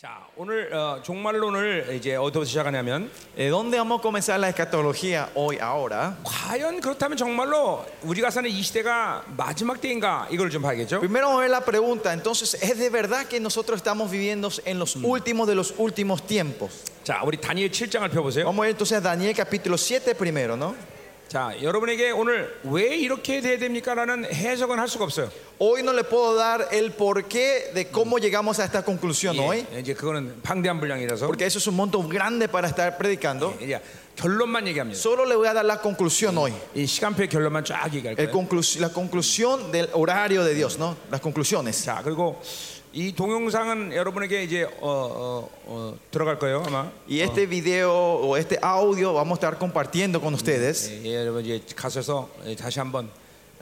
자, 오늘 어, 종말론을 이제 어디서 시작하냐면 Eh, ¿Dónde vamos a comenzar la escatología hoy, ahora? 과연 그렇다면 정말로 우리가 사는 이 시대가 마지막 때인가 이걸 좀 봐야겠죠. Primero vamos a ver la pregunta, entonces, ¿es de verdad que nosotros estamos viviendo en los últimos de los últimos tiempos? 자, 우리 다니엘 7장을 펴보세요. Vamos a ver entonces a Daniel capítulo 7 primero, ¿no? 자, 여러분에게 오늘 왜 이렇게 돼야 됩니까라는 해석은 할 수가 없어요. Hoy no le puedo dar el porqué de cómo llegamos a esta conclusión hoy, 예, 이제 그거는 방대한 분량이라서 예, porque eso es un monto grande para estar predicando. 이제 결론만 얘기합니다. Solo le voy a dar la conclusión hoy, 이 시간표의 결론만 쫙 얘기할 el 거예요. conclu- la conclusión del horario de Dios, ¿no? Las conclusiones. 자, 그리고 이 동영상은 여러분에게 이제 어, 어, 어, 들어갈 거예요, 아마. Y este video o este audio vamos a estar compartiendo con ustedes. 예, 예, 여러분 이제 가셔서 예, 다시 한번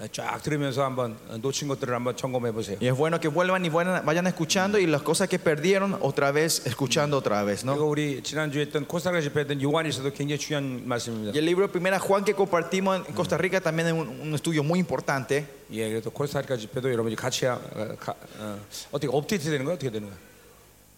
예, 쫙 들으면서 한번 어, 놓친 것들을 한번 점검해 보세요. Y es bueno que vuelvan y vuelvan- vayan escuchando y las cosas que perdieron otra vez, escuchando otra vez, ¿no? 그리고 우리 지난주에 했던 코스타리카 집회했던 요한에서도 굉장히 중요한 Y 말씀입니다. el libro de Primera Juan que compartimos en Costa Rica también es un, un estudio muy importante. 예, 그래서 코스타리카 집회도 여러분이 같이 하- 어, 가, 어, 어떻게 업데이트 되는 거야? 어떻게 되는 거야?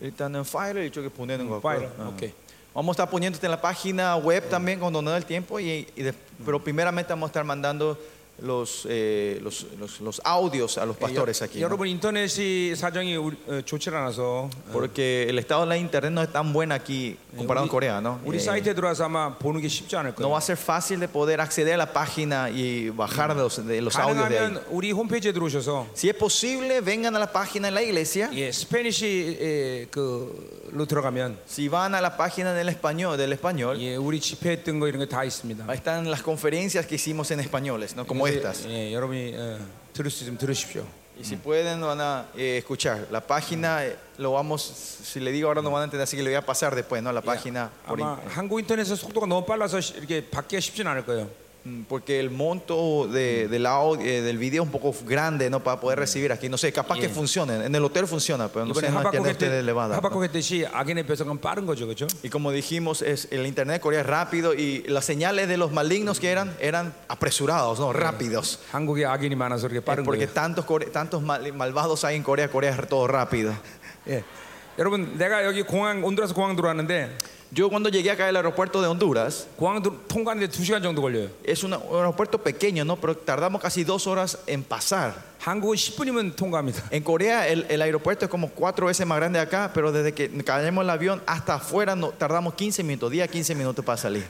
Están en file, yo que ponen en 파일. Ah. 오케이. Vamos a estar poniéndote en la página web también cuando nos dé el tiempo, y, y de- pero primeramente vamos a estar mandando los, eh, los, los- los audios a los pastores aquí. ¿no? 여러분 인터넷이 사정이 우리, 어, 좋지 않아서 Porque el estado de la internet no es tan buena aquí comparado 우리, en Corea, ¿no? 우리 Eh, 사이트에 들어와서 아마 보는 게 쉽지 않을 no 거예요. va a ser fácil de poder acceder a la página y bajar los, de los audios de ahí. 가능하면 우리 홈페이지에 들어오셔서 Si es posible, vengan a la página de la iglesia. 예, 스페니시 예, 그로 들어가면 Si van a la página del español, del español, 예, 우리 집회했던 거 이런 거 다 있습니다. ahí están las conferencias que hicimos en españoles, ¿no? Como estas. 예, 여러분이 예, 들을 수 있으면 들으십시오. Y si pueden, van a eh, escuchar. La página, eh, lo vamos, si le digo ahora no van a entender, así que le voy a pasar después, ¿no? A la página. por in- 아마 한국 인터넷의 속도가 너무 빨라서 시- 이렇게 받기가 쉽진 않을 거예요. Mm, Porque el monto de, del au- eh, del video es un poco grande, ¿no? Para poder recibir aquí. No sé, capaz que funcione. En el hotel funciona, pero no 이번에 sé, no entiende 하박국의, 때, ustedes elevada. ¿no? 하박국의 뜻이 악인의 배속은 빠른 거죠, 그렇죠? Y como dijimos, es, el internet de Corea es rápido y las señales de los malignos que eran eran apresurados, no rápidos. Eh, 한국에 악인이 많아서 이렇게 빠른 Porque 거예요. tantos, core- tantos mal- malvados hay en Corea, Corea es todo rápido. 예. 여러분, 내가 여기 공항 온드라스 공항 들어왔는데 Yo cuando llegué acá al aeropuerto de Honduras, 공항 들- 통과하는데 2 시간 정도 걸려요. es una- un aeropuerto pequeño, ¿no? Pero tardamos casi dos horas en pasar. 한국은 10분이면 통과합니다. En Corea el, el aeropuerto es como cuatro veces más grande acá, pero desde que caemos el avión hasta afuera no, tardamos 15 minutos, 10 a 15 minutos para salir.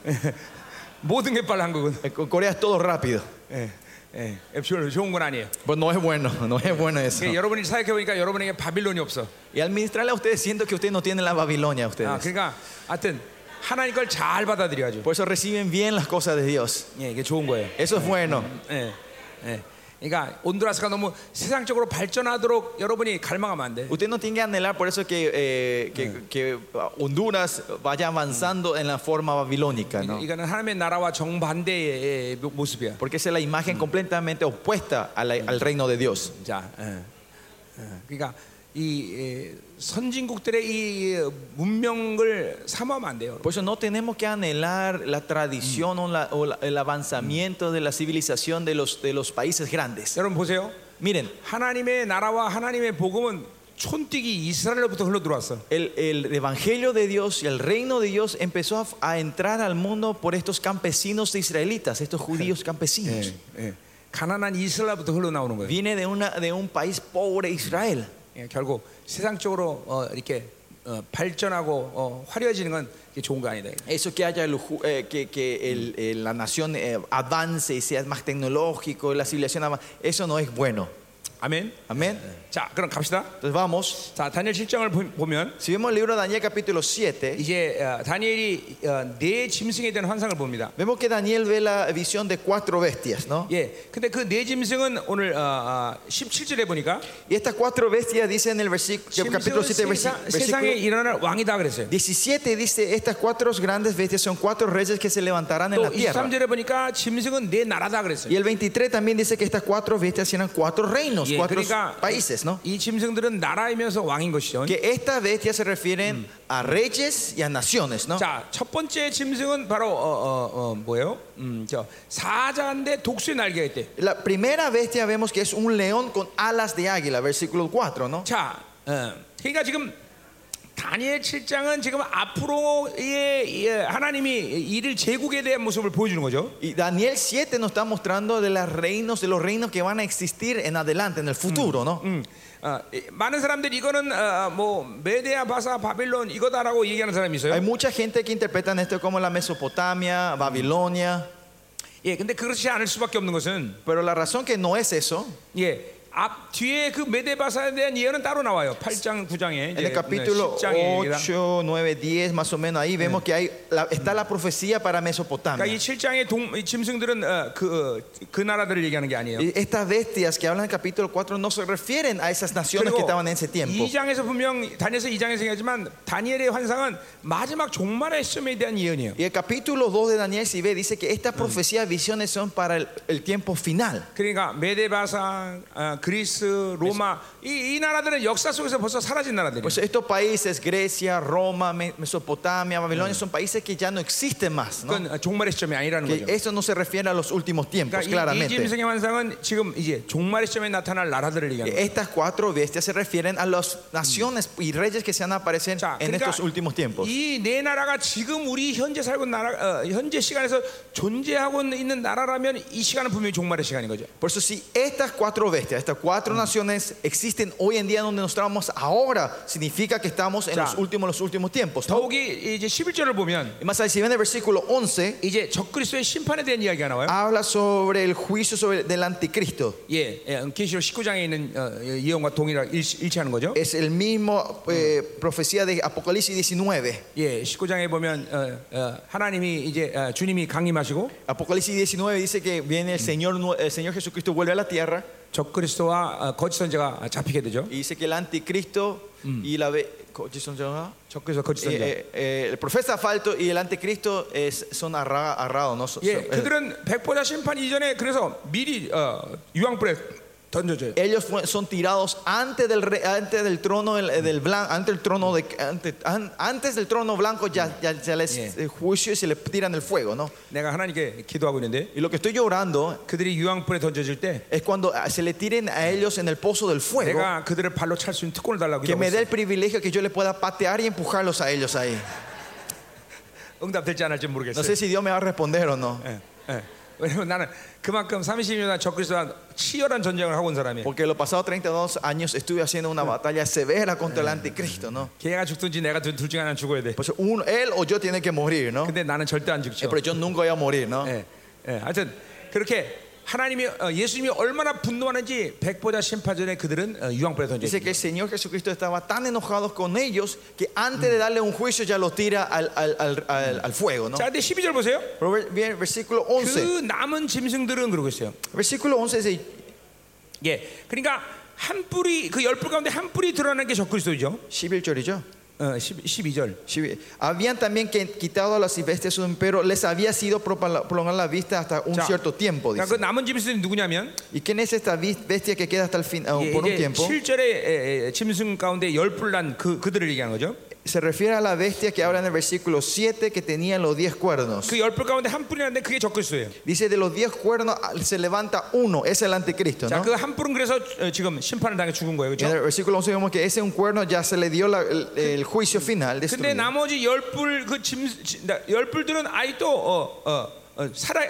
모든 게 빨라 한국은. En Corea es todo rápido. 예. 예. 별로 좋은 건 아니에요. Pues no es bueno, no es bueno eso. 예, 여러분이 생각해 보니까 여러분에게 바빌론이 없어. Y al ministrarle a ustedes siento que ustedes no tienen la Babilonia ustedes. 아, 그러니까 하여튼 하나님 걸 잘 받아들여야죠. Por eso reciben bien las cosas de Dios. 예, 이게 좋은 거예요. Eso es bueno. 예. 예. 그러니까 온두라스가 너무 세상적으로 발전하도록 여러분이 갈망하면 안 돼. Usted no tiene que anhelar por eso que, eh, que, que Honduras vaya avanzando en la forma babilónica, ¿no? 이거는 하나님의 나라와 정반대의 모습이야. Porque esa es la imagen completamente opuesta a la- al reino de Dios. 자, 예. 예. 그러니까 이 예, 선진국들의 이 문명을 삼하면 안 돼요. Por eso no tenemos que anhelar la tradición o, la- o la- el avanzamiento de la civilización de los, de los países grandes. 여러분 보세요. Miren, 하나님의 나라와 하나님의 복음은 촌뛰기 이스라엘로부터 흘러 들어왔어. el, el evangelio de Dios y el reino de Dios empezó a, a entrar al mundo por estos campesinos israelitas, estos judíos campesinos. 예. 가난한 이스라엘부터 흘러 나오는 거예요. Viene de, una, de un país pobre, Israel. 예, 결국 세상적으로 어, 이렇게 어, 발전하고 어, 화려해지는 건 이게 좋은 거 아니다. Eso que haya el ju- eh, que, que el- eh, la nación eh, avance y sea más tecnológico, la civilización avance, eso no es bueno. 아멘. Amén. 자, 그럼 갑시다. Entonces vamos. 자, 다니엘 7장을 보- 보면 Si vemos el libro de Daniel capítulo 7, 이제 어, 다니엘이 어, 네 짐승에 대한 환상을 봅니다. vemos que Daniel ve la visión de cuatro bestias, ¿no? 예, 근데 그 네 짐승은 오늘 어, 어, 17절에 bo니까 Y estas cuatro bestias dicen en el versículo, capítulo 짐승은 7, 세상, 세상에 versículo 일어날 왕이다 그랬어요. 네, 17 dice, estas cuatro grandes bestias son cuatro reyes que se levantarán en 또 la tierra. 23절에 보니까 짐승은 네 나라다 Y 그랬어요. el 23 también dice que estas cuatro bestias eran cuatro reinos, 예, cuatro 그러니까 países, ¿no? 이 짐승들은 나라이면서 왕인 것이죠. Que estas bestias se refieren a reyes y a naciones, ¿no? 자, 첫 번째 짐승은 바로 어, 어, 어, 뭐예요? 음, 저 사자인데 독수리 날개가 있대. La primera bestia vemos que es un león con alas de águila, versículo 4, ¿no? 자, 어, 그러니까 지금 다니엘 7장은 지금 앞으로의 예, 하나님이 이를 제국에 대한 모습을 보여주는 거죠. Y Daniel 7 nos está mostrando de los reinos, de los reinos que van a existir en adelante, en el futuro, ¿no? 음, 아, 이- 많은 사람들이 이거는 아, 뭐 메데아 바사 바빌론 이거다라고 얘기하는 사람이 있어요. Hay mucha gente que interpretan esto como la Mesopotamia, Babilonia, 예, 근데 그렇지 않을 수밖에 없는 것은 pero la razón que no es eso, 예, 앞 뒤에 그 메데아 바사에 대한 예언은 따로 나와요. 8장, 9장에 Eh, en Eh. el capítulo 8, 9, 10, más o menos, ahí vemos que hay, la- está la profecía para 그러니까 이 Mesopotamia. 7장의 동, 이 짐승들은 어, 그, 어, 그 na라들을 얘기하는 게 아니에요. Y estas bestias que hablan en el capítulo 4 no se refieren a esas naciones que estaban en ese tiempo. 2장에서 분명 다니엘서 2장에서 얘기하지만 다니엘의 환상은 마지막 종말의 시점에 대한 예언이에요. Y el capítulo 2 de Daniel si ve, dice que estas profecías, visiones son para el- el tiempo final. 그러니까 메데바사, 어, 그리스, 로마 이, 이 나라들은 역사 속에서 벌써 사라진 나라들이에요. Pues estos países, Grecia, Roma, Me- Mesopotamia, Babilonia, son países que ya no existen más. ¿no? 그건 어, 종말의 시점이 아니라는 Que 거죠. eso no se refiere a los últimos tiempos, 그러니까 이, 이 claramente. 짐승의 환상은 지금 이제 종말의 시점에 나타날 나라들을 얘기하는 거예요. Eh, Estas cuatro bestias se refieren a las naciones y reyes que se van a aparecer 자, en 그러니까 estos últimos tiempos. 이 네 나라가 지금 우리 현재 살고 있는 나라, 어, 현재 시간에서 존재하고 있는 나라라면 이 시간은 분명히 종말의 시간인 거죠. Por eso, si estas cuatro bestias, estas cuatro naciones existen hoy en día donde nos estamos ahora, significa que estamos en Ya. los últimos, los últimos tiempos. ¿no? 더욱이 이제 11절을 보면 Y más allá, si ven el versículo 11, 이제 적그리스도의 심판에 대한 이야기가 나와요. habla sobre el juicio sobre, del anticristo. 예, 예, 계시록 19장에 있는 어, 예, 예언과 동일하게 일치, 일치하는 거죠. Es el mismo eh, profecía de Apocalipsis 19. 예, 19장에 보면 어, 어, 하나님이 이제 어, 주님이 강림하시고 Apocalipsis 19 dice que viene el Señor, nue- el Señor Jesucristo vuelve a la tierra 적그리스도와 어, 거짓 선제가 잡히게 되죠. y dice que el anticristo y la ve- co- son- son- 적그리스도 거짓 선제. eh, eh, el profeta falto y el anticristo es- son arra- arrados, ¿no? So- so- 예, eh, 그들은 백보자 심판 이전에 그래서 미리 어, 유황불에 던져져요. ellos fue- son tirados antes del re- antes del trono del, del blan- antes del trono de antes, an- antes del trono blanco ya, ya, ya les Yeah. el juicio y se les tiran el fuego, ¿no? 내가 하나님께 기도하고 있는데 Y lo que estoy llorando 그들이 유황불에 던져질 때 es cuando ah, se le tiren a ellos en el pozo del fuego. 내가 그들을 발로 찰 수 있는 특권을 달라고 Que me 기도했어요. dé el privilegio que yo le pueda patear y empujarlos a ellos ahí. 응답될지 안 할지 No 모르겠어요. sé si Dios me va a responder o no. 예, 예. 왜냐면 나는 그만큼 30년이나 적그리스도와 치열한 전쟁을 하고 온 사람이에요. Porque los pasados 32 años estuve haciendo una batalla severa contra el anticristo, ¿no? 걔가 죽든지 내가 둘, 둘 중에 하나는 죽어야 돼. Pues uno, él o yo tiene que morir, ¿no? Eh, 근데 나는 절대 안 죽죠. Pero yo nunca voy a morir, ¿no? 예, 예. 하여튼 그렇게 하나님이 어, 예수님이 얼마나 분노하는지 백보자 심판전에 그들은 어, 유황불에 Dice 던져요. que el Señor Jesucristo estaba tan enojado con ellos que antes de darle un juicio ya los tira al, al- al- al- al fuego, ¿no? 자, 근데 12절 보세요. Pero ve- ve- versículo 11. 그 남은 짐승들은 그러고 있어요. Versículo 11 dice, 예. 그러니까 한 뿌리 그 열 뿔 가운데 한 뿌리 드러나는 게 적그리스도죠. "11 chorrillo". 어, 10, 12절. Sí, Habían también que- quitado a las bestias su imperio, les había sido propala- prolongar la vista hasta un Ya. cierto tiempo. 그러니까 dice. 그 남은 짐승이 누구냐면 ¿Y quién es esta bis- bestia que queda hasta el fin, ah, 예, por un 이제 tiempo? 7절에 에, 에, 짐승 가운데 열 뿔 난 그 그들을 얘기하는 거죠. Se refiere a la bestia que habla en el versículo 7 que tenía los 10 cuernos. 그 열 뿔 가운데 한 뿔이 났는데 그게 적그리스도예요. Dice de los 10 cuernos ah, se levanta uno, es el anticristo. 자, ¿no? 그 한 뿔은 그래서 어, 지금 심판을 당해 죽은 거예요. En 그렇죠? el versículo 11 vemos que ese un cuerno ya se le dio la- el, el juicio final. 근데 destruido. 나머지 그 열뿔그짐열 뿔들은 아직도 어, 어, 어, 살아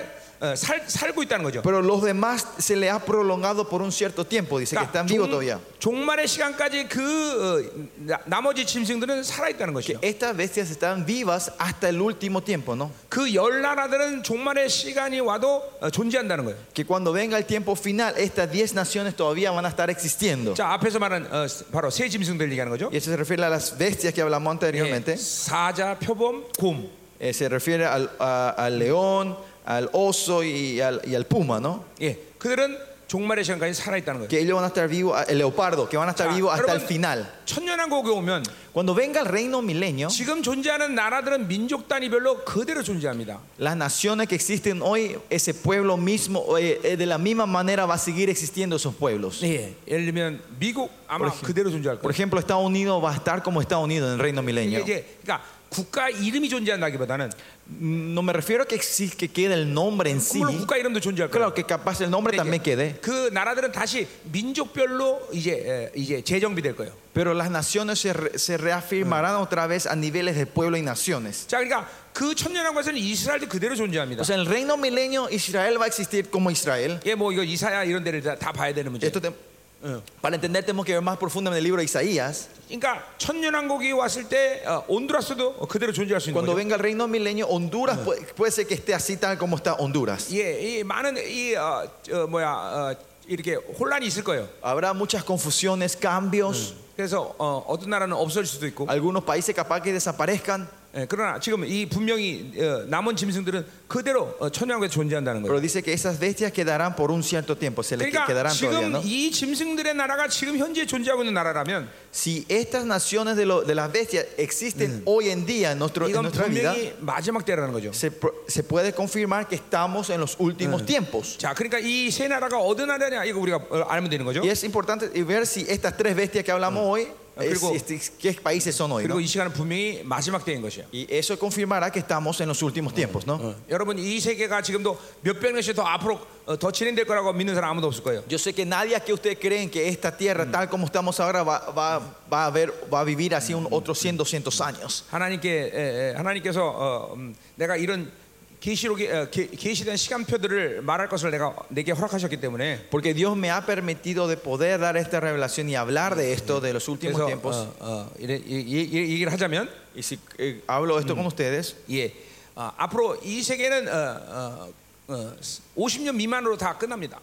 어, 살, 살고 있다는 거죠. Pero los demás se le ha prolongado por un cierto tiempo, dice que están vivos todavía. 종, 말의 시간까지 그 어, 나, 나머지 짐승들은 살아 있다는 것이요. Estas bestias están vivas hasta el último tiempo, ¿no? 그 열 나라들은 종말의 시간이 와도 어, 존재한다는 거예요. que cuando venga el tiempo final, estas 10 naciones todavía van a estar existiendo. 자 앞에서 말한 어, 바로 세 짐승들 얘기하는 거죠. Y eso se refiere a las bestias que hablamos anteriormente. 예, 사자, 표범, 곰. Eh, se refiere al, a- al león, al oso y al, y al puma, ¿no? 예, 그들은 종말의 시간까지 살아 있다는 거예요. Que ellos van a estar vivos, ah, el leopardo, que van a estar Ah, vivos hasta el 여러분- final. 천년왕국에 오면 Cuando venga el reino milenio, 지금 존재하는 나라들은 민족 단위별로 그대로 존재합니다. las naciones que existen hoy, ese pueblo mismo, eh, eh, de la misma manera va a seguir existiendo esos pueblos. 예. 예를 들면 미국 아마 그렇지. 그대로 존재할 거예요. Por ejemplo, Estados Unidos va a estar como Estados Unidos en el reino 이게 milenio. 이제 그러니까 국가 이름이 존재한다기보다는 No me refiero a que, exi- que quede el nombre en sí. 물론 국가 이름도 존재할 거예요. 그 Claro, que capaz el nombre 근데 también 이제 quede. 그 나라들은 다시 민족별로 이제 에, 이제 재정비될 거예요. Pero pero las naciones se, re- se reafirmarán otra vez a niveles de pueblo y naciones. 자, 그러니까 그 천년왕국에서는 이스라엘도 그대로 존재합니다. O sea, en el reino milenio Israel va a existir como Israel. 예, 뭐 이거 이사야 이런 데를 다, 다 봐야 되는 문제. Esto te- para entender tenemos que ver más profundamente el libro de Isaías. 그러니까 천년왕국이 왔을 때 어, 온두라스도 그대로 존재할 수 있는 Cuando 거죠. venga el reino milenio, Honduras puede, puede ser que esté así tal como está Honduras. 예, 이 많은 이 어, 어, 뭐야 어, 이렇게 혼란이 있을 거예요. Habrá muchas confusiones, cambios. 그래서 어, 어떤 나라는 없어질 수도 있고. Algunos países capaz que desaparezcan. 예, 그러나 지금 이 분명히 어, 남은 짐승들은 그대로 어, 천년왕국에 존재한다는 거예요. Pero dice que esas bestias quedarán por un cierto tiempo, se les que- 그러니까 quedarán todavía, 지금 ¿no? 이 짐승들의 나라가 지금 현재 존재하고 있는 나라라면 Si estas naciones de, lo- de las bestias existen hoy en día en, nuestro, en 이건 nuestra vida, 분명히 마지막 때라는 거죠. se, pro- se puede confirmar que estamos en los últimos tiempos. 자, 그러니까 이 세 나라가 어느 나라냐 이거 우리가 어, 알면 되는 거죠. Y es importante ver si estas tres bestias que hablamos hoy, Ah, es- 그리고- es- ¿qué países son hoy? ¿no? 그리고 이 시간은 분명히 마지막 때인 것이에요. Y eso confirmará que estamos en los últimos tiempos, ¿no? 여러분 이 세계가 지금도 몇백 년씩 더 앞으로 어, 더 진행될 거라고 믿는 사람 아무도 없을 거예요. Yo sé que nadie aquí ustedes creen que esta tierra, tal como estamos ahora, va, va- va a, ver, va a vivir así un, otros 100, 200 años. 하나님께 에, 에, 하나님께서 어, 음, 내가 이런 계시록이 어, 게- 계시된 시간표들을 말할 것을 내가 내게 허락하셨기 때문에 Porque Dios me ha permitido de poder dar esta revelación y hablar de esto, de los últimos 그래서 tiempos. 어, 어, 이래, 이, 이, 이, 얘기를 하자면 Y si eh, hablo esto con ustedes, 예 아, 앞으로 이 세계는 어, 어, 어, 50년 미만으로 다 끝납니다.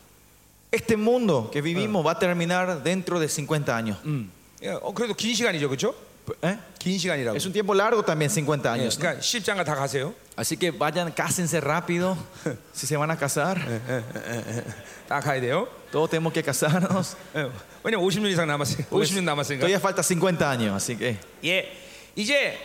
este mundo que vivimos va a terminar dentro de 50 años. 음. 예, 어, 그래도 긴 시간이죠, 그렇죠? ¿Eh? 긴 시간이라고. Es un tiempo largo también, 50 예, años. ¿no? 그러니까 십장가 다 가세요. Así que vayan, cásense rápido. Si se van a 예, Eh. casar, 다 가야 돼요. todos tenemos que casarnos. 예, 왜냐면 50년 이상 남았어요. 50년 남았으니까. Todavía falta 50 años, así que. 예, 이제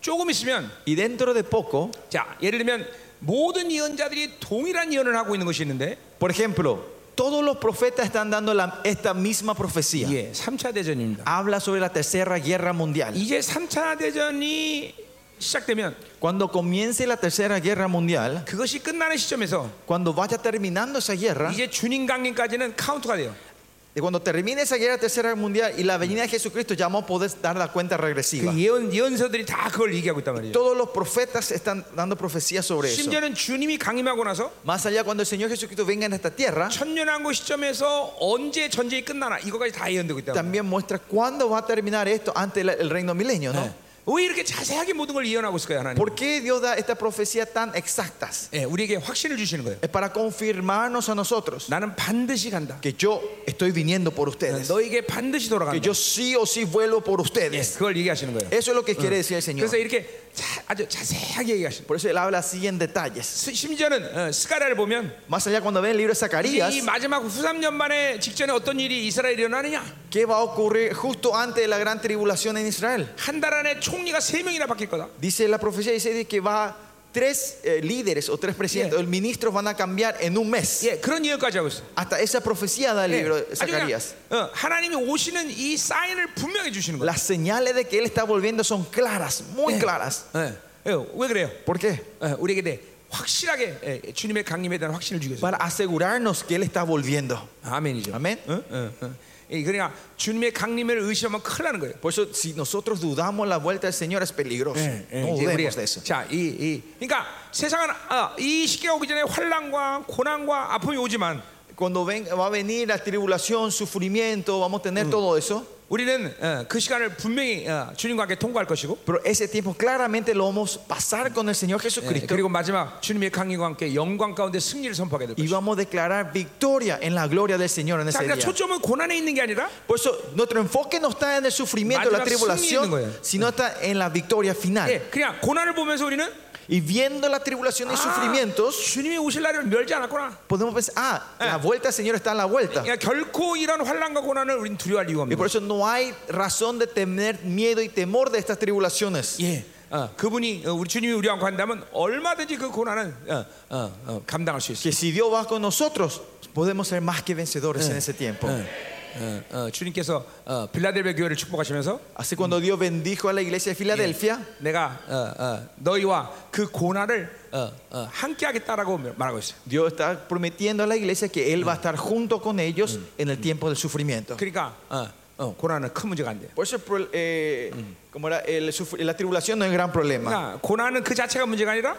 조금 있으면 Y dentro de poco, 자 예를 들면 모든 예언자들이 동일한 예언을 하고 있는 것이 있는데 por ejemplo, todos los profetas están dando la- esta misma profecía. 예, 3차 대전입니다. Habla sobre la tercera guerra mundial. 이제 3차 대전이 시작되면 Cuando comience la tercera guerra mundial, 그것이 끝나는 시점에서 cuando vaya terminando esa guerra, 이제 주님 강림까지는 카운트가 돼요. y cuando termine esa guerra tercera mundial y la venida de Jesucristo, ya vamos a poder dar la cuenta regresiva. 그 예언 예언서들이 다 그걸 얘기하고 있단 말이에요. Todos los profetas están dando profecías sobre eso. 심지어는 주님이 강림하고 나서 Más allá, cuando el Señor Jesucristo venga en esta tierra, 천년왕국 시점에서 언제 전쟁이 끝나나 이거까지 다 예언되고 있단 말이에요. también muestra cuándo va a terminar esto ante la- el reino milenio, Eh. ¿no? 네. 왜 이렇게 자세하게 모든 걸 예언하고 있을까요, 하나님? ¿Por qué Dios da estas profecías tan exactas? 예, 우리에게 확신을 주시는 거예요. Es para confirmarnos a nosotros 나는 반드시 간다. que yo estoy viniendo por ustedes, 너에게 반드시 돌아간다. que yo sí o sí vuelvo por ustedes. 그걸 얘기하시는 거예요. Eso es lo que quiere decir el Señor. 그래서 이렇게 자- 아주 자세하게 얘기하시는. Por eso él habla así en detalles. 스- 심지어는 어, 스가랴를 보면 Más allá, cuando ven el libro de 이제 Zacarías, 이 마지막 후삼년 만에 직전에 어떤 일이 이스라엘에 일어나느냐? ¿qué va a ocurrir justo antes de la gran tribulación en Israel? 한 달 안에 총리가 세 명이나 바뀔 거다. Dice la profecía dice que va tres eh, líderes o tres presidentes, Yeah. o ministros van a cambiar en un mes. 예, 그런 예언까지 하고 있어. Hasta esa profecía da el 예. libro de 아주 그냥, Zacarías. 어, 하나님이 오시는 이 사인을 분명히 주시는 거예요. Las señales de que él está volviendo son claras, muy claras. 예, 예, 왜 그래요? ¿Por qué? 예, 우리에게 대해 확실하게 예, 예, 주님의 강림에 대한 확신을 주기 위해서. Para asegurarnos que él está volviendo. 아멘이죠. 아멘. 응? 응, 응. 예, 그러니까 주님의 강림을 의심하면 큰일 나는 거예요. Por eso, si nosotros dudamos la vuelta del Señor es peligroso. 예, No 이제 우리가- dudemos de eso. 자, 이, 이, 그러니까 세상은 아, 이 시기가 오기 전에 환란과 고난과 아픔이 오지만 Cuando ven- va a venir la tribulación, sufrimiento, vamos a tener todo eso. 우리는 어, 그 시간을 분명히 어, 주님과 함께 통과할 것이고 Pero ese tiempo claramente lo vamos a pasar con el Señor 예, Jesucristo. 그리고 마지막 주님의 강림과 함께 영광 가운데 승리를 선포하게 될 Y 것이고. vamos a declarar victoria en la gloria del Señor en 자, ese 그러니까 día. 초점은 고난에 있는 게 아니라 Por eso nuestro enfoque no está en el sufrimiento, la Mañana 승리하는 tribulación, 거예요. sino está en la victoria 예, final. 그냥 고난을 보면서 우리는 Y viendo la tribulación y 아, sufrimientos, 주님이 오실 날을 멸지 않았구나. podemos pensar, ah, la vuelta del Señor está a la vuelta. 그러니까 결코 이런 환란과 고난을 우리는 두려워할 이유가 Y 없는 por eso no hay razón de tener miedo y temor de estas tribulaciones. 예. 어, 그분이 어, 우리 주님이 우리와 간다면 얼마든지 그 고난은 어, 어, 어, 감당할 수 있어요. Que si Dios va con nosotros, podemos ser más que vencedores en ese tiempo. 어, 어, 주님께서 어, 빌라델비아 교회를 축복하시면서 Así cuando Dios bendijo a la iglesia de Filadelfia, 내가 어, 어, 너희와 그 고난을 어, 어, 함께하겠다라고 말하고 있어요. Dios está Mm. prometiendo a la iglesia que Él va a estar junto con ellos en el tiempo del sufrimiento. 그러니까 어, 어, 고난은 큰 문제가 안 돼. Por eso, el pro- eh, como era, el sufri- la tribulación no es un gran problema. 그러니까 고난은 그 자체가 문제가 아니라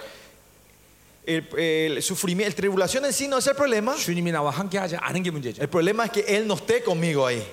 El, el sufrimiento, el tribulación en sí no es el problema. 주님이 나와 함께하지 않은 게 문제죠. El problema es que Él no esté conmigo ahí.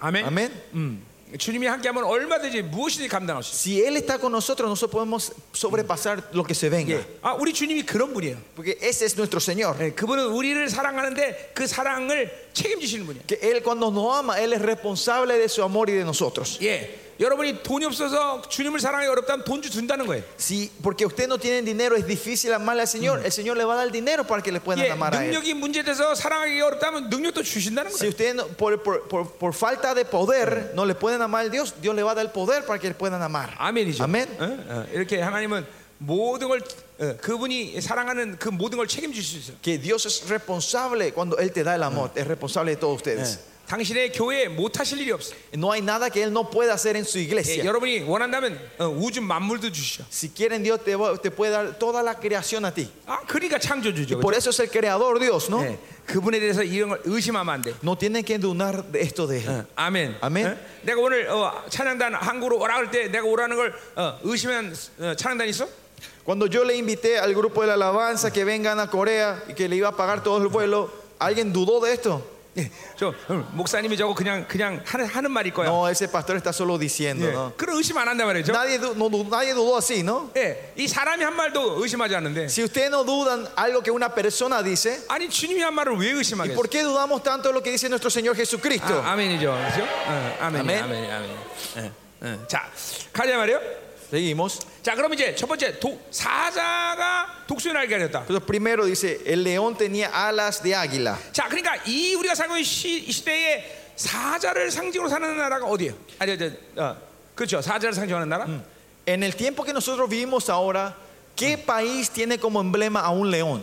아멘. Amén. 음, 주님이 함께하면 얼마든지 무엇이든지 감당할 수 있어요. Si Él está con nosotros, nosotros podemos sobrepasar lo que se venga. 예. 아, 우리 주님이 그런 분이에요. Porque ese es nuestro Señor. 예, 그분은 우리를 사랑하는데 그 사랑을 책임지시는 분이에요. Que Él cuando nos ama, Él es responsable de su amor y de nosotros. 예, 여러분이 돈이 없어서 주님을 사랑하기 어렵다면 돈 주- 준다는 거예요. Si, porque usted no tiene dinero, es difícil amarle al Señor. El Señor le va a dar dinero para que le puedan 예, amar a Él. 능력이 문제돼서 사랑하기 어렵다면 능력도 주신다는 Si 거예요. usted no- por, por- por- por falta de poder no le pueden amar a Dios, Dios le va a dar el poder para que le puedan amar. 아멘이죠. 아멘. 어? 어, 이렇게 하나님은 모든 걸 어, 그분이 사랑하는 그 모든 걸 책임질 수 있어요. Que Dios es responsable cuando Él te da el amor, es responsable de todos ustedes. 당신의 교회에 못 하실 일이 없어요. No hay nada que Él no pueda hacer en su 예, iglesia. 여러분이 원한다면 어, 우주 만물도 주시죠. Si quieren, Dios te, va- te puede dar toda la creación a ti. 아, 그러니까 창조주죠. Por eso es el creador Dios, ¿no? 그렇죠? 예, 그분에 대해서 이런 걸 의심하면 안 돼. No tienen que dudar de esto de Ah. Él. 아멘. 아멘. 어? 내가 오늘 어, 찬양단 한국으로 오라 할 때 내가 오라는 걸 어, 의심한 어, 찬양단 있어? Cuando yo le invité al grupo de la alabanza que vengan a Corea y que le iba a pagar todo el vuelo, ¿alguien dudó de esto? 예, 저 어, 목사님이 저거 그냥 그냥 하는, 하는 말일 거야. No, ese pastor está solo diciendo, 예, ¿no? 그런 의심 안 한단 말이죠. Nadie, du- no, du- nadie dudó así, ¿no? 예, 이 사람이 한 말도 의심하지 않는데. Si ustedes no dudan algo que una persona dice, 아니 주님이 한 말을 왜 의심하겠어? ¿por qué dudamos tanto de lo que dice nuestro Señor Jesucristo? 아, 아멘이죠, 그렇죠? 어, 아멘, 아멘. 아멘, 아멘, 아멘. 예, 예. 자, 가자 말이요. Seguimos. 자, 그럼 이제 첫 번째 도, 사자가 독수리 날개 가졌다. Entonces, primero dice, el león tenía alas de águila. 자, 그러니까 이 우리가 살고 있는 시, 이 시대에 사자를 상징으로 사는 나라가 어디예요? 아니, 저, 어, 그렇죠. 사자를 상징하는 나라. En el tiempo que nosotros vivimos ahora, ¿qué país tiene como emblema a un león?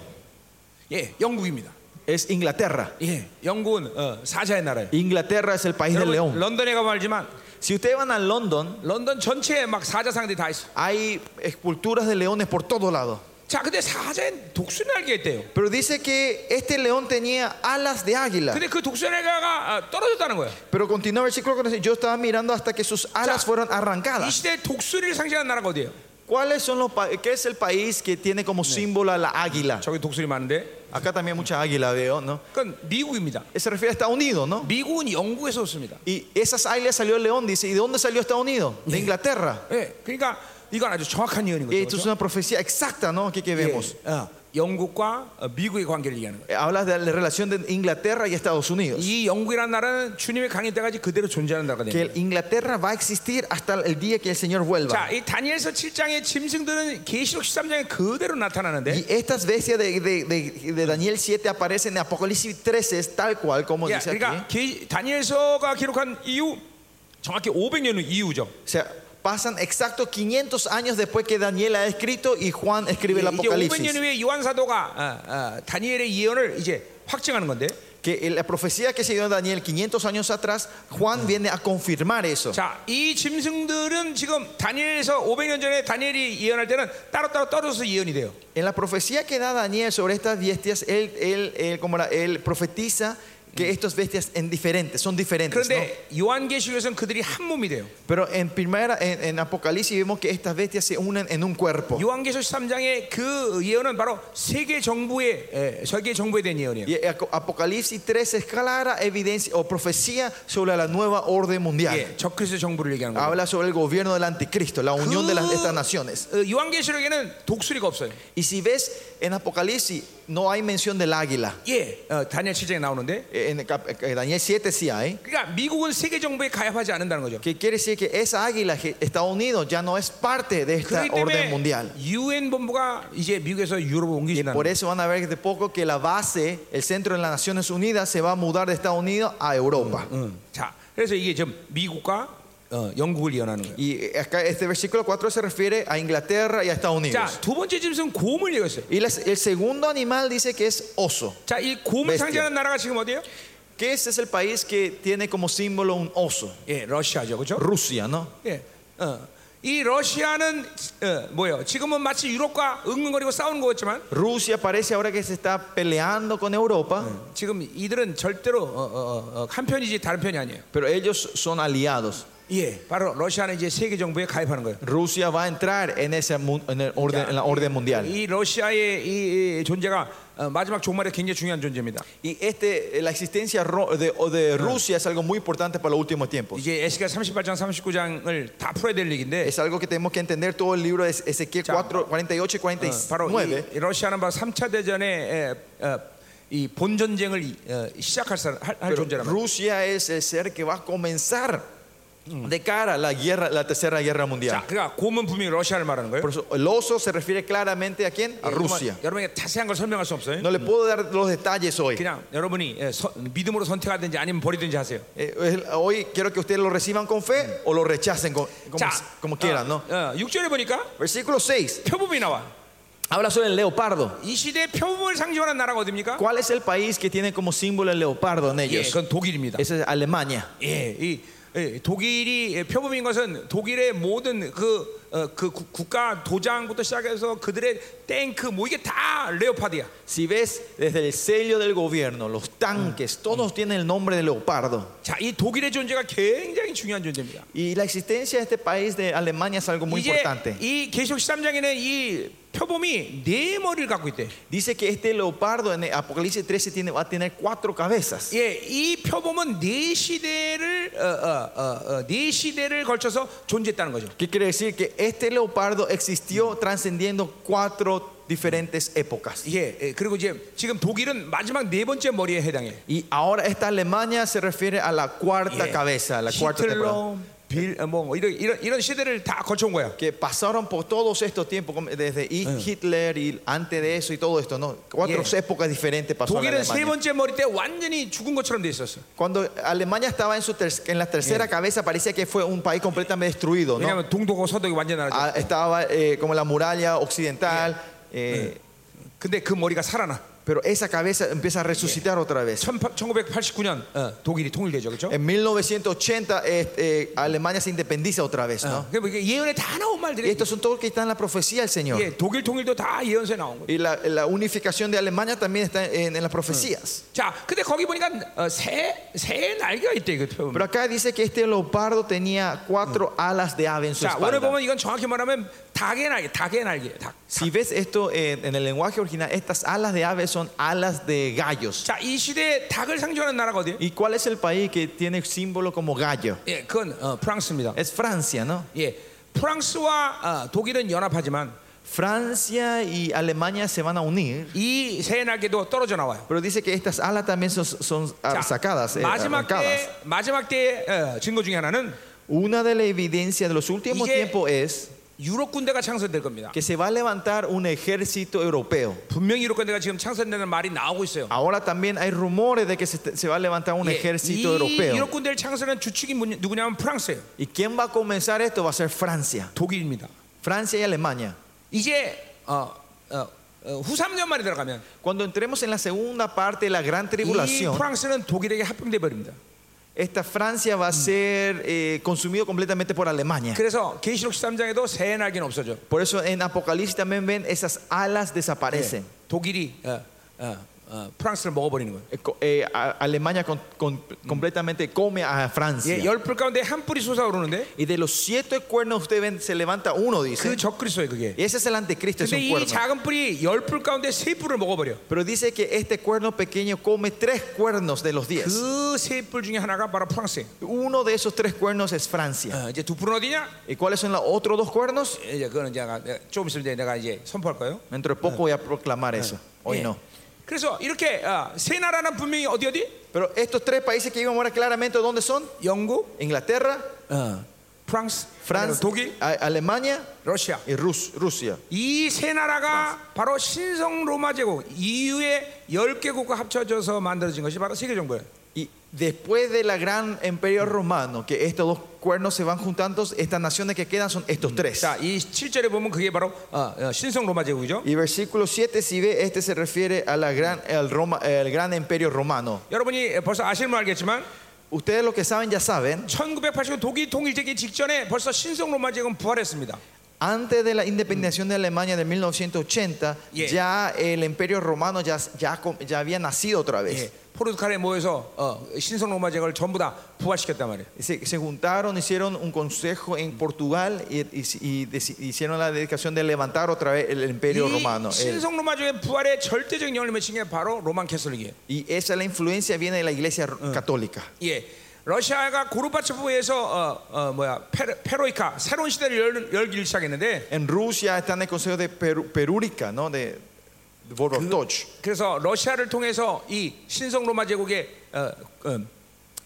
예, 영국입니다. Es Inglaterra. 예, 영국은 어, 사자의 나라예요. Inglaterra es el país del 여러분, león. 런던에 가면 알지만 Si ustedes van a London, 런던 전체에 막 사자상들이 다 있어. hay esculturas de leones por todo lado. 자, 근데 사자엔 독수리 날개 있대요. Pero dice que este león tenía alas de águila. 근데 그 독수리 날개가 아, 떨어졌다는 거예요. Pero continúa el versículo con yo estaba mirando hasta que sus alas Ya. fueron 이 arrancadas. 시대에 독수리를 상징하는 나라가 어디예요? ¿Cuáles son los pa- qué es el país que tiene como símbolo a la águila? 저기 독수리 많은데. Acá también mucha águila veo, ¿no? 그건 미국입니다. Se refiere a Estados Unidos, ¿no? 미국은 영국에서 었습니다 Y esas águilas salió el león, dice. ¿Y de dónde salió Estados Unidos? De Inglaterra. 예, 그러니까 이건 아주 정확한 예언인 거죠. Y esto es una profecía exacta, ¿no? Aquí que vemos. 그렇죠? 예, 어, 영국과 어, 미국의 관계를 얘기하는 거예요. Eh, Habla de la relación de Inglaterra y Estados Unidos. 이 영국이라는 나라는 주님의 강의 때까지 그대로 존재하는 나라가 Que 됩니다. el Inglaterra va a existir hasta el día que el Señor vuelva. 자, 이 다니엘서 7장의 짐승들은 계시록 13장에 그대로 나타나는데 Y estas bestias de, de- de- de Daniel 7 aparecen en Apocalipsis 13, es tal cual como 야, dice aquí. 그러니까 게- 다니엘서가 기록한 이후 정확히 500년 이후죠. O sea, pasan exacto 500 años después que Daniel ha escrito y Juan escribe el 이게 500년 Apocalipsis. 후에 요한 사도가 어, 어, 다니엘의 예언을 이제 확증하는 건데. Que la profecía que se dio en Daniel 500 años atrás, Juan viene a confirmar eso. 자, 이 짐승들은 지금 다니엘에서 500년 전에 다니엘이 예언할 때는 따로따로 떨어져서 예언이 돼요. En la profecía que da Daniel sobre estas bestias, él, él, él, como era, él profetiza que estas bestias en diferentes, son diferentes. ¿no? 그런데 요한계시록에서는 그들이 한 몸이 돼요. Pero en, primera, en, en Apocalipsis vemos que estas bestias se unen en un cuerpo. 요한계시록 13장의 그 예언은 바로 세계 정부의 에, 세계 정부에 대한 예언이에요. Y Aco- Apocalipsis 13 es clara evidencia o profecía sobre la nueva orden mundial. 예, 아, 적그리스도 정부를 얘기하는 거예요. Habla sobre el gobierno del anticristo, la unión de, las, de estas naciones. 어, 요한계시록에는 독수리가 없어요. Y si ves en Apocalipsis no hay mención del águila. 예, 어, 다니엘 7장에 나오는데. En el cap- eh, Daniel 7 sí hay. 그러니까 미국은 세계 정부에 가입하지 않는다는 거죠. Que quiere decir que esa águila que Estados Unidos ya no es parte de esta 그렇기 때문에 orden mundial. UN 본부가 이제 미국에서 유럽을 옮기신다는 Por 거예요. eso van a ver de poco que la base, el centro de las Naciones Unidas se va a mudar de Estados Unidos a Europa. 응. 자, 그래서 이게 지금 미국과 어, 영국을 예언하는 거예요. Y acá este versículo 4 se refiere a Inglaterra y a Estados 자, Unidos. 두 번째 짐승 곰을 얘기했어요. Y las- el segundo animal dice que es oso. 자, 이 곰을 Bestia. 상징하는 나라가 지금 어디예요? Que ese es el país que tiene como símbolo un oso. 예, 러시아죠. 그렇죠? Rusia, ¿no? 예. 어. 이 러시아는 어, 뭐예요? 지금은 마치 유럽과 은근거리고 싸우는 거겠지만 Rusia parece ahora que se está peleando con Europa, 지금 이들은 절대로 어, 어, 어, 한 편이지 다른 편이 아니에요. pero ellos son aliados. 예, 바로 러시아는 이제 세계 정부에 가입하는 거예요. Rusia va a entrar en, ese mu- en el orden- en la orden mundial. 이 러시아의 이, 이 존재가 어, 마지막 종말에 굉장히 중요한 존재입니다. Y este, la existencia ro- de, o de Rusia es algo muy importante para los últimos tiempos. 이제 에스겔 38장 39장을 다 풀어야 될 얘기인데 Es algo que tenemos que entender todo el libro de Ezequiel Ya. 4, 48 y 어, 바로 49. 이, 이 러시아는 바로 3차 대전의 에, 어, 이 본전쟁을 이, 어, 시작할 사람- 할, 할 Pero 존재라면 Rusia es el ser que va a comenzar de cara a la, guerra, la tercera guerra 자, mundial. 그러니까 고문 분명히 러시아를 말하는 거예요. Por eso, el oso se refiere claramente a quién? 아, A Rusia. 여러분에게 자세한 걸 설명할 수 없어요. No le puedo dar los detalles hoy. 그냥 여러분이 예, 서- 믿음으로 선택하든지 아니면 버리든지 하세요. Eh, es- hoy quiero que ustedes lo reciban con fe o lo rechacen con- como, 자, 어, como quieran, ¿no? 6절에 보니까 Versículo 6 표범이 나와. habla sobre el leopardo. 이 시대에 표범을 상징하는 나라가 어디입니까? ¿Cuál es el país que tiene como símbolo el leopardo en 예, ellos? 그건 독일입니다. Esa es Alemania. 예, 이 예, 독일이 표범인 것은 독일의 모든 그, 어, 그 구- 국가 도장부터 시작해서 그들의 탱크 뭐 이게 다 레오파드야. Si ves desde el sello del gobierno, los tanques, todos tienen el nombre de leopardo. 자, 이 독일의 존재가 굉장히 중요한 존재입니다. Y la existencia de este país de Alemania es algo muy 이제 importante. 이 계시록 13장에는 이 표범이 네 머리를 갖고 있대. Dice que este leopardo en Apocalipsis 13 tiene, va a tener cuatro cabezas. 예, 이 표범은 네 시대를 어, 어, 어, 어, 네 시대를 걸쳐서 존재했다는 거죠. ¿Qué quiere decir? Que este leopardo existió trascendiendo cuatro diferentes épocas. 예, 예, 그리고 이제 지금 독일은 마지막 네 번째 머리에 해당해. Y ahora esta Alemania se refiere a la cuarta 예. cabeza, la cuarta temporada. 네. 히틀러, 빌, 어, 뭐 이런, 이런 이런 시대를 다 거쳐온 거야. Que pasaron por todos estos tiempos, como desde Hitler y antes de eso y todo esto, ¿no? Cuatro Yeah. épocas diferentes pasó la 독일은 세 번째 Alemania. 머리 때 완전히 죽은 것처럼 돼 있었어. Cuando Alemania estaba en, su ter- en la tercera cabeza, parecía que fue un país completamente destruido, ¿no? 왜냐하면 동독하고 서독이 완전 나라죠. Ah, estaba eh, como la muralla occidental, eh, 근데 그 머리가 살아나. pero esa cabeza empieza a resucitar otra vez. 1989년 독일이 통일되죠, 그렇죠? En 1980 eh, eh, Alemania se independiza otra vez, ¿no? 그러니까 이게 예언에 다 나온 Y 말들이 estos son todos que están en la profecía del Señor. 예, 독일 통일도 다 예언서에 나온 거예요. Y la, la unificación de Alemania también está en, en las profecías. 자, 근데 거기 보니까 어, 새, 새 날개가 있대 이거 표현. Pero acá dice que este leopardo tenía cuatro alas de ave en su 자, 원래 espalda. 보면 이건 정확히 말하면 닭의 날개, 닭의 날개, 닭. Si ves esto en, en el lenguaje original, estas alas de ave son alas de gallos. 자, 이 시대에 닭을 상징하는 나라가 어디예요? ¿Y cuál es el país que tiene símbolo como gallo? 예, 그건 어, 프랑스입니다. Es Francia, ¿no? 예, 프랑스와 어, 독일은 연합하지만 Francia y Alemania se van a unir, 이 새 날개도 떨어져 나와요. pero dice que estas alas también son, son 자, 예, sacadas, eh, 마지막 arrancadas. 때 마지막 때 어, 증거 중에 하나는 Una de las evidencias de los últimos Iye- tiempos es 유럽 군대가 창설될 겁니다. que se va a levantar un ejército europeo. 분명히 유럽 군대가 지금 창설된다는 말이 나오고 있어요. Ahora también hay rumores de que se, se va a levantar un 예, ejército 이 europeo. 유럽 군대를 창설한 주축이 뭐냐- 누구냐면 프랑스예요. ¿Y quién va a comenzar esto? Va a ser Francia. 독일입니다. Francia y Alemania. 이제 어, 어, 어, 후 3년 만에 들어가면 Cuando entremos en la segunda parte de la gran 이 tribulación, 프랑스는 독일에게 합병돼 버립니다. esta Francia va a ser eh, consumido completamente por Alemania. 그래서 계시록 13장에도 새 날개는 없어져. Por eso en Apocalipsis también ven esas alas desaparecen. 독일이 어, 어, 어, 프랑스를 먹어버리는 거예요. Eh, co- eh, a- Alemania con- con- completamente come a Francia. 예, 열불 가운데 한 뿔이 솟아오르는데 Y de los siete cuernos ustedes ven, se levanta uno, 그 dice. 적그리스도예요 그게. Y ese es el anticristo, es 근데 un 이 cuerno. 작은 뿔이 열불 가운데 세 뿔을 먹어버려. Pero dice que este cuerno pequeño come tres cuernos de los diez. 그 세 뿔 중에 하나가 바로 프랑스예요. Uno de esos tres cuernos es Francia. 어, 이제 두 뿔은 어디냐? 예, ¿Y cuáles son los otros dos cuernos? 이제 그거는 제가 내가 조금 있으면 이제 내가 이제 선포할 거예요. Dentro de poco voy a proclamar eso. Hoy 예. no. 그래서 이렇게 어, 세 나라는 분명히 어디 어디? Pero estos tres países que vimos ahora claramente, ¿dónde son? 영국, Inglaterra, 어, 프랑스, Francia, 독일, A- Alemania 러시아. y Rus- Rusia. 이 세 나라가 바로 신성 로마 제국 EU의 10개국과 합쳐져서 만들어진 것이 바로 세계 정부예요. Y después de la gran imperio romano, que estos dos cuernos se van juntando, estas naciones que quedan son estos tres. 자, 이 7절에 보면 그게 바로 어, 어, 신성 로마 제국이죠. Y versículo 7, si ve, este se refiere a la gran, al Roma, el gran imperio romano. 여러분이 벌써 아시면 알겠지만 ustedes lo que saben ya saben, 1989 독일 통일되기 직전에 벌써 신성 로마 제국은 부활했습니다. antes de la independencia de Alemania de 1980, Yeah. ya el imperio romano ya, ya, com- ya había nacido otra vez. 예, 포르투갈에 모여서 어, 신성 로마 제국을 전부 다 부활시켰단 말이에요. Se, se juntaron, hicieron un consejo en Portugal y, y- y deci- hicieron la dedicación de levantar otra vez el imperio romano. 이 El- 신성 로마 제국의 부활에 절대적인 영향을 미친 게 바로 로만 캐톨릭이에요. y esa es la influencia viene de la iglesia ro- católica. 예. 러시아가 고르바초프에서 어, 어, 뭐야 페, 페로이카 새로운 시대를 열, 열기 시작했는데 En Rusia está en el consejo de Peru- Perúrica, ¿no? De, de Vorontoch. 그래서 러시아를 통해서 이 신성 로마 제국의 어, 어,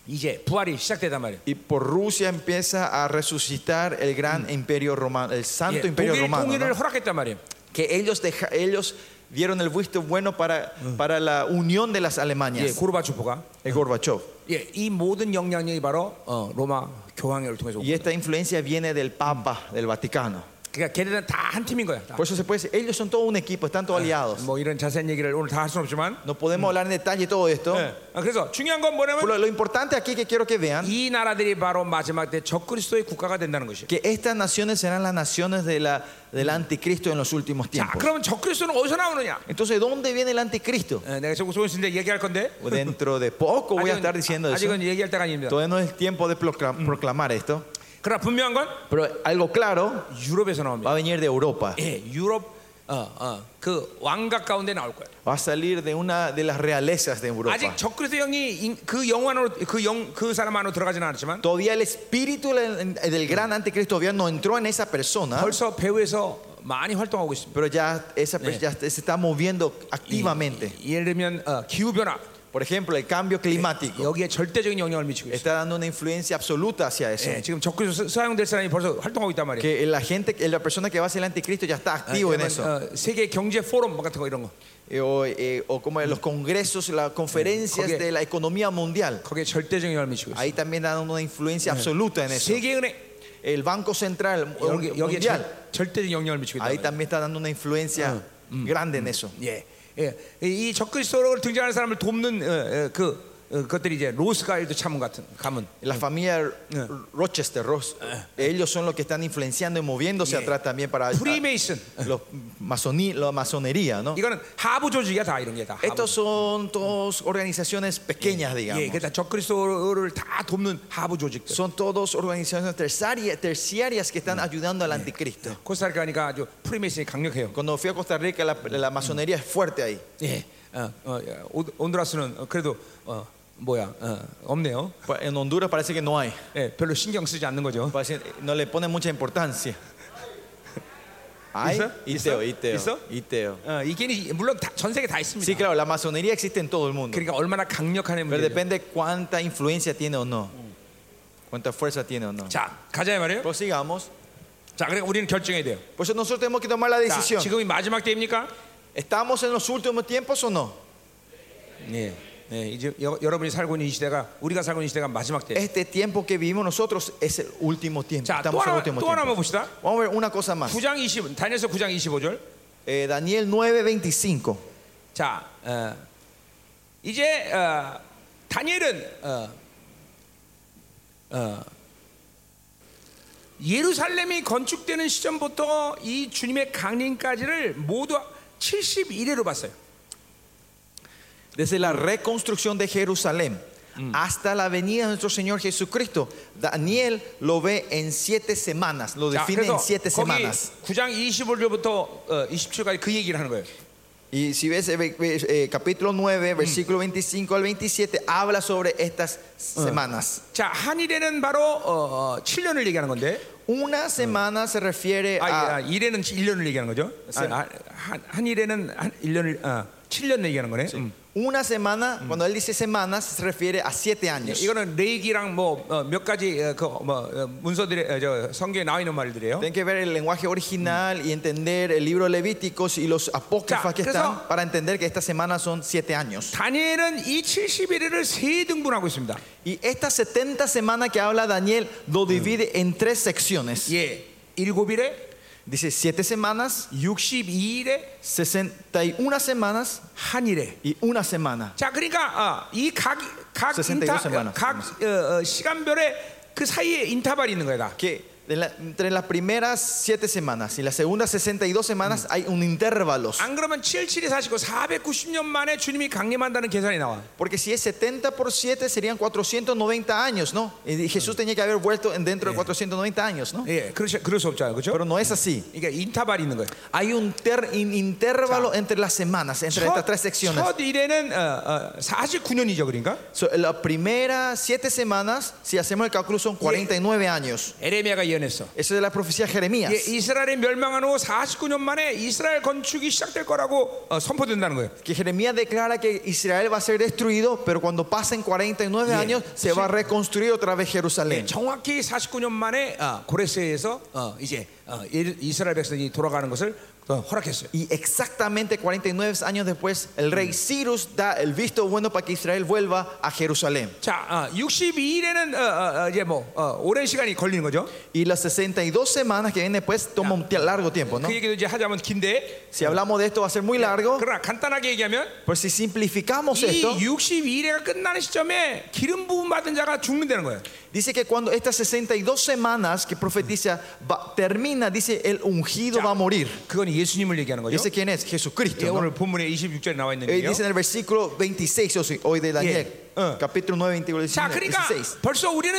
이제 부활이 시작되단 말이에요. Y por Rusia empieza a resucitar el gran imperio romano, el 예, santo imperio 독일 romano. 통일을 ¿no? 허락했단 말이에요. Que ellos, deja, ellos dieron el visto bueno para, para la unión de las 예, Alemanias, 고르바초프가 el Gorbachev. 예, 이 모든 영향력이 바로 어, 로마 교황회를 통해서 온 Y 거예요. esta influencia viene del Papa, del Vaticano. 그러니까 걔네들은 다 한 팀인 거야. 다. Por eso se puede decir, ellos son todo un equipo, están todos aliados. 뭐 이런 자세한 얘기를 오늘 다 할 수는 없지만 No podemos hablar en detalle todo esto. 예. 아, 그래서 중요한 건 Pero 뭐냐면 Lo, lo importante aquí que quiero que vean, 이 나라들이 바로 마지막 때 적그리스도의 국가가 된다는 것이에요. que estas naciones serán las naciones de la, del anticristo en los últimos 자, tiempos. 그러면 적그리스도는 어디서 나오느냐? Entonces, ¿dónde viene el anticristo? Pues 예, 내가 지금 소인신데 얘기할 건데 Dentro de poco voy a 아직은, estar diciendo eso. 아직은 얘기할 때가 아닙니다. Todavía no es tiempo de procla- proclamar esto. 그러나 분명한 건 Pero algo claro 유럽에서 va 나옵니다. a venir de Europa. 예, 유럽 어, 어, 그 왕각 가운데 나올 거예요. Va a salir de una de las realezas de 아직 Europa. 적그리스도 영이 인- 그 영안으로 그 영 그 사람 안으로 들어가지는 않았지만 Todavía el espíritu del eh, del gran anticristo todavía no entró en esa persona. 벌써 배후에서 많이 활동하고 있습니다. Pero ya esa per- ya se está moviendo activamente. 예를 들면 어, 기후 변화 Por ejemplo, el cambio climático 여기에 절대적인 영향을 미치고 있어요. está dando una influencia absoluta hacia eso. 예, 지금 적그리스도 사용될 사람이 벌써 활동하고 있단 말이에요. Que la gente, la persona que va a ser el anticristo ya está activo en eso. 어, 세계 경제 포럼 같은 거 이런 거 Eh, O, eh, o como en los congresos, las conferencias Porque- de la economía mundial. 거기에 절대적인 영향을 미치고 있어요. Ahí también dan una influencia absoluta en eso. 세계은행 El Banco Central 여기, 여기에 Mundial, 절, 절대적인 영향을 미치고 ahí 있다. también está dando una influencia grande en eso. 예, 예, 이- 이 적그리스도로 등장하는 사람을 돕는 어, 어, 그 어, 것들이 이제 로스가일드 차문 같은 가문. La familia R- Rochester, Ros- ellos son los que están influenciando y moviéndose Yeah. atrás también para 프리메이슨 los masoní, la masonería, ¿no? 이거는 하부 조직이야 다 이런 게 다. 하부. Estos son todos organizaciones pequeñas, 예, digamos. 그러니까 적그리스도를 다 돕는 하부 조직들. Son todos organizaciones terciaria- terciarias que están ayudando al anticristo. 코스타리카 가니까 아주 프리메이슨이 강력해요. Cuando fui a Costa Rica, la, la masonería es fuerte ahí. 예, 어, 어, 예, 온- 온두라스는 어, 그래도 어, 뭐야 어, 없네요. Pa- En Honduras parece que no hay. 예, 별로 신경 쓰지 않는 거죠. Parece- no le ponen mucha importancia. ¿Hay? ¿Hizo? ¿Hizo? Iteo, iteo, ¿Hizo? iteo. 어, 이게 물론 다, 전 세계 다 있습니다. Sí, claro, la masonería existe en todo el mundo. 그러니까 얼마나 강력한 애 Pero 문제. depende cuánta influencia tiene o no. Cuánta fuerza tiene o no. 자, 가자 이 말이에요. Prosigamos. 자, 그러니까 우리는 결정해야 돼요. Por eso nosotros tenemos que tomar la 자, decisión. 지금이 마지막 때입니까? ¿Estamos en los últimos tiempos o no? 예. 예, 이제 여, 여러분이 살고 있는 이 시대가 우리가 살고 있는 이 시대가 마지막 때. Este tiempo que vivimos nosotros es el último tiempo. 자, 또 Estamos en el 하나 último 또 하나 tiempo. 한번 봅시다. Vamos a ver una cosa más. 9장 20, 다니엘서 9장 25절. Eh, Daniel 9:25. 자, 어, 이제 어, 다니엘은 어, 어, 예루살렘이 건축되는 시점부터 이 주님의 강림까지를 모두 71회로 봤어요. Desde la reconstrucción de Jerusalén hasta la venida de nuestro Señor Jesucristo, Daniel lo ve en siete semanas, lo 자, define 그래서 en siete 거기 semanas. 9장 25절부터 어, 27절까지 그 얘기를 하는 거예요. Y si ves eh, ve- ve- eh, capítulo 9, versículo 25 al 27, habla sobre estas semanas. 자, 한일에는 바로 어, 어, 7년을 얘기하는 건데, Una semana se refiere 아, 아, a... 일에는 1년을 얘기하는 거죠. 아, 아, 한, 한일에는 한 1년을 아, 7년 얘기하는 거네. 음. Una semana, cuando él dice semanas, se refiere a siete 예, años. 이거는 레이기랑 뭐 몇 가지 어, 그뭐 어, 문서들의 어, 저 성경에 나와 있는 말들이에요. Tienen que ver el lenguaje original y entender el libro de Levíticos y los Ya, apócrifas que eso- están para entender que estas semanas son siete años. 다니엘은 이 71일을 세 등분하고 있습니다. Y esta 70 semana que habla Daniel lo divide en tres secciones. 예, 일곱일에 Dice siete semanas, 62일에 61 semanas 한 일에. y una semana. 자, 그러니까 아, 이각각 각 62 인타 semanas. 각 어, 어, 시간별에 그 사이에 인터벌이 있는 거야. 다. Que de la- entre las primeras siete semanas y las segundas 62 Mm. semanas hay un intervalo. 안 그러면 77이 사시고 490년 만에 주님이 강림한다는 계산이 나와. Porque si es 70 por 7 serían 490 años, ¿no? Y Mm. Jesús tenía que haber vuelto en dentro de 490 años, ¿no? 예, 그렇지, 그럴 수 없잖아요, Pero 그렇죠? no es así. 이게 인터벌이 있는 거예요. Hay un ter- in- intervalo entre las semanas, entre estas tres secciones. 첫 일에는 어, 어, 49년이죠, 그러니까. So, la primera siete semanas, si hacemos el cálculo, son 49 años. 에레미야가 예언했어. Esa es la profecía de Jeremías. 예, 이스라엘이 멸망한 후 49년 만에 이스라엘 건축이 시작될 거라고 어, 선포된다는 거예요. Que Jeremías declara que Israel va a ser destruido, pero cuando pasen 49 Yeah. años se va a reconstruir otra vez Jerusalén. 예, 정확히 49년 만에 아, 고레스에서 어, 이제 어, 이- 이스라엘 백성이 돌아가는 것을 어, 허락했어요. Y exactamente 49 años después, el rey Cyrus da el visto bueno para que Israel vuelva a Jerusalén. 자, 아, 62일에는 이제 뭐 어, 오랜 시간이 걸리는 거죠. 그 Y las 62 semanas que vienen después toma un tie- largo tiempo, ¿no? 그 얘기도 이제 하자면 긴데, Si hablamos de esto va a ser muy largo, 그러나 간단하게 얘기하면 pero Pues si simplificamos 이 esto, 62일에가 끝나는 시점에 기름 부음 받은 자가 죽는다는 거예요. dice que cuando estas 62 semanas que profetiza va- termina, dice el ungido va a morir. 그건 예수님을 얘기하는 거죠. ¿Ese quién es? 예, Jesucristo. ¿no? 오늘 본문에 26절에 나와 Eh, 있는데요. dice en el versículo 26, o sea, hoy de Daniel, Yeah. Uh. capítulo 9, versículo 자, 19, 그러니까 16. 벌써 우리는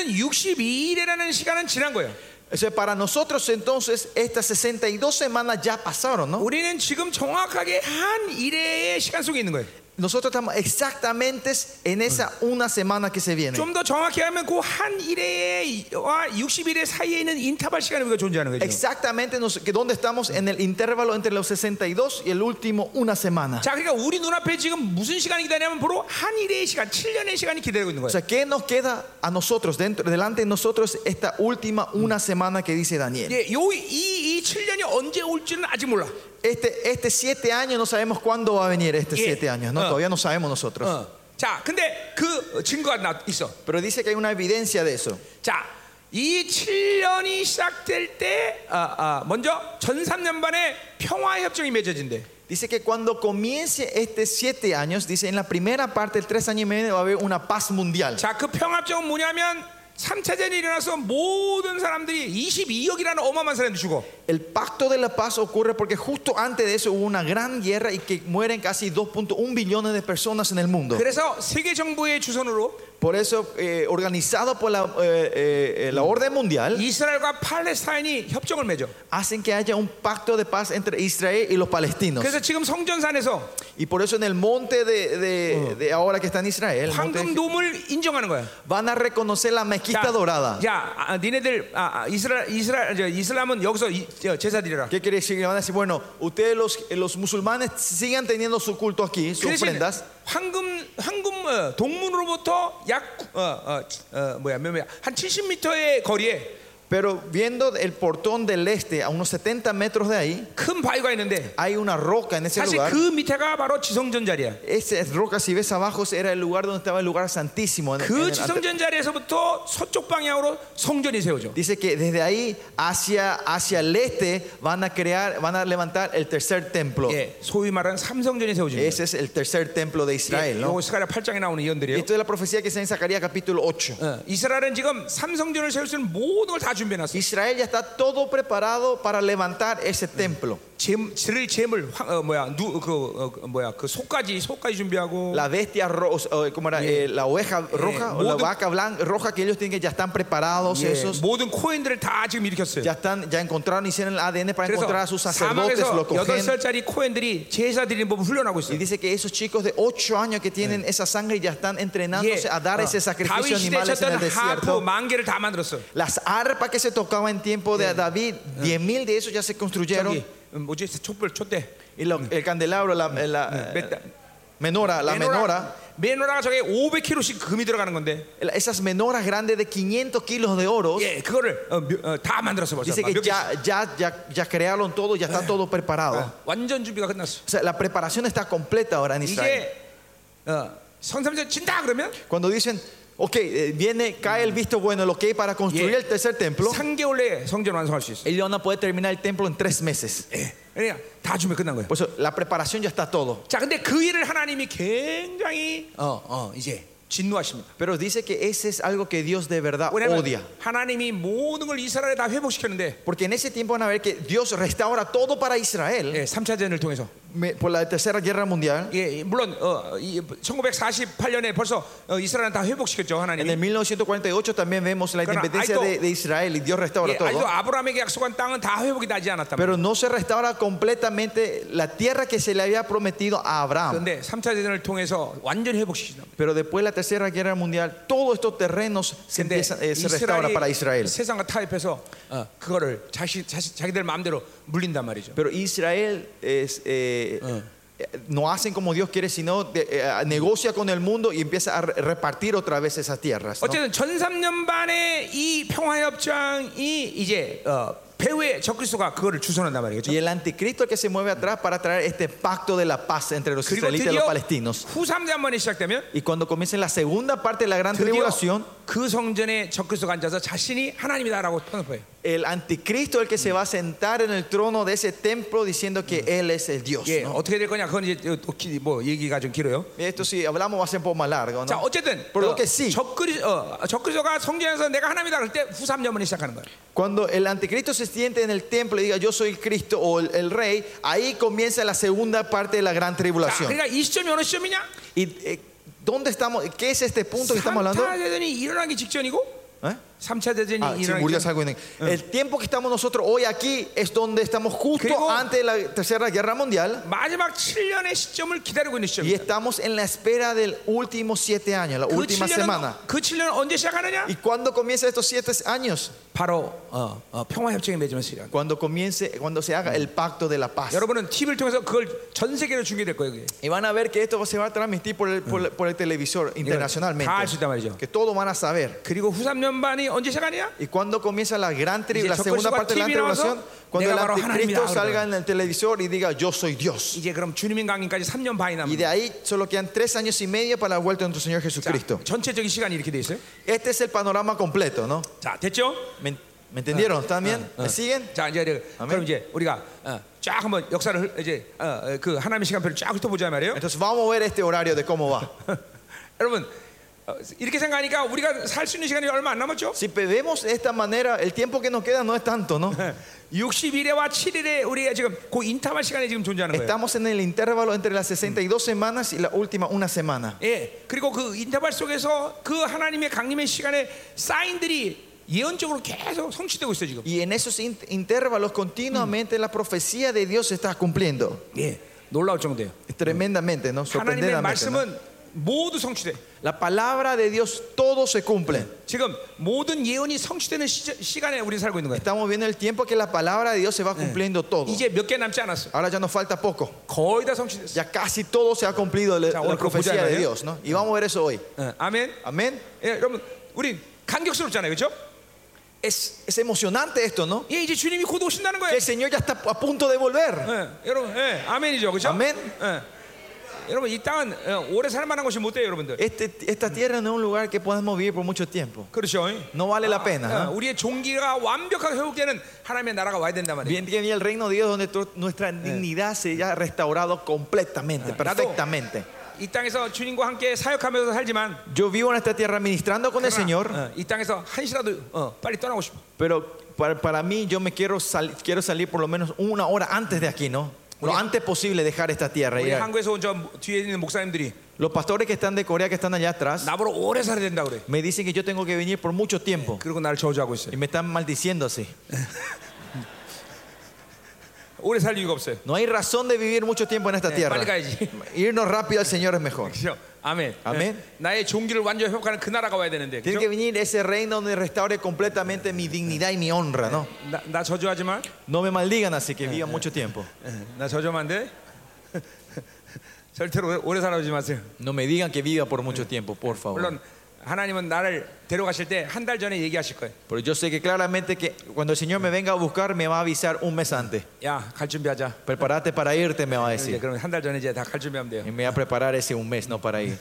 62일이라는 시간은 지난 거예요. O sea, para nosotros entonces estas 62 semanas ya pasaron, ¿no? 우리는 지금 정확하게 한 일의 시간 속에 있는 거예요. Nosotros estamos exactamente en esa una semana que se viene. 좀 더 정확히 하면 그 한 일에와 60일의 사이에 있는 인터벌 시간이 우리가 존재하는 거죠. Exactamente nos- que donde estamos en el intervalo entre los 62 y el último una semana. 자, 그러니까 우리 눈앞에 지금 무슨 시간이 기다리냐면 바로 한 일의 시간, 7년의 시간이 기다리고 있는 O 거예요. sea, ¿qué nos queda a nosotros, dentro, delante de nosotros, esta última una semana que dice Daniel? 예, 요, 이, 이 7년이 언제 올지는 아직 몰라. Este, este siete años no sabemos cuándo va a venir este Yeah. siete años, ¿no? Ah. Todavía no sabemos nosotros. 어. 자, 근데 그 증거가 나 있어. Pero dice que hay una evidencia de eso. 자, 이 7년이 시작될 때, 아, 아, 먼저 전 3년 반에 평화 협정이 맺어진대. Dice que cuando comience este siete años, dice en la primera parte, el tres años y medio, va a haber una paz mundial. 자, 그 평화 협정은 뭐냐면 3차전이 일어나서 모든 사람들이 22억이라는 어마어마한 사람들이 죽어. El pacto de la paz ocurre porque justo antes de eso hubo una gran guerra y que mueren casi 2.1 billones de personas en el mundo. 그래서 세계 정부의 주선으로 Por eso, eh, organizado por la, eh, eh, eh, la Orden Mundial, 이스라엘과 팔레스타인이 협정을 맺어. hacen que haya un pacto de paz entre Israel y los palestinos. 그래서 지금 성전산에서 Y por eso en el monte de, de- de ahora que está en Israel, el monte de- 황금돔을 인정하는 거야. van a reconocer la mezquita dorada. 야, 아, 니네들 아, 아, 이스라 이스라 저, 이슬람은 여기서 이, 저, 제사 드려라. ¿Qué quiere decir? Que van a decir, bueno, ustedes los, los musulmanes sigan teniendo su culto aquí, 그 sus 대신 ofrendas. 황금 황금 어, 동문으로부터 약 어, 어, 어, 뭐야 몇 뭐야 한 70m의 거리에 Pero viendo el portón del este, a unos 70 metros de ahí, 큰 바위가 있는데 hay una roca en ese 사실 lugar. 그 밑에가 바로 지성전 자리야. Esa roca, si ves abajo, era el lugar donde estaba el lugar santísimo. en- en 그 el ante- 지성전 자리에서부터 서쪽 방향으로 성전이 세워져. Dice que desde ahí hacia, hacia el este van a crear, van a levantar el tercer templo. 예, 소위 말하는 삼성전이 세워지는 Ese es el tercer templo 거예요. de Israel, 예, ¿no? 요거 스가랴 8장에 나오는 예언들이에요. Esto es la profecía que está en Zacarías capítulo 8. 어, 이스라엘은 지금 삼성전을 세울 수 있는 모든 걸 다 준비해놨어. Israel ya está todo preparado para levantar ese templo. 재- 지를 재물 황- 어, 뭐야 누그 어, 그 뭐야 그 소까지 소까지 준비하고 La bestia roja, ¿cómo era? Eh, la oveja roja o la modo- vaca blanca roja que ellos tienen que ya están preparados 예, esos. 모든 코인들을 다 지금 일으켰어요. Ya están, ya encontraron, hicieron el ADN para 그래서 encontrar a sus sacerdotes, 사막에서 lo 여덟 cogen. 살짜리 코인들이 제사 드리는 법을 훈련하고 Y 있어요. dice que esos chicos de 8 años que tienen esa sangre ya están entrenándose 아, a dar ese sacrificio 예. 어. 다윗 시대에 a animales en el 쳤던 하프 desierto. 만개를 다 만들었어. Las arpas que se tocaban en tiempo de David, 10.000 de esos ya se construyeron. 저기 음, 뭐지 촛불 촛대. Y lo- el candelabro, la, la- Mm. menora, la menora. 메노라가 저게 500kg씩 금이 들어가는 건데. Esas menoras grandes de 500 kilos de oro. 예, 그거를 어, 묘- 어, 다 만들었어 벌써. Dice 막 que Ah. 몇 개씩. ya, ya, ya, ya crearon todo, ya está todo 어. preparado. 완전 준비가 끝났어. O sea, la preparación está completa ahora en Israel. 이제 어, 성삼전 진다 그러면 Cuando dicen, Ok, eh, viene, cae el visto bueno, el ok para construir Yeah. el tercer templo. 3개월 내에 성전 완성할 수 있어. Eliona puede terminar el templo en tres meses. 예. 그러니까 다 준비 끝난 거예요. Por eso la preparación ya está todo. Oh, 자, 근데 그 일을 하나님이 굉장히 어, 어, 이제. 진노하십니다. Pero dice que ese es algo que Dios de verdad 왜냐면 odia. 하나님이 모든 걸 이스라엘에 다 회복시켰는데 Porque en ese tiempo van a ver que Dios restaura todo para Israel Eh, 예, 3차 전을 통해서 me- por la tercera guerra mundial. 예, 예, 물론 어, 이 1948년에 벌써 어, 이스라엘은 다 회복시켰죠 En el 하나님이 1948 también vemos la Pero independencia hay de, de Israel y Dios restaura 예, 아직도 todo. 아브라함에게 약속한 땅은 다 회복이 되지 않았다 Pero no se restaura completamente la tierra que se le había prometido a Abraham. 그런데 3차 대전을 통해서 완전히 회복시키다 Pero después de la tercera guerra mundial, todos estos terrenos se, 근데 empiezan- eh, se restauran para Israel. 세상과 타협해서 어, 그거를 자식, 자식, 자기들 마음대로 물린단 말이죠 Pero Israel es, eh, eh, no hacen como Dios quiere, sino de- eh, negocia con el mundo y empieza a re- repartir otra vez esas tierras. ¿no? 어쨌든 전 3년 반의 이 평화협정이 이제 어, 배후에 적그리스도가 그거를 주선한단 그렇죠? 말이죠 Y el anticristo que se mueve atrás para traer este pacto de la paz entre los 그리고 israelitas y 드디어 los palestinos. 후 3년 만에 시작되면 Y cuando comience la segunda parte de la gran 드디어 tribulación, 그 성전에 적그리스도가 앉아서 자신이 하나님이다라고 선포해요. el anticristo es el que se va a sentar en el trono de ese templo diciendo que él es el Dios. 예, ¿no? 어떻게 될 거냐? 그건 이제 또 기- 뭐 얘기가 좀 길어요. Esto si hablamos va a ser un poco más largo. ¿no? 자, 어쨌든 Por lo 어, que sí, 적그리 어, 적그리스도가 성전에서 내가 하나님이다 그럴 때후 3년만에 시작하는 거예요. Cuando el anticristo se siente en el templo y diga yo soy el Cristo o el, el rey, ahí comienza la segunda parte de la gran 자, tribulación. 그러니까 이 시점이 어느 시점이냐? ¿Y eh, dónde estamos? ¿Qué es este punto que estamos 3차 hablando? 대전이 일어나기 직전이고 ¿Eh? 3차 대전이 Ah, sí, 일어나기 murió 직전. algo en- El Ah. tiempo que estamos nosotros hoy aquí es donde estamos justo Creo- antes de la tercera guerra mundial 마지막 7년의 시점을 기다리고 있는 y 시점이에요. estamos en la espera del último siete años, la 그 última 7년은, semana. 그 7년은 언제 시작하느냐? ¿Y cuándo comienza estos siete años? 바로 어, 어, 평화협정에 맺으면서 시작. Cuando comience, cuando se haga el pacto de la paz. 여러분은 TV를 통해서 그걸 전 세계로 중계될 거예요. 그게. Y van a ver que esto se va a transmitir por el, por el- por el televisor internacionalmente. 다 할 수 있단 말이죠. Que todos van a saber. 그리고 후 3년 반이 언제 시작하냐? Y cuando comienza la gran tri- 이제 la segunda 적그리스도가 parte de la TV tribulación, 나와서 cuando el 내가 바로 anticristo 하나님이다 salga 그러더라고요. en el televisor y diga yo soy Dios. 이제 그럼 주님인 강림까지 3년 반이 Y de 남았다. ahí solo quedan tres años y medio para la vuelta de nuestro Señor Jesucristo. 전체적인 시간이 이렇게 돼 있어요. Este es el panorama completo, ¿no? 자, 됐죠? ¿Me, me entendieron? ¿Están bien? ¿Me siguen? 자, 이제 이제 그럼 이제 우리가 어, 쫙 한번 역사를 흘- 이제 어, 어, 그 하나님의 시간표를 쫙 훑어보자 말이에요. Entonces vamos a ver este horario de cómo va. 여러분 어, 이렇게 생각하니까 우리가 살 수 있는 시간이 얼마 안 남았죠? Si vemos de esta manera, el tiempo que nos queda no es tanto, ¿no? 60일에와 7일에 예. 우리가 지금 그 인터val 시간에 지금 존재하는 거예요. Estamos en el intervalo entre las 62 semanas y la última una semana. 예, 그리고 그 인터벌 속에서 그 하나님의 강림의 시간에 사인들이 예언적으로 계속 성취되고 있어 요 지금. Y en esos in- intervalos continuamente la profecía de Dios se está cumpliendo. 예, 놀라울 정도예요. Tremendamente, ¿no? 하나님의 Sorprendentemente. ¿no? 말씀은 모두 성취돼. La palabra de Dios, todo se cumple. 지금 모든 예언이 성취되는 시, 시간에 우리 살고 있는 거예요. Estamos viendo el tiempo que la palabra de Dios se va cumpliendo todo. 이제 몇 개 남지 않았어. Ahora ya nos falta poco. 거의 다 성취됐어. Ya casi todo se ha cumplido la, Ya, la ahora profecía escuchar, de ¿eh? Dios, ¿no? Y vamos a ver eso hoy. 예, 아멘. Amén. 예, 여러분, 우리 감격스럽잖아요, 그렇죠? Es, es emocionante esto, ¿no? 예, 이제 주님이 곧 오신다는 Que 거예요. el Señor ya está a punto de volver. 예, 여러분, 예, 아멘이죠, 그렇죠? 아멘. 예. 여러분, 이 땅은 예, 오래 살만한 곳이 못 돼요, 여러분들. Este, esta tierra no es un lugar que podamos vivir por mucho tiempo. 그렇죠. 예. No vale la pena. ¿eh? 어, 우리의 종기가 완벽하게 회복되는 하나님의 나라가 와야 된단 말이에요. Bien que viene el reino de Dios donde tu- nuestra dignidad se haya restaurado completamente, perfectamente. 이 땅에서 주님과 함께 사역하면서 살지만 Yo vivo en esta tierra ministrando con el Señor, 어, 이 땅에서 한시라도 어, 빨리 떠나고 싶어. pero para, para mí yo me quiero, sal- quiero salir por lo menos una hora antes de aquí, ¿no? Lo antes posible dejar esta tierra. 우리 Y 한국에서 온 저 뒤에 있는 목사님들이 Los pastores que están de Corea, que están allá atrás, 나보러 오래 살아야 된다 그래. me dicen que yo tengo que venir por mucho tiempo. 그리고 나를 저주하고 있어요. Y me están maldiciendo así. 오래 살 이유가 없어요. No hay razón de vivir mucho tiempo en esta tierra. 빨리 가야지. Irnos rápido al Señor es mejor. 그죠? 아멘. 아멘. 네. 나의 종기를 완전히 회복하는 그 나라가 와야 되는데. Tiene 그죠? que venir ese reino donde restaure completamente mi dignidad y mi honra, ¿no? 나, 나 저주하지 마. No me maldigan así que vivan mucho tiempo. 예, 나 저주하면 안 돼. 절대로 오래, 오래 살아오지 마세요. No me digan que viva por mucho tiempo, por favor. 물론 하나님은 나를 데려가실 때 한 달 전에 얘기하실 거예요. Pero yo sé que claramente que cuando el Señor me venga a buscar, me va a avisar un mes antes. 야, 갈 준비하자. 네, Prepárate para irte, me va a 이제 decir. 그럼 한 달 전에 이제 다 갈 준비하면 Y 돼요. me voy a preparar ese un mes, no para ir.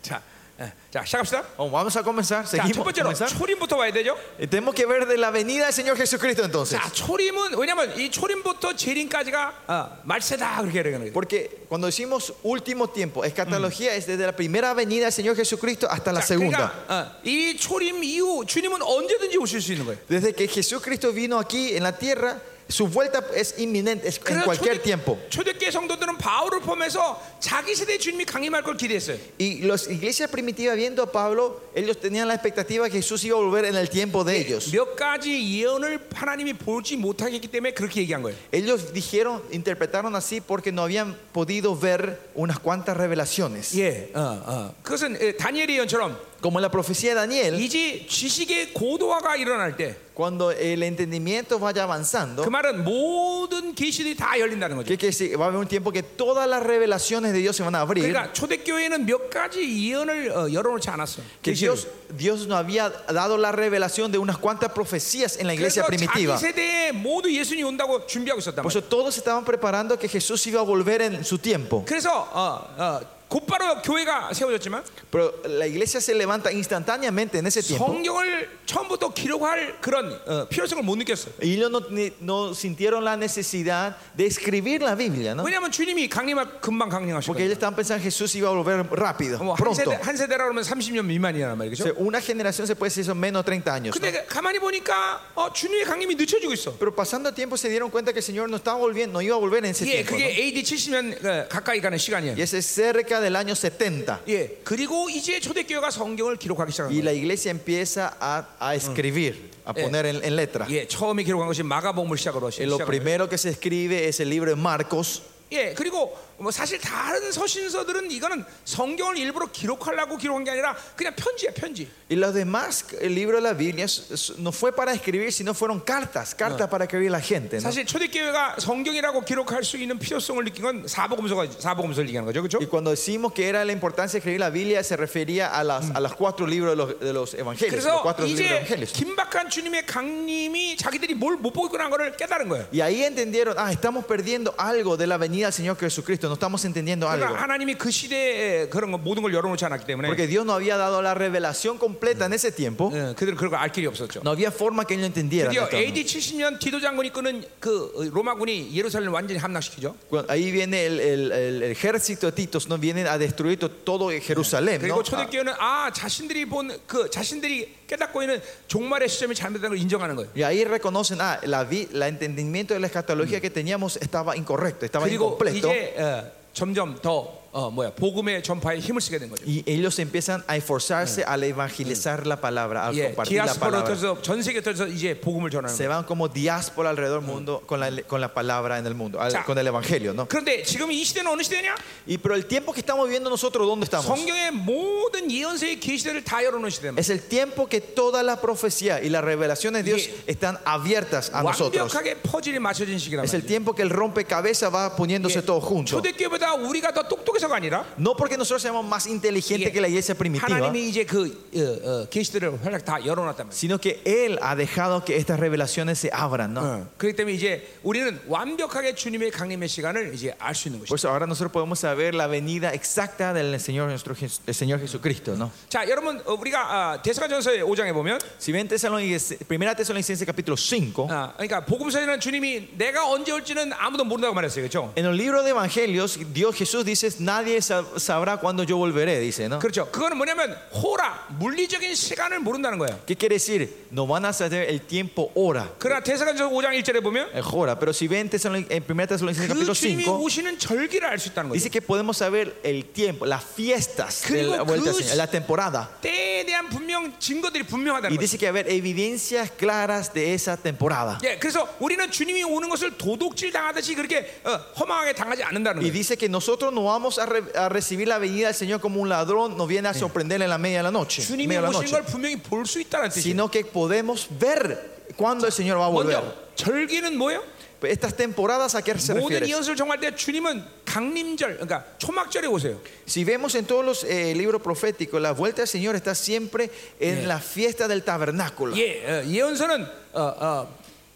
자, 예, 자, 시작합시다. Oh, vamos a comenzar. 자, 첫 Seguimos. 번째로 comenzar. 초림부터 와야 되죠. Eh, Tenemos que ver de la venida del Señor Jesucristo entonces. 자, 초림은 왜냐면 이 초림부터 재림까지가 아, 말세다 그렇게 얘기하는 거예요. Porque cuando decimos último tiempo, escatología es desde la primera venida del Señor Jesucristo hasta la 자, segunda. 그러니까 어, 이 초림 이후 주님은 언제든지 오실 수 있는 거예요. Desde que Jesucristo vino aquí en la tierra, su vuelta es inminente, es en cualquier tiempo. 초대교회 성도들은 바울을 포함해서 자기 세대 주님이 강림할 걸 기대했어요. Y las iglesias primitivas viendo a Pablo, ellos tenían la expectativa que Jesús iba a volver en el tiempo de ellos. 몇 가지 예언을 하나님이 보지 못하겠기 때문에 그렇게 얘기한 거예요. Ellos dijeron, interpretaron así porque no habían podido ver unas cuantas revelaciones. 예, 어, 어. 그것은 예, 다니엘의 예언처럼 Como en la profecía de 네. Daniel, 이제 지식의 고도화가 일어날 때 그 cuando el entendimiento vaya avanzando, 말은 모든 계시들이 다 열린다는 거죠. que, que se- va a haber un tiempo que todas las revelaciones de Dios se van a abrir. 그러니까 초대교회는 몇 가지 예언을 어, 열어놓지 않았어요. Que 계시를. Dios, Dios nos había dado la revelación de unas cuantas profecías en la iglesia 그래서 자기 primitiva. 세대에 모두 예수님이 온다고 준비하고 있었단 Por 말이에요. eso todos estaban preparando que Jesús iba a volver en su tiempo. 그래서 어, 어, 곧바로 교회가 세워졌지만 Pero la iglesia se levanta instantáneamente en ese 예, 뭐? tiempo. 성경을 처음부터 기록할 그런 어, 필요성을 못 느꼈어요. Y ellos no, ni- no sintieron la necesidad de escribir la Biblia, ¿no? 왜냐하면 주님이 강림할 금방 Porque 강림하시거든요. ellos estaban pensando que Jesús iba a volver rápido, 뭐 한, pronto. 세대, 한 세대라 그러면 30년 미만이란 O 말이죠. sea, una generación se puede decir son menos de 30 años. ¿no? 근데 가만히 보니까 어, 주님의 강림이 늦춰지고 있어. Pero pasando el tiempo se dieron cuenta que el Señor no estaba volviendo, no iba a volver en ese 예, tiempo. 그게 ¿no? AD 70년 어, 가까이 가는 시간이에요. Y ese es cerca del año 70. 예, 그리고 이제 초대교회가 성경을 기록하기 시작한 Y 거예요. la iglesia empieza a, a escribir, a poner en, en letra. 예, 처음에 기록한 것이 마가복음을 시작으로 Eh, Lo 시작한 거예요. primero que se escribe es el libro de Marcos. 예, 그리고 뭐 사실 다른 서신서들은 이거는 성경을 일부러 기록하려고 기록한 게 아니라 그냥 편지야, 편지. Y los demás, el libro de la Biblia, es- es- no fue para escribir, sino fueron cartas, cartas para escribir la gente. ¿no? 사실 초대교회가 성경이라고 기록할 수 있는 필요성을 느낀 건 사복음서가 사복음서를 얘기하는 거죠, Y 그렇죠? cuando decimos que era la importancia de escribir la Biblia, se refería a, las, a los cuatro libros de los, de los evangelios. Los 그래서 cuatro libros de los 이제 evangelios. 긴박한 주님의 강림이 자기들이 뭘 못 보고 있구나 한 거를 깨달은 거예요. Y ahí entendieron, ah, estamos perdiendo algo de la venida del Señor Jesucristo, no estamos entendiendo algo. 그러니까 하나님이 그 시대에 그런 거 모든 걸 열어놓지 않았기 때문에 Porque Dios no había dado la revelación completa en ese tiempo, 예, 그들은 그런 걸 알 길이 없었죠. no había forma que ellos entendieran. 드디어 esto, ¿no? AD 70년 디도 장군이 끄는 그 로마군이 예루살렘 을 완전히 함락시키죠. Cuando- Ahí viene el, el- el- el ejército de Titos, ¿no? Vienen a destruir to- todo Jerusalén, ¿no? 그리고 초대교회는 아 자신들이 본 그 자신들이 깨닫고 있는 종말의 시점이 잘못된 걸 인정하는 거예요. Y ahí reconocen, ah, la, vi- la entendimiento de la Mm. escatología que teníamos estaba incorrecto, estaba 그리고 incompleto. 이제 어, 점점 더 어, 뭐야 복음의 전파에 힘을 쓰게 된 거죠. Y ellos empiezan a esforzarse Mm. al evangelizar la palabra, al 예, compartir la 디아스포라 palabra. 터서 전 세계 터서 이제 복음을 전하는 거예요. Se van como diáspora alrededor Mm. del mundo con la, con la palabra en el mundo, al- Cha. con el evangelio, ¿no? 그런데 지금 이 시대는 어느 시대냐? Y pero el tiempo que estamos viviendo nosotros, ¿dónde estamos? 성경의 모든 예언서의 계시들을 다 열어놓은 시대입니다. Es el tiempo que toda la profecía y las revelaciones de Dios Yeah. están abiertas a nosotros. 완벽하게 퍼즐이 맞춰진 시기란 Es el 아, 말이에요. tiempo que el rompecabezas va poniéndose todo junto. 초대교회보다 우리가 더 똑똑해서가 아니라 No porque nosotros seamos más inteligentes Yeah. que la iglesia primitiva, 하나님이 이제 그 계시들을 활짝 다 열어놨단 말이에요. sino que Él ha dejado que estas revelaciones se abran. ¿no? 그렇기 때문에 이제 우리는 완벽하게 주님의 강림의 시간을 이제 알 수 있는 것이죠. Por eso ahora nosotros podemos saber la venida exacta del Señor, nuestro Jes- del Señor Jesucristo. ¿no? 자, 여러분 어, 우리가 아, 데스가전서의 5장에 보면 Si bien Tesalonicenses- Primera Tesalonicenses capítulo 5, 아, 그러니까 복음서에는 주님이 내가 언제 올지는 아무도 모른다고 말했어요. 그렇죠? en el libro de Evangelios, Dios Jesús dice, nadie sab- sabrá cuándo yo volveré, dice, ¿no? 그렇죠. 그거는 뭐냐면 호라 물리적인 시간을 모른다는 거예요. ¿Qué quiere decir? No van a saber el tiempo hora, 그러나 데스가전서 5장 1절에 보면 el hora. Pero si ven Tesaloni- en Primera Tesalonicenses 그 capítulo 주님이 5, 오시는 절기를 알 수 있다는 거죠. Dice que podemos saber el tiempo, las fiestas de la 그리고 vuelta, 그 al Señor, la temporada. 때에 대한 분명 증거들이 Y 분명하다는 거죠. dice que haber evidencias claras de esa temporada. 예, 그래서 우리는 주님이 오는 것을 도둑질 당하듯이 그렇게 어, 허망하게 당하지 않는다는 Y 거예요. dice que nosotros no vamos a, re- a recibir la venida del Señor como un ladrón, nos viene a sorprender en la media de la noche, 주님이 media de la 오신 noche 걸 분명히 볼 수 있다는 뜻이에요. sino que podemos ver cuándo el Señor va a volver. 먼저 절기는 뭐예요? Estas temporadas a qué se 모든 refiere. 예언서를 정할 때 주님은 강림절, 그러니까 초막절에 오세요. Si vemos en todos los eh, libros proféticos, la vuelta del Señor está siempre en la fiesta del tabernáculo. 예, 어, 예언서는 어,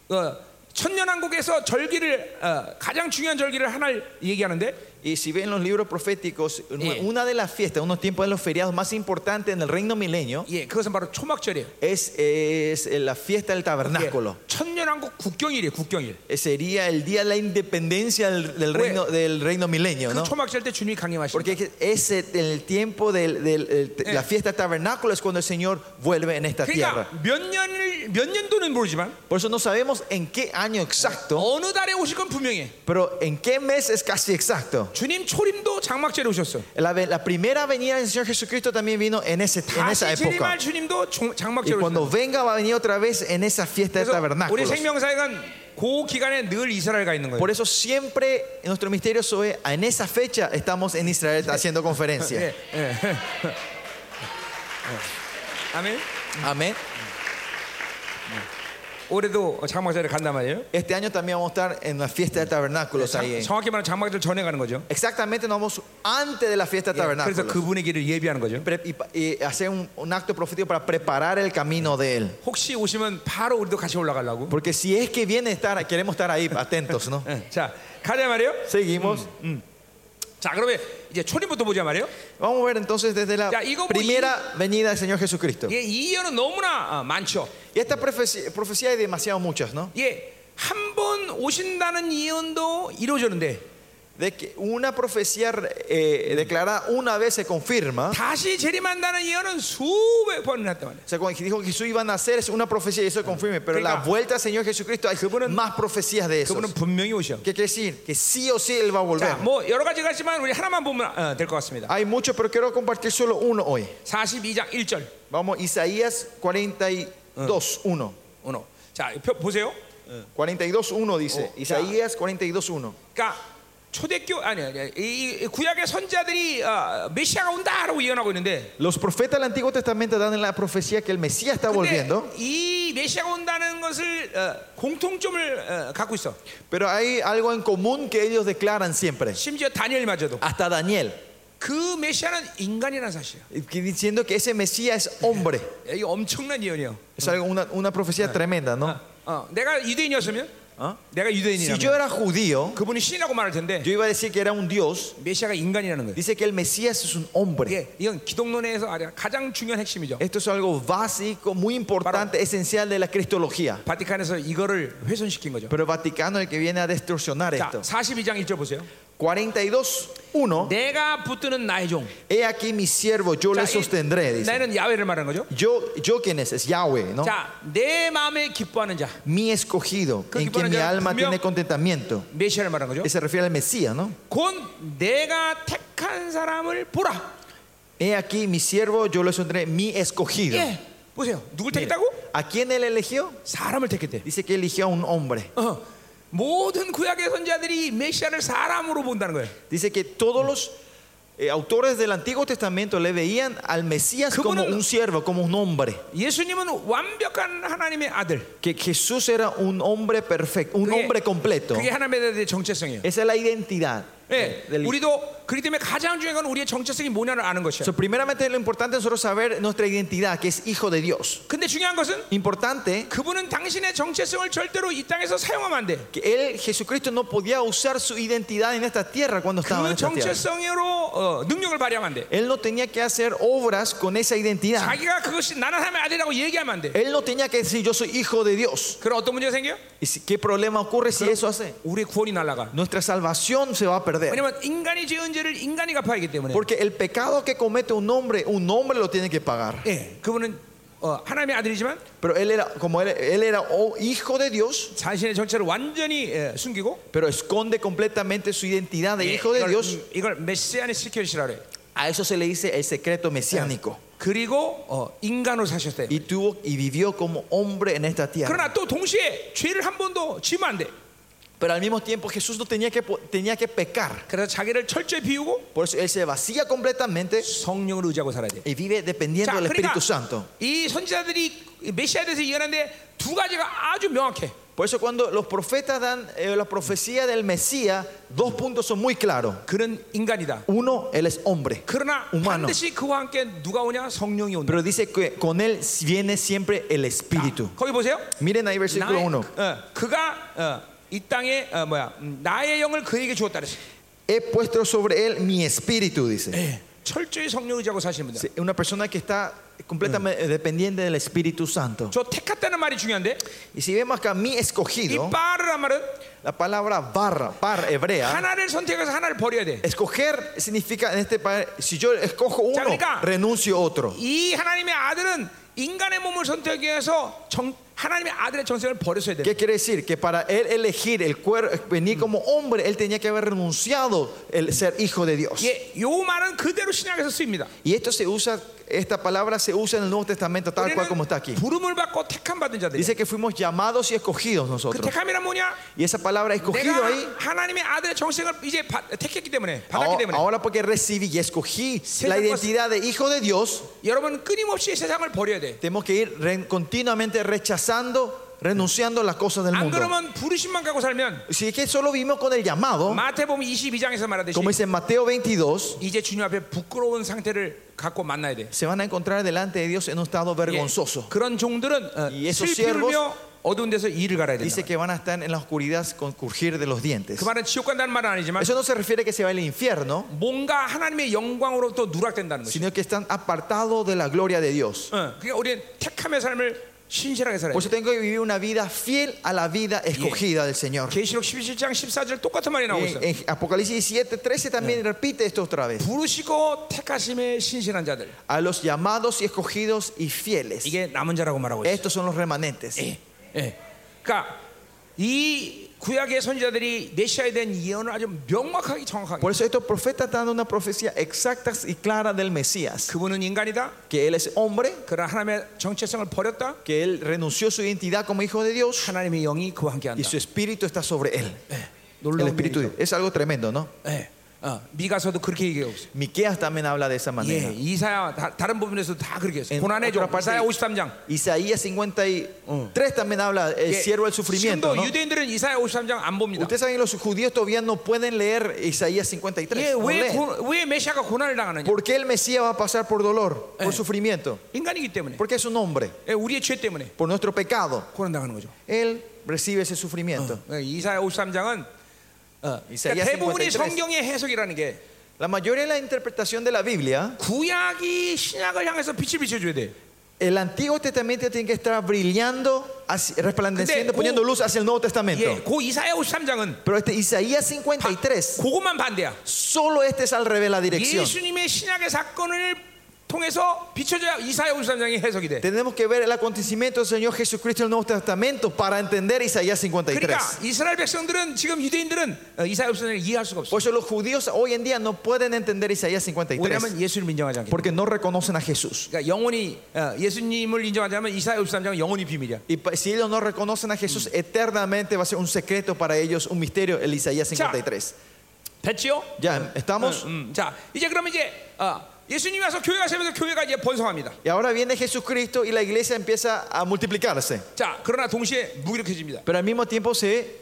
어, 어, 천년왕국에서 절기를 어, 가장 중요한 절기를 하나를 얘기하는데 Y si ven los libros proféticos, una- Eh. una de las fiestas, unos tiempos de los feriados más importantes en el reino milenio 예, 그것은 바로 초막절이에요. es, es eh, la fiesta del 예, tabernáculo. 천년왕국 국경일이에요, 국경일. Eh, Sería el día de la independencia del, del Bueno. reino, del reino milenio, 그 ¿no? 초막절 때 주님이 강림하시죠. Porque es que ese, el tiempo de Eh. la fiesta del tabernáculo es cuando el Señor vuelve en esta 그러니까 tierra. 몇 년을 몇 년도는 모르지만 Por eso no sabemos en qué año exacto, 어느 달에 오실 건 분명해. pero en qué mes es casi exacto. 주님 초림도 장막절에 오셨어. La, ve- la primera venida del Señor Jesucristo también vino en, ese, en esa 다시 época. 재림할 주님도 종- Y 장막절에 오셨어. cuando venga va a venir otra vez en esa fiesta de 그래서 우리 tabernáculos. 생명사역은 그 기간에 늘 이스라엘 가 있는 거예요. Por eso siempre en nuestro misterio Zoe, en esa fecha estamos en Israel haciendo 예, conferencia. 예. 예. 아멘. Amén. 올해도 장막절에 간단 말이에요. Este año también vamos a estar en la fiesta de tabernáculos 장- ahí. 정확히 말하면 장막절 전에 가는 거죠. Exactamente, nos vamos antes de la fiesta de 그래서 tabernáculos. 그분의 길을 예비하는 거죠. Pre- Y, pa- y hacer un, un acto profético para preparar el camino de él. 혹시 오시면 바로 우리도 같이 올라가려고. Porque si es que viene estar, queremos estar ahí atentos, ¿no? 예, 자, 가자 말이에요. Seguimos. 자, 그러면 이제 초림부터 보자 말이에요. Vamos a ver entonces desde la Ya, 이거 뭐 primera venida del Señor Jesucristo. 예, 이 예언은 너무나 아, 많죠. Y esta profecía, profecía hay demasiado muchas, ¿no? 예, 한 번 오신다는 예언도 이루어졌는데 De que una profecía eh, declarada una vez se confirma. 다시 재림한다는 예언은 수백 번 났단 말이에요. O sea, cuando dijo que Jesús iba a nacer es una profecía y eso confirme. Pero la Venga. vuelta al Señor Jesucristo hay más profecías de eso. 그분은 분명히 오셔. ¿Qué quiere decir? Que sí o sí Él va a volver. 자, 뭐 여러 가지가 있지만 우리 하나만 보면 어, 될 것 같습니다. Hay muchos, pero quiero compartir solo uno hoy. 42장 1절. Vamos, Isaías 42, 1. 오늘. 자, 표, 보세요. 42, 1 dice. Oh, Isaías 42, 1. 그러니까 초대교 아니 아니 이, 이 구약의 선자들이 아, 메시아가 온다라고 예언하고 있는데 Los profetas del Antiguo Testamento dan la profecía que el Mesías está 근데 volviendo. 이 메시아가 온다는 것을 어, 공통점을 어, 갖고 있어. Pero hay algo en común que ellos declaran siempre. 심지어 다니엘마저도 Hasta Daniel. 그 메시아는 인간이라는 사실이야. que- Diciendo que ese Mesías es hombre. 이게 엄청난 예언이에요. Es algo, una, una Ah. profecía tremenda, ¿no? 어, 내가 유대인이었으면 어, ¿Ah? 내가 Si yo 유대인이라면 era judío, 그분이 신이라고 말할 텐데 yo iba a decir que era un dios. 메시아가 인간이라는 거예요. Dice que el Mesías es un hombre. 이게 이건 기독론에서 아니라 가장 중요한 핵심이죠. Esto es algo básico, muy importante, esencial de la cristología. 바티칸에서 이거를 훼손시킨 거죠. Pero Vaticano es el que viene a distorsionar 자, esto. 42장 1절 보세요. 42.1 내가 붙드는 나의 종. He aquí mi siervo, yo 자, le 이- sostendré. Dice. 나는 야훼를 말하는 거죠. Yo, yo quién es, es Yahweh, ¿no? 자, 내 마음에 기뻐하는 자. Mi escogido, Que- en quien mi que- alma que- tiene contentamiento. 메시아를 말하는 거죠. Que Se refiere al Mesías, ¿no? 곧 내가 택한 사람을 보라. He aquí mi siervo, yo le sostendré. Mi escogido. 예. 보세요. 누굴 택했다고? ¿A quién él eligió? 사람을 택했대. Dice que eligió a un hombre. 어. 모든 구약의 선자들이 메시아를 사람으로 본다는 거예요. Dice que todos los eh, autores del Antiguo Testamento le veían al Mesías como 그분은- un siervo, como un hombre. 예수님은 완벽한 하나님의 아들. Que Jesús era un hombre perfecto, un 그게- hombre completo. 그게 하나님의 아들의 정체성이에요. Esa es la identidad. 예. del- 우리도 그렇기 때문에 가장 중요한 건 우리의 정체성이 뭐냐를 아는 것이에요. So, primeramente lo importante es nosotros saber nuestra identidad, que es hijo de Dios. 근데 중요한 것은 Importante 그분은 당신의 정체성을 절대로 이 땅에서 사용하면 안 돼. que él, Jesucristo, no podía usar su identidad en esta tierra cuando estaba en 그 esta tierra. 정체성으로 어, 능력을 발휘하면 안 돼. Él no tenía que hacer obras con esa identidad. 자기가 그것이 나는 하나님의 아들이라고 얘기하면 안 돼. Él no tenía que decir yo soy hijo de Dios. 그럼 어떤 문제가 생겨? ¿Y si- qué problema ocurre si eso hace? 우리의 구원이 날아가. Nuestra salvación se va a perder. 왜냐면 인간이 지은 죄를 인간이 갚아야 하기 때문에. Porque el pecado que comete un hombre, un hombre lo tiene que pagar. 예, 그분은 어, 하나님의 아들이지만 Pero él era, como él, él era o- hijo de Dios, 자신의 정체를 완전히 예, 숨기고 pero esconde completamente su identidad de 예, hijo de 이걸, Dios. 음, 이걸 메시안의 시켜주시라래. Eh, A eso se le dice el secreto mesiánico. 그리고 어, 인간으로 사셨대. Y tuvo y vivió como hombre en esta tierra. 그러나 또 동시에 죄를 한 번도 지면 안 돼. Pero al mismo tiempo Jesús no tenía que, po- tenía que pecar. 그래서 자기를 철저히 비우고 Por eso él se vacía completamente 성령을 의지하고 살아야 돼. y vive 자, dependiendo del 그러니까 Espíritu Santo. 이 선지자들이 이 메시아에 대해서 예언하는데 두 가지가 아주 명확해. Por eso cuando los profetas dan eh, la profecía del Mesías, dos puntos son muy claros. 그는 인간이다. Uno, él es hombre. 그러나 Humano. 반드시 그와 함께 누가 오냐? 성령이 온다. Pero dice que con él viene siempre el Espíritu. 거기 보세요. Miren ahí versículo 나의, 1. 어, 그가 어, 이 땅에 어, 뭐야? 음, 나의 영을 그에게 주었다 그랬어. he puesto sobre él mi espíritu, dice. 예, 철저히 성령 의지하고 사시는 분들. Sí, Una persona que está completamente dependiente del Espíritu Santo. 저 택했다는 말이 중요한데 Y si vemos acá 이 mi escogido, 바르란 말은 la palabra barra, par hebrea, 하나를 선택해서 하나를 버려야 돼. escoger significa en este pa- si yo escojo uno, Significa- renuncio a otro. 이 하나님의 아들은 인간의 몸을 선택해서 정- 하나님의 아들의 정체를 버렸어야 돼. ¿Qué quiere decir? Que para él elegir el cuerpo, venir como hombre, él tenía que haber renunciado el ser hijo de Dios. 예, 요 말은 그대로 신약에서 쓰입니다. Y esto se usa, esta palabra se usa en el Nuevo Testamento tal cual como está aquí. 우리는 부름을 받고 택함 받은 뭐 자들이. Dice que fuimos llamados y escogidos 그 nosotros. 택함이란 뭐냐? Y esa palabra escogido 내가 ahí, 하나님의 아들의 정생을 이제 받- 택했기 때문에 받았기 ahora, 때문에 ahora porque recibí y escogí la Señor, identidad de hijo de Dios, 여러분 끊임없이 세상을 버려야 돼. tenemos que ir re- continuamente rechazando, renunciando a las cosas del 안 mundo. 그러면 부르심만 갖고 살면 Si es que solo vivimos con el llamado, 마태복음 22장에서 말하듯이 como dice en Mateo 22, 이제 주님 앞에 부끄러운 상태를 갖고 만나야 돼. se van a encontrar delante de Dios en un estado 예, vergonzoso. 그런 종들은 어, Y esos 슬피 siervos- 울며 어두운 데서 일을 갈아야 된다. Dice que van a estar en la oscuridad con crujir de los dientes. 그 말은 지옥 간다는 말은 아니지만 Eso no se refiere a que se va al infierno, 뭔가 하나님의 영광으로부터 누락된다는 것이. sino que están apartados de la gloria de Dios. 어, 그러니까 우리는 택함의 삶을 신실하게 살아야 Por 돼. eso tengo que vivir una vida fiel a la vida escogida del Señor. 계시록 17장 14절 똑같은 말이 나오고 있어. En, en Apocalipsis 17, 13 también repite esto otra vez. 부르시고 택하심에 신실한 자들. A los llamados y escogidos y fieles. 이게 남은 자라고 말하고 있어. Estos son los remanentes. 예. 예. 그러니까 이 구약의 선지자들이 메시아에 대한 예언을 아주 명확하게 정확하게 Por eso estos profetas están dando una profecía exacta y clara del Mesías. 그분은 인간이다. Que él es hombre, 그러나 하나님의 정체성을 버렸다. que él renunció su identidad como hijo de Dios 하나님의 영이 그와 함께한다. y su espíritu está sobre él. El 놀라운 espíritu 일이죠. es algo tremendo, ¿no? 예. 어, 미가서도 그렇게 얘기하고 있어. Miqueas también habla de esa manera. 예, 이사야 다, 다른 부분에서 다 그렇게 했어요. En 고난의 종 otra parte- 이사야 53장. Isaías 53 también habla 예, el siervo del sufrimiento. 지금도 ¿no? 유대인들은 이사야 53장 안 봅니다. Ustedes saben que los judíos todavía no pueden leer Isaías 53. 예, no 왜, leen. 고- 왜 메시아가 고난을 당하느냐? ¿Por qué el Mesías va a pasar por dolor, por sufrimiento? 인간이기 때문에. Porque es un hombre, 예, 우리의 죄 때문에 por nuestro pecado. 고난 당하는 거죠. Él recibe ese sufrimiento. 예, 이사야 53장은 어, 그러니까 이사야 대부분의 53. 성경의 해석이라는 게 La mayoría de la interpretación de la Biblia, 구약이 신약을 향해서 빛을 비춰줘야 돼. el Antiguo Testamento tiene que estar brillando, así- resplandeciendo, Pero- poniendo luz hacia el Nuevo 예, Testamento. 그 이사야 53장은 Pero este Isaías 53, 그것만 반대야. solo este es al revés la dirección. 예수님의 신약의 사건을 통해서 비춰줘야 이사야 53장이 해석이 돼. Tenemos que ver el acontecimiento del Señor Jesucristo en el Nuevo Testamento para entender Isaías 53. 그러니까 이스라엘 백성들은 지금 유대인들은 어, 이사야 53장을 이해할 수가 없어. Por eso los judíos hoy en día no pueden entender Isaías 53 왜냐하면 예수를 인정하지 않기 때문에. porque no reconocen a Jesús. 그러니까 영원히 어, 예수님을 인정하자면 이사야 53장은 영원히 비밀이야. Y pa- si ellos no reconocen a Jesús, eternamente va a ser un secreto para ellos, un misterio, el Isaías 53. 됐지요? Ya, ¿estamos? 음, 자, 이제 그러면 이제 어, 예수님이 와서 교회가 세면서 교회가 이제 번성합니다. Y ahora viene Jesucristo y la iglesia empieza a multiplicarse. 자, 그러나 동시에 무기력해집니다. Pero al mismo tiempo se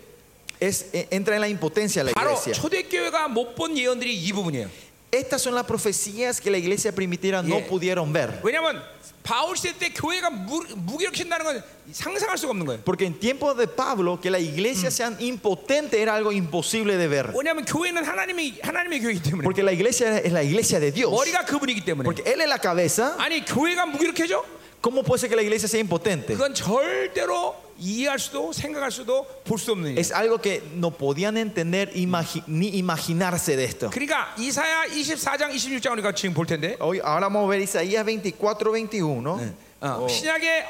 es, e- entra en la impotencia la 바로 iglesia. 초대교회가 못 본 예, 예언들이 이 부분이에요. Estas son las profecías que la iglesia primitiva no Yeah. pudieron ver. 왜냐하면 바울 시대 때 교회가 무, 무기력해진다는 건 상상할 수가 없는 거예요. Porque en tiempos de Pablo, que la iglesia sea impotente era algo imposible de ver. 왜냐하면 교회는 하나님이 하나님의 교회이기 때문에 Porque la iglesia es la iglesia de Dios. 머리가 그분이기 때문에 Porque Él es la cabeza. 아니 교회가 무기력해져? ¿Cómo puede ser que la iglesia sea impotente? 그건 절대로 이해할 수도 생각할 수도 볼 수 없는 일. Es algo que no podían entender imagi- ni imaginarse de esto. 그러니까 이사야 24장 26장 우리가 지금 볼 텐데 Hoy, ahora vamos a ver Isaías Oh, 24, 21. ah. 어, 신약에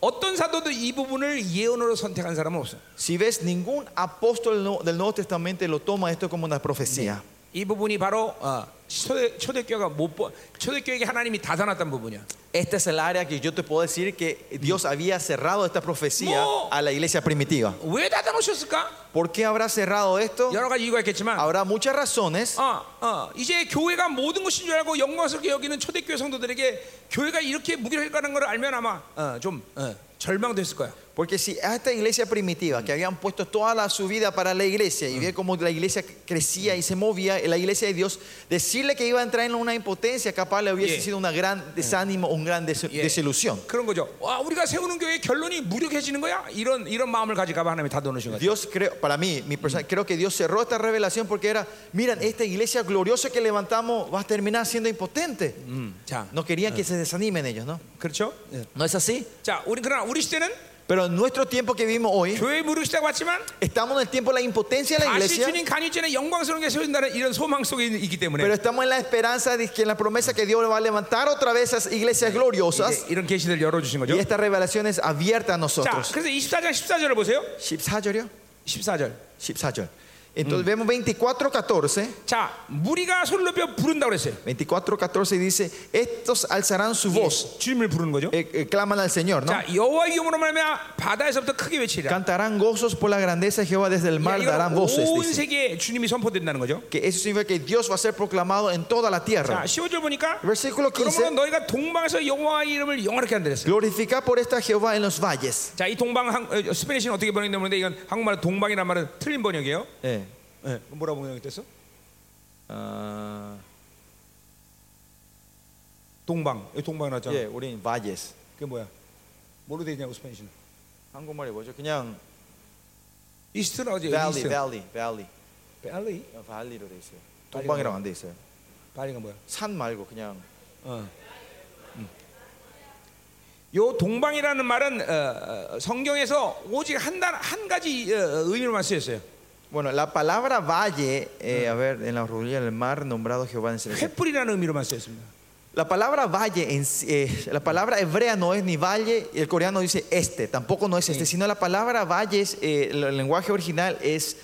어떤 사도도 이 부분을 예언으로 선택한 사람은 없어. Si ves, ningún apóstol del Nuevo- del Nuevo Testamento lo toma esto como una profecía. 이 부분이 바로 어, 초대, 초대교회가 못 보, 초대교회에게 하나님이 닫아놨던 부분이야. Esta es el área que yo te puedo decir que Dios había cerrado esta profecía No. a la iglesia primitiva. 왜 닫아놓으셨을까? ¿Por qué habrá cerrado esto? 여러 가지 이유가 있겠지만, Habrá muchas razones. 어, 어, 이제 교회가 모든 것인 줄 알고 영광스럽게 여기는 초대교회 성도들에게 교회가 이렇게 무기력했다는 걸 알면 아마 어, 좀 어, 절망도 했을 거야. Porque si a esta iglesia primitiva, que habían puesto toda la, su vida para la iglesia y ver cómo la iglesia crecía y se movía, la iglesia de Dios, decirle que iba a entrar en una impotencia, capaz le hubiese Yeah. sido un gran desánimo, un gran des- Yeah. desilusión. 그런 거죠. 와, 우리가 세우는 교회 결론이 무력해지는 거야. 이런 이런 마음을 가지고 하나님이 다듬으신 거죠. Dios creo, para mí, mi persona, creo que Dios cerró esta revelación porque era, miren, esta iglesia gloriosa que levantamos va a terminar siendo impotente. 음, 자, No querían que se desanimen ellos, ¿no? 그렇죠? No es así. 자, 우리 그러나 우리 시대는 Pero en nuestro tiempo que vivimos hoy, 교회 무력 시대가 왔지만 estamos en el tiempo de la impotencia de la 다시 iglesia, 주님 간이전에 영광스러운 게 세워진다는 이런 소망 속에 있- 있기 pero 때문에 estamos en la esperanza de que en la promesa que Dios va a levantar otra vez esas iglesias gloriosas 이제 이런 계시들 열어주신 y 거죠. estas revelaciones abiertas 자, a nosotros. 그래서 24장 14절을 보세요. 14절이요? 14절. 14절. Entonces vemos 24, 14. 자, 무리가 소리를 높여 부른다고 그랬어요. 24, 14 dice, estos alzarán su voz. 주님을 부르는 거죠. eh, eh, claman al Señor, ¿no? 자, 여호와 의 이름으로 말하면 바다에서부터 크게 외치리라. Cantarán gozos por la grandeza de Jehová desde el 야, mar, darán 이건 voces. 온 dice. 세계에 주님이 선포된다는 거죠. Que eso significa que Dios va a ser proclamado en toda la 자, tierra. 15절 보니까 Versículo 그러므로 15. 너희가 동방에서 여호와의 이름을 영원하게 한다 그랬어요. Glorifica por esta Jehová en los valles. 자, 이 동방 한- 어, 스페니시는 어떻게 번역이 되는데 이건 한국말로 동방이란 말은 틀린 번역이에요. Eh, 예, 뭐라고 번역이 됐어? 아, ah, 동방. 여기 동방 나왔잖아. 예, 우린 valles. 그게 뭐야? 뭐로 돼 있냐고 스페니시는. 한국말이 뭐죠? 그냥 이스트는 어디? valley, 이스트. valley, valley. 밸리. 그냥 valley로 돼 있어요. 동방이라고 안 돼 있어요. 밸리가 뭐야? 산 말고 그냥 어. 음. 요 동방이라는 말은 어, 어, 성경에서 오직 한한 한 가지 어, 어, 의미로만 쓰였어요. bueno, la palabra valle, eh, a ver, en la orilla del mar nombrado Jehová en el 그렇죠. cielo. 횃불이라는 의미로만 쓰였습니다. La palabra valle, en sí- eh, la palabra hebrea no es ni valle, y el coreano dice este, tampoco no es este, sino la palabra valle, es, eh, el, el lenguaje original es,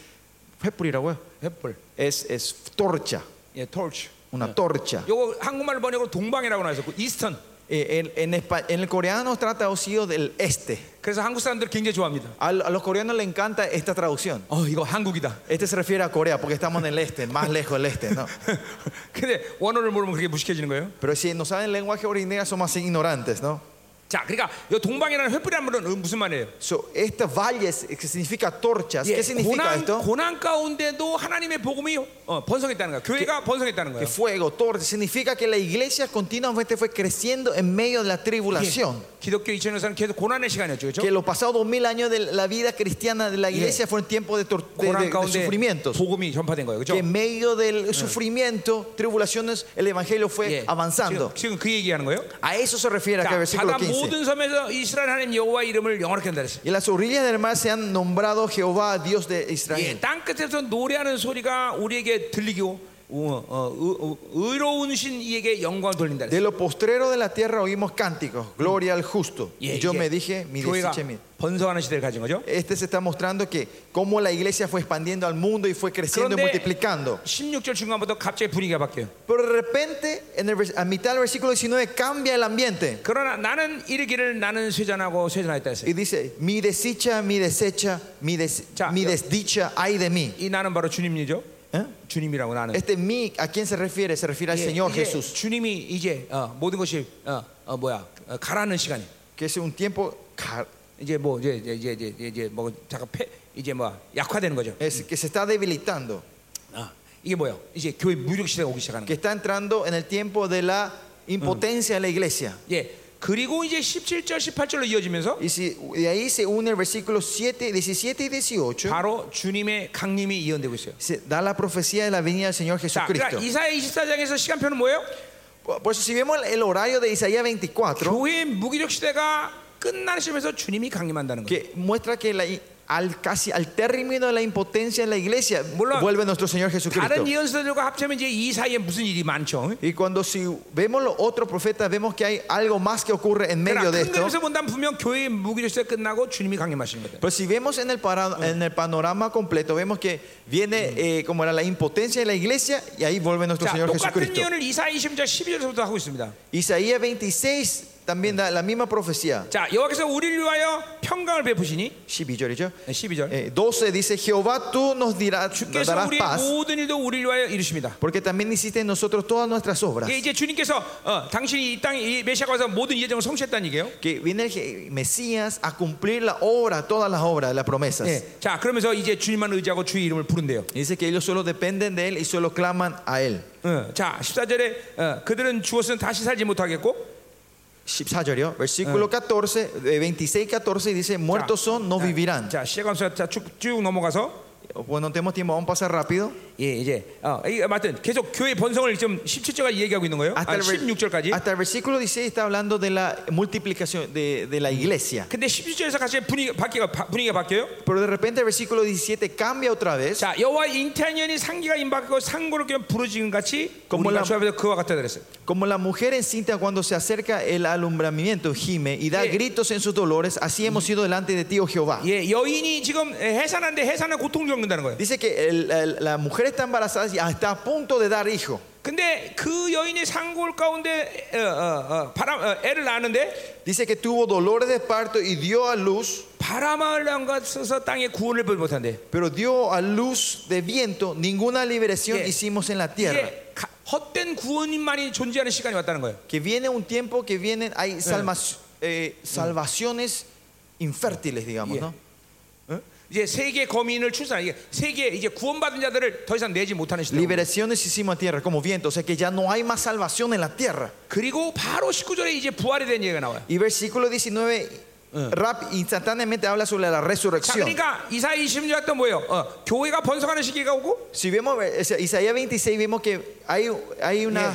fue por ir a huevo, 횃불. es, es torcha, 예, torch. una torcha. 요거 한국말 번역으로 동방이라고 그 나와 있었고 이스턴. Eh, en, en espa- en el coreano trata osío del este. 그래서 한국 사람들 굉장히 좋아합니다. Al- A, los coreanos les encanta esta traducción. 어, 이거 한국이다. Este se refiere a Corea porque estamos en el este, más lejos del este, ¿no? 근데 원어를 모르면 그렇게 무식해지는 거예요. Pero si no saben el lenguaje original somos así ignorantes, ¿no? 자, 그러니까 요 동방이라는 횃불이라는 말은 어, 무슨 말이에요? So, estas valles eh, que significa torchas, 예, ¿qué significa 고난, esto? 고난 가운데도 하나님의 복음이 어, 번성했다는 거야. 교회가 번성했다는 que 거예요. fuego, torre, significa que la iglesia continuamente fue creciendo en medio de la tribulación. 예, 기독교 2000년사는 계속 고난의 시간이었죠. 그렇죠? Que los pasados dos mil años de la vida cristiana de la iglesia fueron tiempos de, tor- de- de- 고난 de 가운데 sufrimientos. 복음이 전파된 거예요. Que 그렇죠? en medio del sufrimiento, tribulaciones, el evangelio fue 예. avanzando. 지금, 지금 그 얘기하는 거예요. A eso se refiere acá 자, el 바다 versículo 15. 모든 섬에서 이스라엘 하나님 여호와 이름을 영원하게 한다 그랬어요. Y en las orillas del mar se han nombrado Jehová, Dios de 예, Israel. 땅 끝에서 노래하는 소리가 우리에게 들리고 어, 어, 의- 의- 의로운 신 이에게 영광 돌린다 De 그랬어요. lo postrero de la tierra oímos cánticos, gloria al justo. 예, Y yo 이게 me dije, mi 교회가 desdicha mía. 번성하는 시대를 가진 거죠. Este se está mostrando que cómo la iglesia fue expandiendo al mundo y fue creciendo y 그런데 multiplicando. 16절 중간부터 갑자기 분위기가 바뀌어요. Pero de repente, en el vers- a mitad del versículo 19, cambia el ambiente. 그러나 나는 이르기를 나는 쇠잔하고 쇠잔하였다 했어요. Y dice, mi desdicha, mi desecha, mi, des- Ya, mi yo- desdicha, ay de mí. 이 나는 바로 주님이죠. ¿Eh? 주님이라고 나는. Este mí, ¿a quién se refiere? Se refiere al 예, Señor 이제 Jesús. 주님이 이제 어, 모든 것이 어, 어, 뭐야 어, 가라는 시간이. Que es un tiempo car- 이제 뭐 이제 이제 이제 이제, 이제, 이제 뭐 잠깐 패, 이제 뭐 약화되는 거죠. es- que se está debilitando, 아, 이게 뭐요? 이제 교회 무력 시대가 오기 시작하는 que 거예요. está entrando en el tiempo de la impotencia de la iglesia. 예. 그리고 이제 17절 18절로 이어지면서 Y si, de ahí se une el versículo 7, 17 y 18. 바로 주님의 강림이 예언되고 있어요. Se da la profecía de la venida del Señor 자, 그러니까 Jesucristo. 이사야 24장에서 시간표는 뭐예요? Por por eso, si vemos el- el horario de Isaías 24, 교회의 무기력 시대가 끝나는 시점에서 주님이 강림한다는 거예요. que muestra que la i- al, casi al término de la impotencia en la iglesia Mulón. vuelve nuestro Señor Jesucristo. 다른 예언서들과 합치면 이제 이사에 무슨 일이 많죠. Y cuando si vemos los otros profetas, vemos que hay algo más que ocurre en 그러나 medio de 큰 esto. 그림에서 본다면 분명 교회의 무기력 시대 끝나고 주님이 강림하시는 거예요. Pero si vemos en el, para- en el panorama completo, vemos que viene eh, como era la impotencia de la iglesia y ahí vuelve nuestro 자, Señor 똑같은 Jesucristo. 예언을 이사야 20장 12절부터 하고 있습니다. Isaías 26, también da la misma profecía. 자, 여호와께서 우리를 위하여 평강을 베푸시니 네, 12절이죠. 12절. Eh, 12 dice, Jehová tú nos dirá- nos 주께서 darás 우리 paz, 모든 일도 우리를 위하여 이루십니다. porque también hiciste en nosotros todas nuestras obras. 이게 이제 주님께서 어, 당신이 이 땅에 이 메시아가 와서 모든 예정을 성취했다는 얘기예요. Que viene el Je- Mesías a cumplir la obra, todas las obras, las promesas. 예. 자, 그러면서 이제 주님만 의지하고 주의 이름을 부른대요. Y Dice que ellos solo dependen de Él y solo claman a Él. 어, 자, 14절에 어, 그들은 죽었으면 다시 살지 못하겠고 14절이요. Versículo 14, eh, 26 y 14 dice, muertos son, no vivirán. 자, 시간서 자, 쭉, 쭉 넘어가서 Bueno, no tenemos tiempo, vamos a pasar rápido. 예, 이제 어, 이 맞든 계속 교회 번성을 지금 17절까지 얘기하고 있는 거예요. Hasta 아, el, ver- 16절까지. hasta el versículo 16 está hablando de la multiplicación de, de la iglesia. 근데 17절에서 같이 분위기 바뀌가 바- 분위기가 바뀌어요. Pero de repente el versículo 17 cambia otra vez. 자, 여호와 잉태하니 상기가 임박하고 상고를 그냥 부르짖음 같이 건물 우리가 남- 주 앞에서 그와 같다 그랬어요. Como la mujer encinta cuando se acerca el alumbramiento gime y da Sí. gritos en sus dolores, así hemos sido delante de ti, oh Jehová. 예, 여인이 지금 해산한데 해산은 고통 겪는다는 거예요. Dice que el- el- la mujer está embarazada y está a punto de dar hijo. 근데 그 여인이 상골 가운데 어, 어, 어, 바람 어, 애를 낳는데 Dice que tuvo dolores de parto y dio a luz, 바람을 남가서 땅에 구원을 보지 못한대. pero dio a luz de viento. Ninguna liberación Sí. hicimos en la tierra. 이게 가- 헛된 구원만이 존재하는 시간이 왔다는 거예요. Que viene un tiempo que vienen, hay salmas- eh, salvaciones infértiles, digamos, Sí. ¿no? 이제 세계 거민을 출산 이게 세계 이제 구원받은 자들을 더 이상 내지 못하는 시대. Liberaciones hicimos en tierra, como viento, o sea que ya no hay más salvación en la tierra. 그리고 바로 19절에 이제 부활에 대한 얘기가 나와요. Y versículo 19, rap, instantáneamente habla sobre la 자, resurrección. 그러니까 이사 20절 때 뭐예요? 어, 교회가 번성하는 시기가 오고 Si vemos eh, es- Isaías 26, vemos que hay, hay una,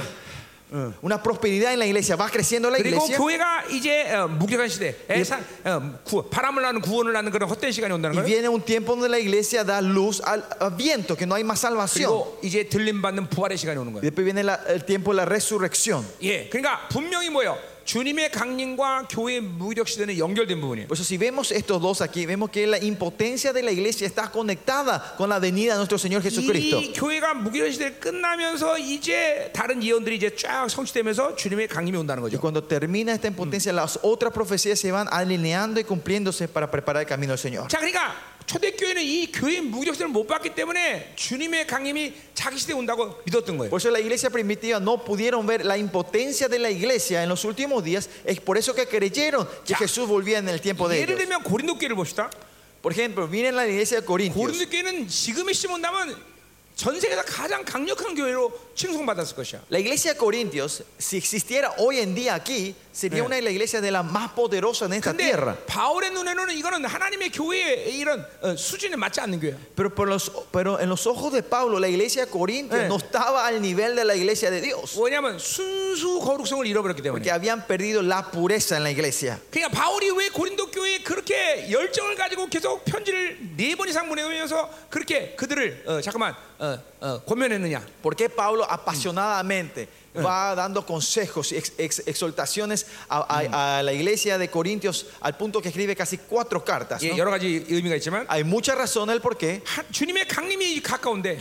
una prosperidad en la iglesia, va creciendo la 그리고 iglesia. 교회가 이제 어, 무력한 시대, 애산, 어, 구, 바람을 나는 구원을 나는 그런 헛된 시간이 온다는 Y 거예요. viene un tiempo donde la iglesia da luz al, al viento, que no hay más salvación. 그리고 이제 들림 받는 buhar의 시간이 오는 Y 거예요. después viene la- el tiempo de la resurrección. 예, 그러니까 분명히 뭐예요? 주님의 강림과 교회의 무력 시대는 연결된 부분이에요. Por eso si vemos estos dos aquí, vemos que la impotencia de la iglesia está conectada con la venida de nuestro Señor Jesucristo. 이 교회가 무기력 시대 끝나면서 이제 다른 예언들이 이제 쫙 성취되면서 주님의 강림이 온다는 Y 거죠. cuando termina esta impotencia, las otras profecías se van alineando y cumpliéndose para preparar el camino del Señor. 자, 그러니까 초대교회는 이 교회의 무기력 시대를 못 봤기 때문에 주님의 강림이 자기 시대에 온다고 믿었던 거예요. Por eso la iglesia primitiva no pudieron ver la impotencia de la iglesia en los últimos días. Es por eso que creyeron que Ya. Jesús volvía en el tiempo de 예를 ellos. 들면 고린도 교회를 봅시다. Por ejemplo, miren la iglesia de Corintios. 고린도 교회는 지금의 시점 온다면 전 세계에서 가장 강력한 교회로 칭송받았을 것이야. La iglesia de Corintios, si existiera hoy en día aquí, Eh. sería una de las iglesias de las más poderosas en esta 근데 tierra. 바울의 눈에는 이거는 하나님의 교회의 이런 어, 수준에 맞지 않는 교회야. Pero, por los, pero en los ojos de Pablo, la iglesia de Corintios Eh. no estaba al nivel de la iglesia de Dios, 왜냐하면 순수 거룩성을 잃어버렸기 때문에. porque habían perdido la pureza en la iglesia. 그러니까 바울이 왜 고린도 교회에 그렇게 열정을 가지고 계속 편지를 네 번 이상 보내면서 그렇게 그들을 어, 잠깐만 어, 어, 권면했느냐? ¿Por qué Pablo apasionadamente va dando consejos y ex- ex- exhortaciones a, a- a la iglesia de Corintios al punto que escribe casi cuatro cartas? 예, ¿no? 여러 가지 의미가 있지만 Hay muchas razones el por qué. 하- 주님의 강림이 가까운데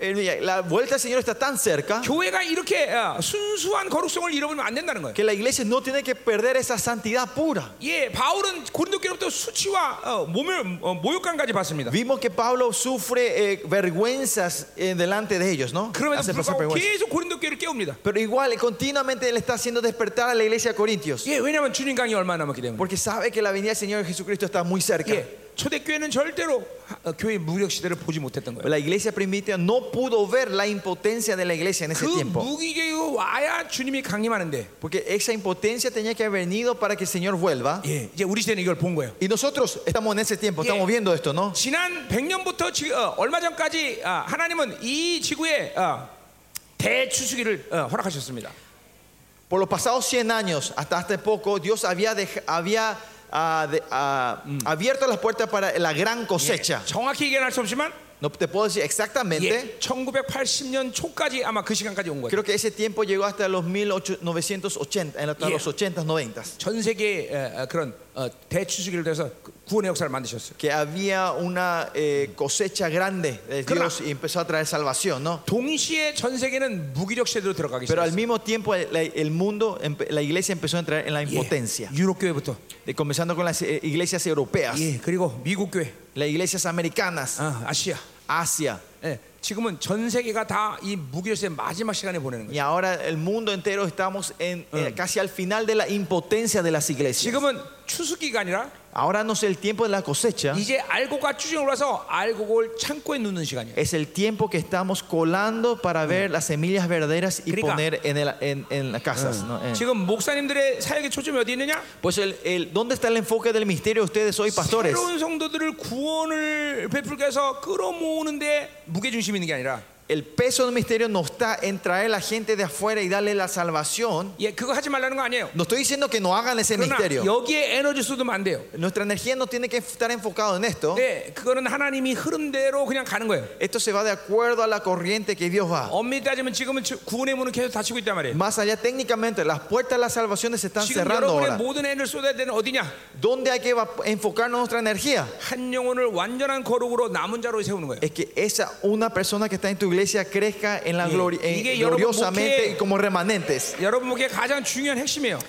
Eh, La vuelta al Señor está tan cerca 교회가 이렇게 어, 순수한 거룩성을 잃어버리면 안 된다는 거예요. que la iglesia no tiene que perder esa santidad pura. 예, 바울은 고린도 교회로부터 수치와 어, 몸을 어, 모욕감까지 받습니다. Vimos que Pablo sufre eh, vergüenzas eh, delante de ellos, ¿no? 그럼에도 Hace pasar 불구하고 vergüenza. 계속 고린도 교회를 깨웁니다. Pero igual, eh, continuamente él está haciendo despertar a la iglesia de Corintios. 예, 왜냐하면 주님 강이 얼마 남았기 때문에. Porque sabe que la venida del Señor Jesucristo está muy cerca. 예, 초대교회는 절대로 하- 어, 교회의 무력 시대를 보지 못했던 거예요. La iglesia primitiva no pudo ver la impotencia de la iglesia 그 en ese tiempo. 무기력이 와야 주님이 강림하는데 Porque esa impotencia tenía que haber venido para que el Señor vuelva. 예, 이제 우리 시대는 이걸 본 거예요. Y nosotros estamos en ese tiempo, estamos viendo esto, ¿no? 지난 100년부터 지, 어, 얼마 전까지 아, 하나님은 이 지구에 어, 대추수기를 어, 허락하셨습니다. Por los pasados 100 años, hasta hace poco, Dios había, dej- había ah, de- ah, Mm. abierto las puertas para la gran cosecha. 정확히 얘기할 수 없지만 No te puedo decir exactamente. 예, 1980년 초까지 아마 그 시간까지 온 거예요. Creo que ese tiempo llegó hasta los 1980, en hasta Yeah. los 80s, 90s. 전 세계 에, 에, 그런 어, 어, 대추수기를 통해서 그 구원의 역사를 만드셨어요. que había una eh, cosecha grande de Claro. Dios y empezó a traer salvación, ¿no? 동시에 전 세계는 무기력 시대로 들어가기 Pero al 시작했어요. mismo tiempo el, el mundo, empe- la iglesia empezó a entrar en la impotencia, 예, 유럽 교회부터 de- comenzando con las eh, iglesias europeas, 예, 그리고 미국 교회, las iglesias americanas, 아, 아시아. Asia. 예, 지금은 전 세계가 다 이 무기력 시대 마지막 시간에 보내는 거예요. Y ahora el mundo entero estamos en, eh, casi al final de la impotencia de las iglesias. 지금은 추수기가 아니라 Ahora no es el tiempo de la cosecha, 이제 알곡과 추정이 올라서 알곡을 창고에 넣는 시간이에요. es el tiempo que estamos colando para ver las semillas verdaderas y Crica. poner en, el- en- en las casas. ¿no? Eh. 지금 목사님들의 사역의 초점이 어디 있느냐? Pues el, el- ¿dónde está el enfoque del misterio de ustedes hoy, pastores? 새로운 성도들을 구원을 베풀게 해서 끌어모으는데 무게 중심이 있는 게 아니라 El peso del misterio no está en traer a la gente de afuera y darle la salvación. 예 그거 하지 말라는 거 아니에요. No estoy diciendo que no hagan ese 그러나 misterio. 여기에 에너지 쏟으면 안 돼요. Nuestra energía no tiene que estar enfocada en esto. 예, 그거는 하나님이 흐름대로 그냥 가는 거예요. Esto se va de acuerdo a la corriente que Dios va. 엄밀히 따지면 지금은 지- 구원의 문은 계속 닫히고 있단 말이에요. Más allá técnicamente, las puertas de las salvaciones se están 지금 cerrando 여러분의 ahora. 모든 애를 쏟아야 되는 어디냐? ¿Dónde hay que va- enfocar nuestra energía? 한 영혼을 완전한 거룩으로 남은 자로 세우는 거예요. Es que esa una persona que está en tu iglesia crezca en la Sí. gloria, Y que en- yo no gloriosamente busqué- y como remanentes. 여러분 목에 가장 중요한 핵심이에요.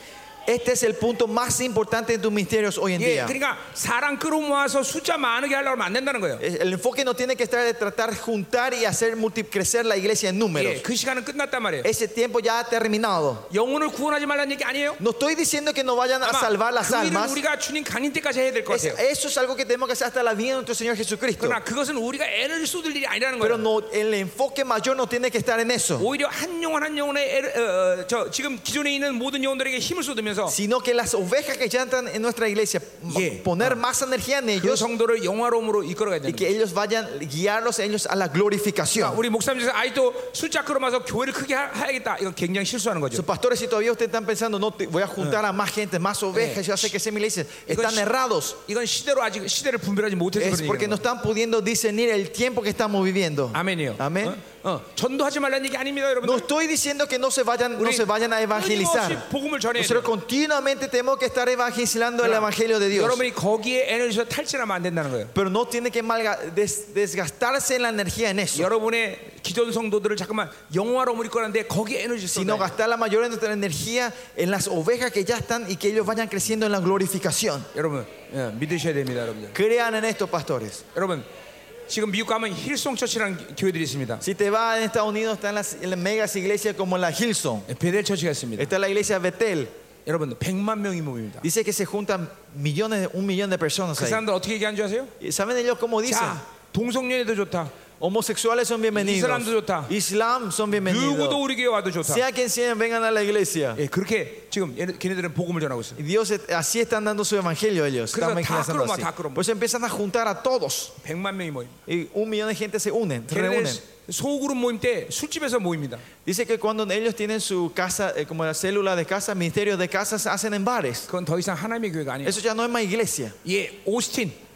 Este es el punto más importante de tus misterios hoy en 예, día. 그러니까 사람 끌어모아서 숫자 많게 하려고 하면 안 된다는 거예요. Es- El enfoque no tiene que estar de tratar juntar y hacer multi- crecer la iglesia en 예, números. 그 시간은 끝났단 말이에요. Ese tiempo ya ha terminado. 영혼을 구원하지 말라는 얘기 아니에요. No estoy diciendo que no vayan a 아마 salvar las 그 일을 almas. 우리가 주님 강림 때까지 해야 될 것 Es- 같아요. eso es algo que tenemos que hacer hasta la vida de nuestro Señor Jesucristo. 그러나 그것은 우리가 애를 쏟을 일이 아니라는 Pero 거예요. no, el enfoque mayor no tiene que estar en eso, 오히려 한 영혼 한 영혼의 애를, 어, 어, 저 지금 기존에 있는 모든 영혼들에게 힘을 쏟으면서 sino que las ovejas que ya entran en nuestra iglesia, ma- Yeah. poner más energía en 그 ellos 성도를 영화로움으로 이끌어가야 y 되는 que 거예요. ellos vayan, guiarlos a ellos a la glorificación. 우리 목사님께서 아이도 숫자 끌어모아서 교회를 크게 하- 해야겠다. 이건 굉장히 실수하는 거죠. Sus pastores, si todavía ustedes están pensando, no te- voy a juntar a más gente, más ovejas, yo sé que se me dicen, están Digo, errados. 이건 시대로 아직 시대를 분별하지 못해서 Es 그런 porque 얘기예요. no están pudiendo discernir el tiempo que estamos viviendo. 아멘이요. Amén. 어? 어, 전도하지 말라는 얘기 아닙니다, 여러분. No estoy diciendo que no se vayan, no se vayan a 끊임없이 evangelizar. 복음을 전해야 돼요. Nosotros continuamente tenemos que estar evangelizando el evangelio de Dios. 여러분이 거기에 에너지가 탈진하면 안 된다는 거예요. Pero no tiene que malga- des- desgastarse en la energía en eso, 여러분의 기존 성도들을 잠깐만 영화로 우리 거는데 거기에 에너지 sino 쏟아. gastar la mayor de nuestra energía en las ovejas que ya están y que ellos vayan creciendo en la glorificación. 여러분 예, 믿으셔야 됩니다, 여러분들. Crean en esto, pastores. 여러분 지금 미국 가면 힐송 처치라는 교회들이 있습니다. Si te vas en Estados Unidos, están las, las megas iglesias como la Hilson, 예, 베델 처치가 있습니다. está la iglesia Betel. 여러분 100만 명이 모입니다. Dice que se juntan millones, un millón de personas 그 ahí. 사람들 어떻게 얘기하는 줄 아세요? ¿Y ¿Saben ellos cómo dicen? 자, 동성연애도 좋다. Homosexuales son bienvenidos. Islam도 좋다. Islam 누구도 son bienvenidos. 우리 교회 와도 좋다. Sea quien sea, vengan a la iglesia. 예, 그렇게 지금 얘네- 걔네들은 복음을 전하고 있어요. Y Dios es- así están dando su evangelio ellos. Creo Están que está evangelizando croma, así. está croma. Por eso empiezan a juntar a todos. 100만 명이 모입니다. Y un millón de gente se unen, se 걔네들 reúnen. 소그룹 모임 때 술집에서 모입니다. Dice que cuando ellos tienen su casa, eh, como la célula de casa, ministerio de casa, se hacen en bares. 그건 더 이상 하나님의 교회가 아니에요. Eso ya no es más iglesia. 예, 오스틴.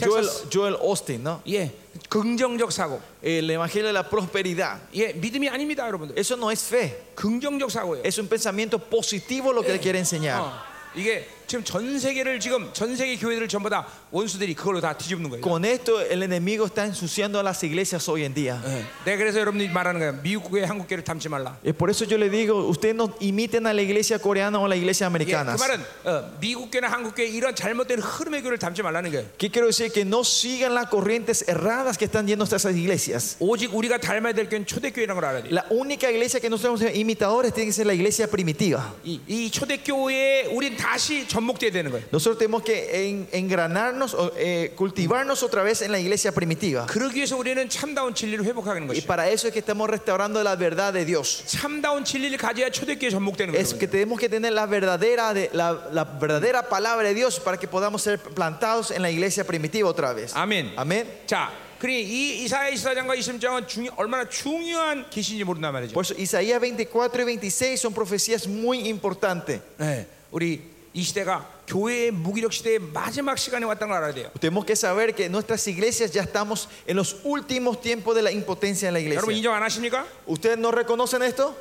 Joel, 텍사스. Joel Austin, ¿no? 예, 긍정적 사고. El evangelio de la prosperidad. 예, 믿음이 아닙니다, 여러분들. Eso no es fe, 긍정적 사고예요. es un pensamiento positivo lo que él quiere enseñar. 어, 이게 지금 전 세계를 지금 전 세계 교회들을 전부 다 원수들이 그걸로 다 뒤집는 거예요. Con esto el enemigo está ensuciando a las iglesias hoy en día. 예. 내가 그래서 여러분들이 말하는 거예요. 미국 교회, 한국 교회를 닮지 말라. Y por eso yo le digo, ustedes no imiten a la iglesia coreana o a la iglesia 예, 그 americana. 말은 어, 미국 교회나 한국 교회 이런 잘못된 흐름의 교회를 닮지 말라는 거예요. ¿Qué quiero decir? Que no sigan las corrientes erradas que están yendo hasta esas iglesias. 오직 우리가 닮아야 될 교회는 초대교회라는 걸 알아야 돼요. La única iglesia que nosotros somos imitadores tiene que ser la iglesia primitiva. 이, 이 초대교회에 우린 다시 접목돼야 되는 거예요. Nosotros tenemos que en- engranarnos, o, eh, cultivarnos otra vez en la iglesia primitiva. 그러기 위해서 우리는 참다운 진리를 회복하는 Y 것이에요. para eso es que estamos restaurando la verdad de Dios. 참다운 진리를 가져야 초대교회에 접목되는 Es 거예요. que tenemos que tener la verdadera, de- la, la verdadera palabra de Dios para que podamos ser plantados en la iglesia primitiva otra vez. 아멘. Amén. 자, 그러니 이 이사야 24장과 26장은 중요, 얼마나 중요한 계시인지 모른단 말이죠. Por eso Isaías 24 y 26 son profecías muy importantes. 네, 우리 이 시대가 교회의 무기력 시대의 마지막 시간에 왔다는 걸 알아야 돼요. Tenemos que saber que nuestras iglesias ya estamos en los últimos tiempos de la impotencia en la 여러분 iglesia. 인정 안 하십니까? ¿Ustedes no reconocen esto?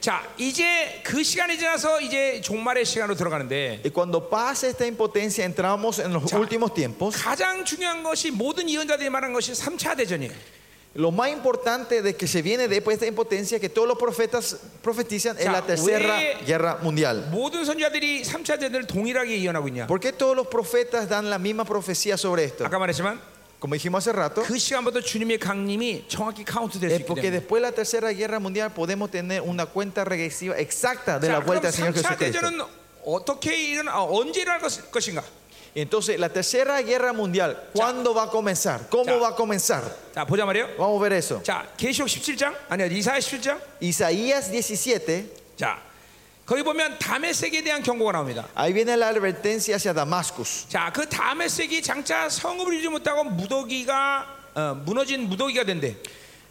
자, 이제 그 시간이 지나서 이제 종말의 시간으로 들어가는데 Y cuando pasa esta impotencia, entramos en los Ya. últimos tiempos. 가장 중요한 것이 모든 예언자들이 말한 것이 3차 대전이에요. Lo más importante de que se viene después de esta impotencia, que todos los profetas profetizan, es Ya, la tercera we- guerra mundial. 모든 선지자들이 3차 대전을 동일하게 예언하고 있냐? ¿Por qué todos los profetas dan la misma profecía sobre esto? 아까 말했지만 Como dijimos hace rato, 그 시간부터 주님의 강림이 정확히 카운트될 수 es 있기 porque 때문에 después de la tercera guerra mundial podemos tener una cuenta regresiva exacta de la 자, 그럼 vuelta del Señor 3차 Jesucristo. 대전은 어떻게 일어나 아, 언제 일어날 것- 것인가? Entonces, la tercera guerra mundial, ¿cuándo va a comenzar? ¿Cómo Ya. va a comenzar? 자, 보자 말이에요. Vamos a ver eso. 자, 계시록 17장 아니야 이사야 17장. Isaías 17, 자, 거기 보면 다메섹에 대한 경고가 나옵니다. ahí viene la advertencia hacia Damascus. 자, 그 다메섹이 장차 성읍을 이루지 못하고 무더기가 어, 무너진 무더기가 된대.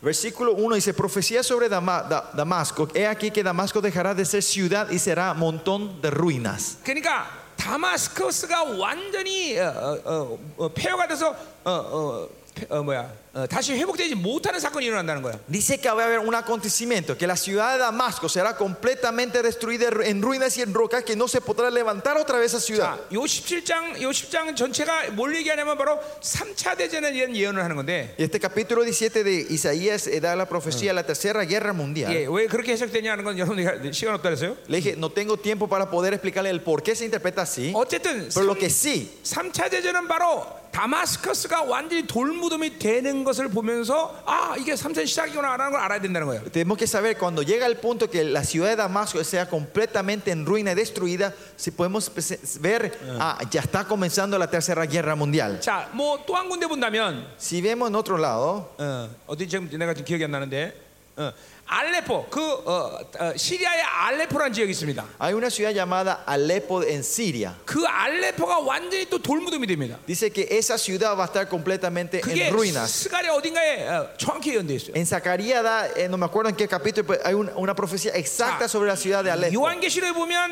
Versículo 1 dice, profecía sobre Dama- Da- Damasco. He aquí que Damasco dejará de ser ciudad y será montón de ruinas. 그러니까 다마스커스가 완전히 어, 어, 어, 어, 폐허가 돼서 어, 어, 폐- 어, 뭐야 어, 다시 회복되지 못하는 사건이 일어난다는 거야. Dice que va a haber un acontecimiento, que la ciudad de Damasco será completamente destruida en ruinas y en rocas, que no se podrá levantar otra vez esa ciudad. 자, 요 17장 요 10장 전체가 뭘 얘기하냐면 바로 3차 대전에 대한 예언을 하는 건데. Y este capítulo 17 de Isaías eh, da la profecía de la tercera guerra mundial. 예, 왜 그렇게 해석되냐는 건 여러분이 시간 없다 그랬어요? Le dije, no tengo tiempo para poder explicarle el por qué se interpreta así, 어쨌든 pero lo que sí, 3차 대전은 바로 다마스커스가 완전히 돌무덤이 되는 것을 보면서 아 이게 3차 시작이구나라는 걸 알아야 된다는 거예요. tenemos que saber cuando llega el punto que la ciudad de Damasco sea completamente en ruina y destruida, si podemos pese- ver, ah, ya está comenzando la tercera guerra mundial. 자, 뭐 또 한 군데 본다면 Si vemos en otro lado, 어, 어디 지금 내가 지금 기억이 안 나는데 어, 알레포 그 어, 어, 시리아의 알레포라는 지역이 있습니다. hay una ciudad llamada Alepo en Siria. 그 알레포가 완전히 또 돌무덤이 됩니다. Dice que esa ciudad va a estar completamente 그게 en ruinas. 스가리 어딘가에 어, 정확히 연대어 있어요. En Zacarías da, eh, no me acuerdo en qué capítulo, pero hay un- una, profecía exacta sobre la ciudad de Alepo. 요한계시록에 보면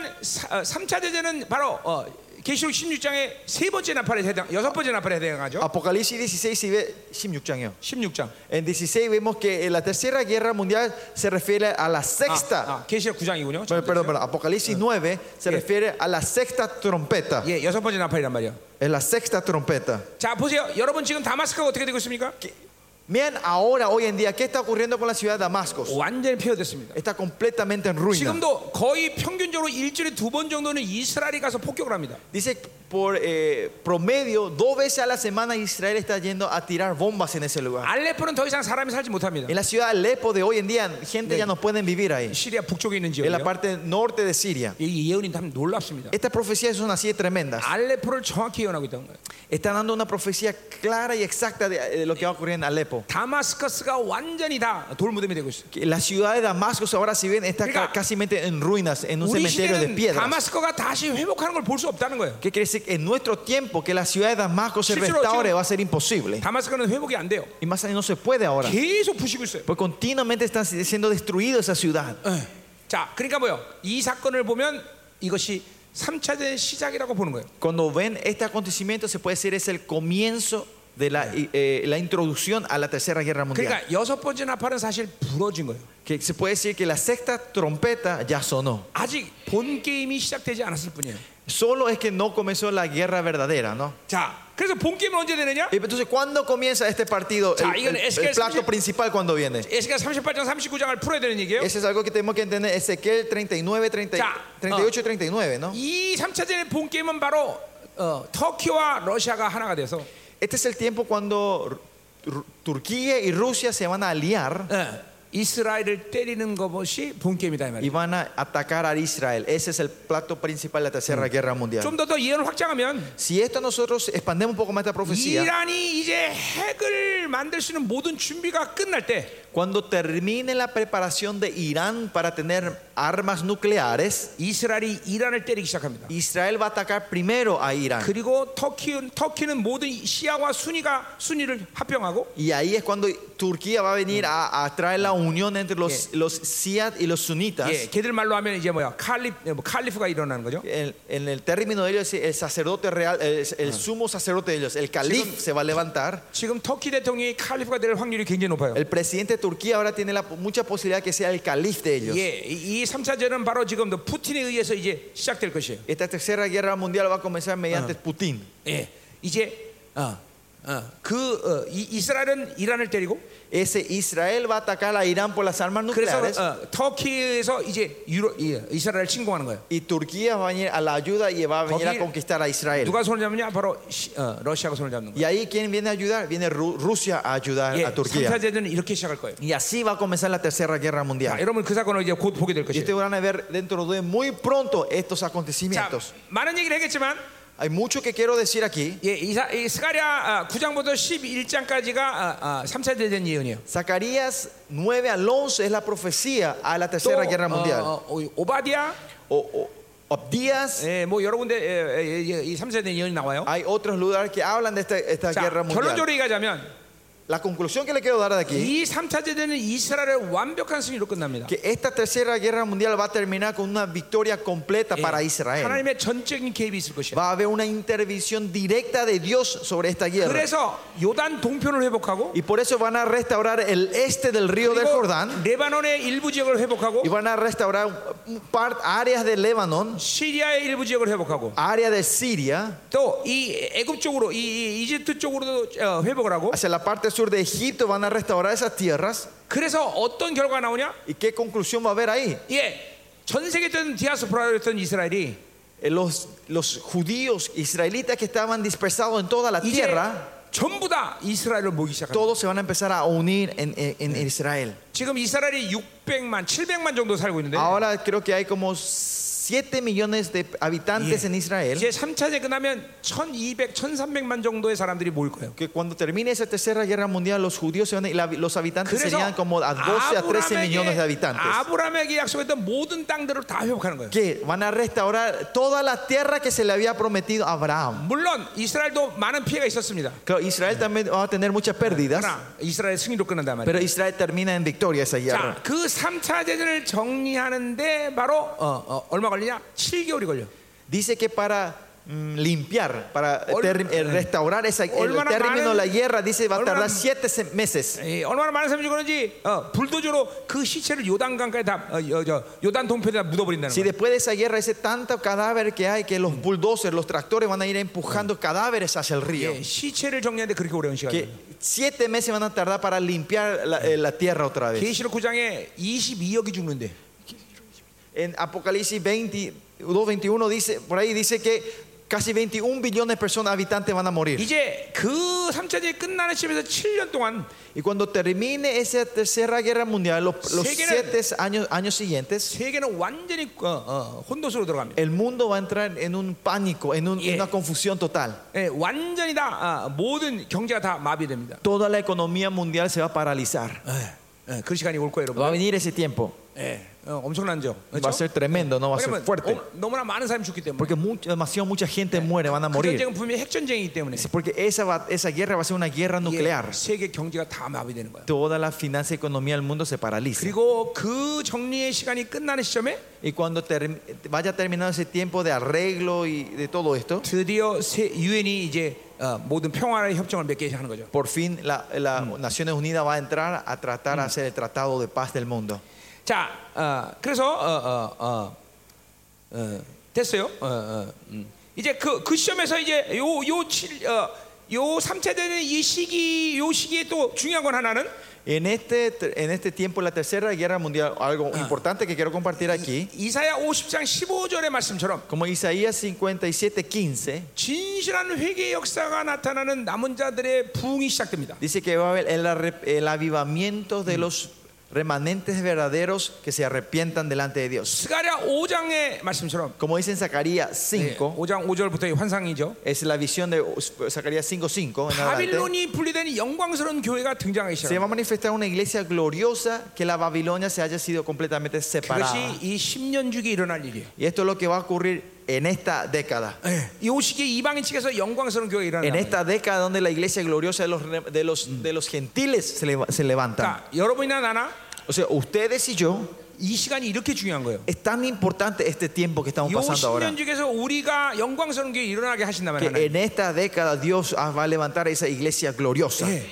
어, 3차 대전은 바로 어, 계시록 16장의 세 번째 나팔에 해당, 여섯 번째 나팔에 아. 해당하죠. Apocalipsis 16 si ve- 16 장이요. 16장. En 16 vemos que eh, la tercera guerra mundial se refiere a la sexta. 아, 아, 계시록 9장이군요. Bueno, perdón, perdón, Apocalipsis 9 se Sí. refiere a la sexta trompeta. 예, 여섯 번째 나팔이란 말이야. Es la sexta trompeta. 자, 보세요. 여러분 지금 다마스크가 어떻게 되고 있습니까? Que- Vean ahora, hoy en día, ¿qué está ocurriendo con la ciudad de Damasco? 완전히 폐허됐습니다. Está completamente en ruina. 지금도 거의 평균적으로 일주일에 두 번 정도는 이스라엘이 가서 폭격을 합니다. Dice por eh, promedio, dos veces a la semana Israel está yendo a tirar bombas en ese lugar. 알레포는 더 이상 사람이 살지 못합니다. En la ciudad de Alepo de hoy en día, gente ya no pueden vivir ahí. 시리아 북쪽에 있는 En la 지역이요. parte norte de Siria. 이 예언이 참 놀랍습니다. Estas profecías son así de tremendas. 알레포를 정확히 예언하고 있다는 거예요. Está dando una profecía clara y exacta de, de lo que va a ocurrir en Alepo. 다마스커스가 완전히 다 돌무덤이 되고 있어요. Que La ciudad de Damasco ahora si ven está Mira. ca- casi en ruinas, en un 우리 cementerio de 시대는 piedras. 다마스커가 다시 회복하는 걸 볼 수 없다는 거예요. ¿Qué quiere decir? En nuestro tiempo que la ciudad de Damasco se Silsuro, restaure silsuro. va a ser imposible. 다마스커는 회복이 안 돼요. Y más allá no se puede ahora. 계속 부시고 있어요. 예. Porque continuamente están siendo destruidos esa ciudad. 자, 그러니까 뭐요? 이 사건을 보면 이것이 3차 대전 시작이라고 보는 거예요. Cuando ven este acontecimiento se puede decir es el comienzo de la, y- eh, la introducción a la tercera guerra mundial. 그러니까 여섯 번째 나팔은 사실 부러진 거예요. Que se puede decir que la sexta trompeta ya sonó. 아직 본 게임이 시작되지 않았을 뿐이에요. Solo es que no comenzó la guerra verdadera, ¿no? 자, 그래서 본 게임은 언제 되느냐? Y Entonces, ¿cuándo comienza este partido? Ya, El, el- es que el es- plato principal, ¿cuándo viene? 에스겔 38장 39장을 풀어야 되는 얘기예요. Eso es algo que tenemos que entender. Ezequiel 39, 30, Ya. 38 y 39, ¿no? 이 3차 대전의 본 게임은 바로 어, 터키와 러시아가 하나가 돼서 Este es el tiempo cuando Ru- Ru- Turquía y Rusia se van a aliar 예, 이스라엘을 때리는 것이 본 게임이다 이 말이에요. y van a atacar a Israel. Ese es el plato principal de la Tercera Mm. Guerra Mundial. 좀더 더 예언을 확장하면 Si esto nosotros expandemos un poco más esta profecía, 이란이 이제 핵을 만들 수 있는 모든 준비가 끝날 때 cuando termine la preparación de Irán para tener armas nucleares, 이스라엘이 이란을 때리기 시작합니다. Israel va a atacar primero a Irán. 그리고 터키, 터키는 모든 시아와 순위가 순위를 합병하고 Y ahí es cuando Turquía va a venir a, a traer la unión entre los, los Siad y los sunitas. 예, 걔들 말로 하면 이제 뭐야 칼리 뭐 칼리프가 일어나는 거죠. En, en el término de ellos, el sacerdote real, el, el sumo sacerdote de ellos, el calif se va a levantar. 지금 터키 대통령이 칼리프가 될 확률이 굉장히 높아요. El presidente de Turquía ahora tiene la, mucha posibilidad que sea el calif de ellos. 예, 이 3차 전은 바로 지금 더 푸틴에 의해서 이제 시작될 것이에요. Esta tercera guerra mundial va a comenzar mediante Putin. 예, 이제 어, 어, 그 어, 이, 이스라엘은 이란을 때리고 Ese Israel va a atacar a Irán por las armas 그래서 nucleares. 어, 터키에서 이제 유로, 예, 이스라엘을 침공하는 거예요. Y Turquía va a venir a la ayuda y va a venir a Turquía- conquistar a Israel. 누가 손을 잡느냐? 바로 시- 어, 러시아가 손을 잡는 거예요. Y ahí, ¿quién viene a ayudar? Viene Ru- Rusia a ayudar 예, a 3차 Turquía. 대전은 이렇게 시작할 거예요. Y así va a comenzar la tercera guerra 자, mundial. 여러분 그 사건을 이제 곧 보게 될 Y 것이에요. ustedes van a ver dentro de muy pronto estos 자, acontecimientos. 많은 얘기를 했겠지만 Hay mucho que quiero decir aquí. 예, 이사, 이 스가랴 9장부터 11장까지가 아, 아, 3차 대전 예언이에요. Zacarías 9 al 11 es la profecía a la 또, tercera guerra mundial. 어, 어, 오바디아 O, o- Abdías, 예, 뭐 여러 군데 예, 예, 예, 이 3차 대전 예언이 나와요. hay otros lugares que hablan de esta, esta 자, guerra mundial. 결론적으로 얘기하자면 La conclusión que le quiero dar de aquí, 이 3차 대전은 이스라엘의 완벽한 승리로 끝납니다. que esta tercera guerra mundial va a terminar con una victoria completa 예, para Israel. 하나님의 전적인 개입이 있을 것이에요. Va a haber una intervención directa de Dios sobre esta guerra. 그래서 요단 동편을 회복하고 Y por eso van a restaurar el este del río del 그리고 Jordán 레바논의 일부 지역을 회복하고 y van a restaurar par- áreas de Líbano, 시리아의 일부 지역을 회복하고 áreas de Siria, 또 이 애굽 쪽으로 이, 이 이집트 쪽으로도 어, 회복을 하고 hacia la parte sur de Egipto van a restaurar esas tierras. 그래서 어떤 결과가 나오냐? ¿Y qué conclusión va a haber ahí? 예. 전 세계 던 디아스포라로 했던 이스라엘이 Eh, Los, los judíos israelitas que estaban dispersados en toda la 이제 tierra, 전부 다 이스라엘을 모이기 시작합니다. todos se van a empezar a unir en, en- en Israel. 지금 이스라엘이 600만, 700만 정도 살고 있는데 Ahora creo que hay como 7 millones de habitantes en Israel. 이제 3차제 끝나면 1200, 1300만 정도의 사람들이 모일 거예요. Que cuando termine esa tercera guerra mundial, los judíos se van a- y la- los habitantes 그래서 뭐 serían como a 12 a 13 millones de habitantes. 아브라함에게 약속했던 모든 땅들을 다 회복하는 거예요. Que van a restaurar toda la tierra que se le había prometido a Abraham. 물론 이스라엘도 많은 피해가 있었습니다. Claro, Israel también va a tener muchas pérdidas, 그러나 이스라엘 승리로 끝난단 말이에요. pero Israel termina en victoria esa guerra. 자, 그 3차 대전을 정리하는데 바로 어, 어, 얼마 걸리냐? 7개월이 걸려. Dice que para mm, limpiar, para Ol- ter- eh, restaurar esa, el Olmana término de la 많은- guerra, dice va a Olmana- tardar siete se- meses. 예, 얼마나 많은 사람이 죽었는지 어, 불도저로 그 시체를 요단강가에 다 어, 어, 저, 요단 동편에다 묻어버린다는 Si 거예요. después de esa guerra ese tanto cadáver que hay que los bulldozers, los tractores van a ir empujando cadáveres hacia el río. 예, 시체를 정리하는데 그렇게 오랜 Que 시간이에요. siete meses van a tardar para limpiar la, eh, la tierra otra vez. 계시록 9장에 22억이 죽는데 En Apocalipsis 22, 21 dice, por ahí dice que casi 21 billones de personas habitantes van a morir. 이제 그 3차 대전이 끝나는 시점에서 7년 동안 Y cuando termine esa tercera guerra mundial, los, los Siguen- siete años, años siguientes, 세계는 완전히 어, 어, 혼돈으로 들어갑니다. el mundo va a entrar en un pánico, en un- Yeah. una confusión total. 예, 완전히 다 아, 모든 경제가 다 마비됩니다. Toda la economía mundial se va a paralizar. 예, 예, 그 시간이 올 거예요, Va a 여러분. venir ese tiempo. 예, 어, 엄청난죠. Va a ser tremendo, no va a ser 왜냐면 fuerte. 어, 너무나 많은 사람이 죽기 때문에. Porque mucho- demasiado mucha gente muere, van a 그 morir. 전쟁은 분명히 핵전쟁이기 때문에 Porque esa, va- esa guerra va a ser una guerra 이게 nuclear. 세계 경제가 다 마비되는 거야. Toda la finanza y economía del mundo se paraliza. 그리고 그 정리의 시간이 끝나는 시점에 Y cuando term- vaya terminado ese tiempo de arreglo y de todo esto, 드디어 유엔이 이제 어, 모든 평화의 협정을 맺게 하는 거죠. por fin la- las Naciones Unidas va a entrar a tratar de hacer el tratado de paz del mundo. 자, 어, 그래서 어, 어, 어, 어, 됐어요. 어, 어, 음. 이제 그, 그 시점에서 이제 요요 칠, 어, 요 3차 대전 이 시기 요 시기에 또 중요한 건 하나는 En este, en este tiempo, la tercera guerra mundial, algo importante que quiero compartir aquí, 이사야 50장 15절의 말씀처럼 como Isaías 57, 15, 진실한 회개의 역사가 나타나는 남은 자들의 부흥이 시작됩니다. dice que va a haber el, arre- el avivamiento de los remanentes verdaderos que se arrepientan delante de Dios. 스가랴 5장의 말씀처럼 Como dice en Zacarías 5, 5장 5절부터의 환상이죠. es la visión de Zacarías 5, 5, en adelante, 바빌론이 분리된 영광스러운 교회가 등장하기 se va 시작합니다. a manifestar una iglesia gloriosa que la Babilonia se haya sido completamente separada. 그것이 이 10년 주기에 일어날 일이에요. Y esto es lo que va a ocurrir en esta década. 이 시기에 이방인 측에서 영광스러운 교회가 En 일어난다. esta década donde la iglesia gloriosa de los, re- de los, de los gentiles se, leva- se levanta. 그러니까 여러분이나 나나 O sea, ustedes y yo, 이 시간이 이렇게 중요한 거예요. es tan importante este tiempo que estamos 이 pasando ahora. 10년 주기에서 우리가 영광스러운 교회 일어나게 하신다면 Que 하나님. Eh. en esta década Dios ah, va a levantar esa iglesia gloriosa. 예.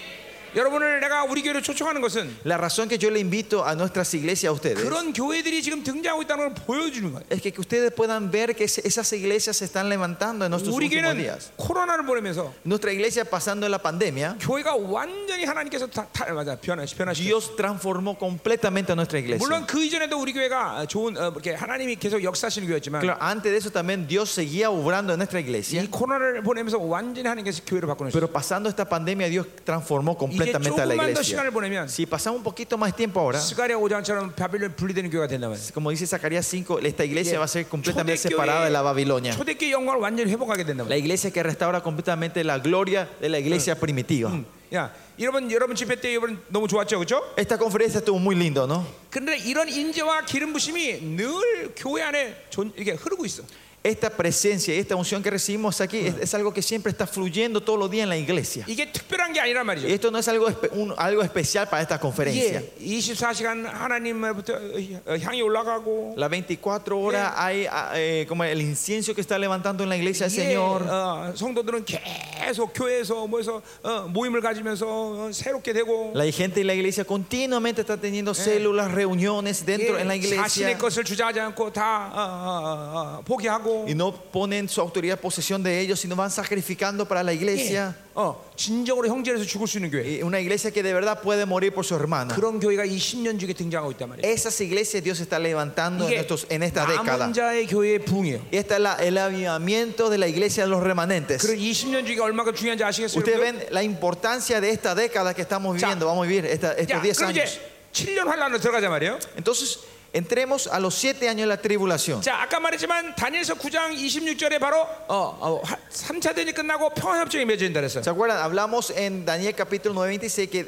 여러분을 내가 우리 교회로 초청하는 것은 La razón que yo le invito a nuestras iglesias a ustedes 그런 교회들이 지금 등장하고 있다는 걸 보여주는 거예요. es que, que ustedes puedan ver que se- esas iglesias se están levantando en nuestros 우리 últimos 교회는 días. 코로나를 보내면서 Nuestra iglesia pasando la pandemia, 교회가 완전히 하나님께서 다, 다 맞아 변화시 변화시. Dios transformó completamente a nuestra iglesia. 물론 그 이전에도 우리 교회가 좋은 어, 이렇게 하나님이 계속 역사하시는 교회였지만 Claro, antes de eso también Dios seguía obrando en nuestra 이 iglesia, 코로나를 보내면서 완전히 하나님께서 교회를 바꾸는 pero pasando esta pandemia Dios transformó completamente a la 조금만 더 iglesia. 시간을 보내면 Si pasamos un poquito más tiempo ahora, 스가랴 5장처럼 바빌론 분리되는 교회가 된단 말이에요. como dice Zacarías 5, esta 예, iglesia va a ser completamente 초대교회- separada de la Babilonia. 초대교회 영광을 완전히 회복하게 된단 La 말이에요. iglesia que restaura completamente la gloria de la iglesia Mm. primitiva. 야, 여러분 여러분 집회 때 여러분 너무 좋았죠, 그렇죠? Esta conferencia estuvo muy lindo, ¿no? 그런데 이런 인재와 기름 부심이 늘 교회 안에 존, 이렇게 흐르고 있어. Esta presencia, esta unción que recibimos aquí es, es algo que siempre está fluyendo todos los días en la iglesia. 이게 특별한 게 아니란 말이죠. Y esto no es algo, espe- un- algo especial para esta conferencia. 예, 24시간 하나님부터 어, 향이 올라가고 Las 24 horas hay ah, eh, como el incienso que está levantando en la iglesia del 예, Señor. 어, 성도들은 계속 교회에서 뭐해서 어, 모임을 가지면서 어, 새롭게 되고 La gente de la iglesia continuamente está teniendo células, reuniones dentro en la 예, iglesia 자신의 것을 주저하지 않고 다 어, 어, 어, 어, 포기하고 y no ponen su autoridad en posesión de ellos, sino van sacrificando para la 예, iglesia. 예. 어, 진정으로 형제에서 죽을 수 있는 교회 Y Una iglesia que de verdad puede morir por su hermana. 그런 교회가 이 10년 중에 등장하고 있단 말이에요. Esas iglesias Dios está levantando en, 이게 estos- en esta década. 남은 자의 교회의 부흥이에요. Y esta es la- el avivamiento de la iglesia de los 그런 remanentes. 20년 중에 얼마나 중요한지 아시겠어요? Ustedes 여러분? ven la importancia de esta década que estamos viviendo, vamos a vivir esta- 자, estos 10 그럼 이제 años. 7년 환란으로 들어가자 말이에요. Entonces, entremos a los 7 años de la tribulación. 자, 아까 말했지만 다니엘서 9장 26절에 바로 어, 어, 3차 대전이 끝나고 평화협정이 맺어진다 그랬어요. ¿Se acuerdan? Hablamos en Daniel capítulo 9, 26 que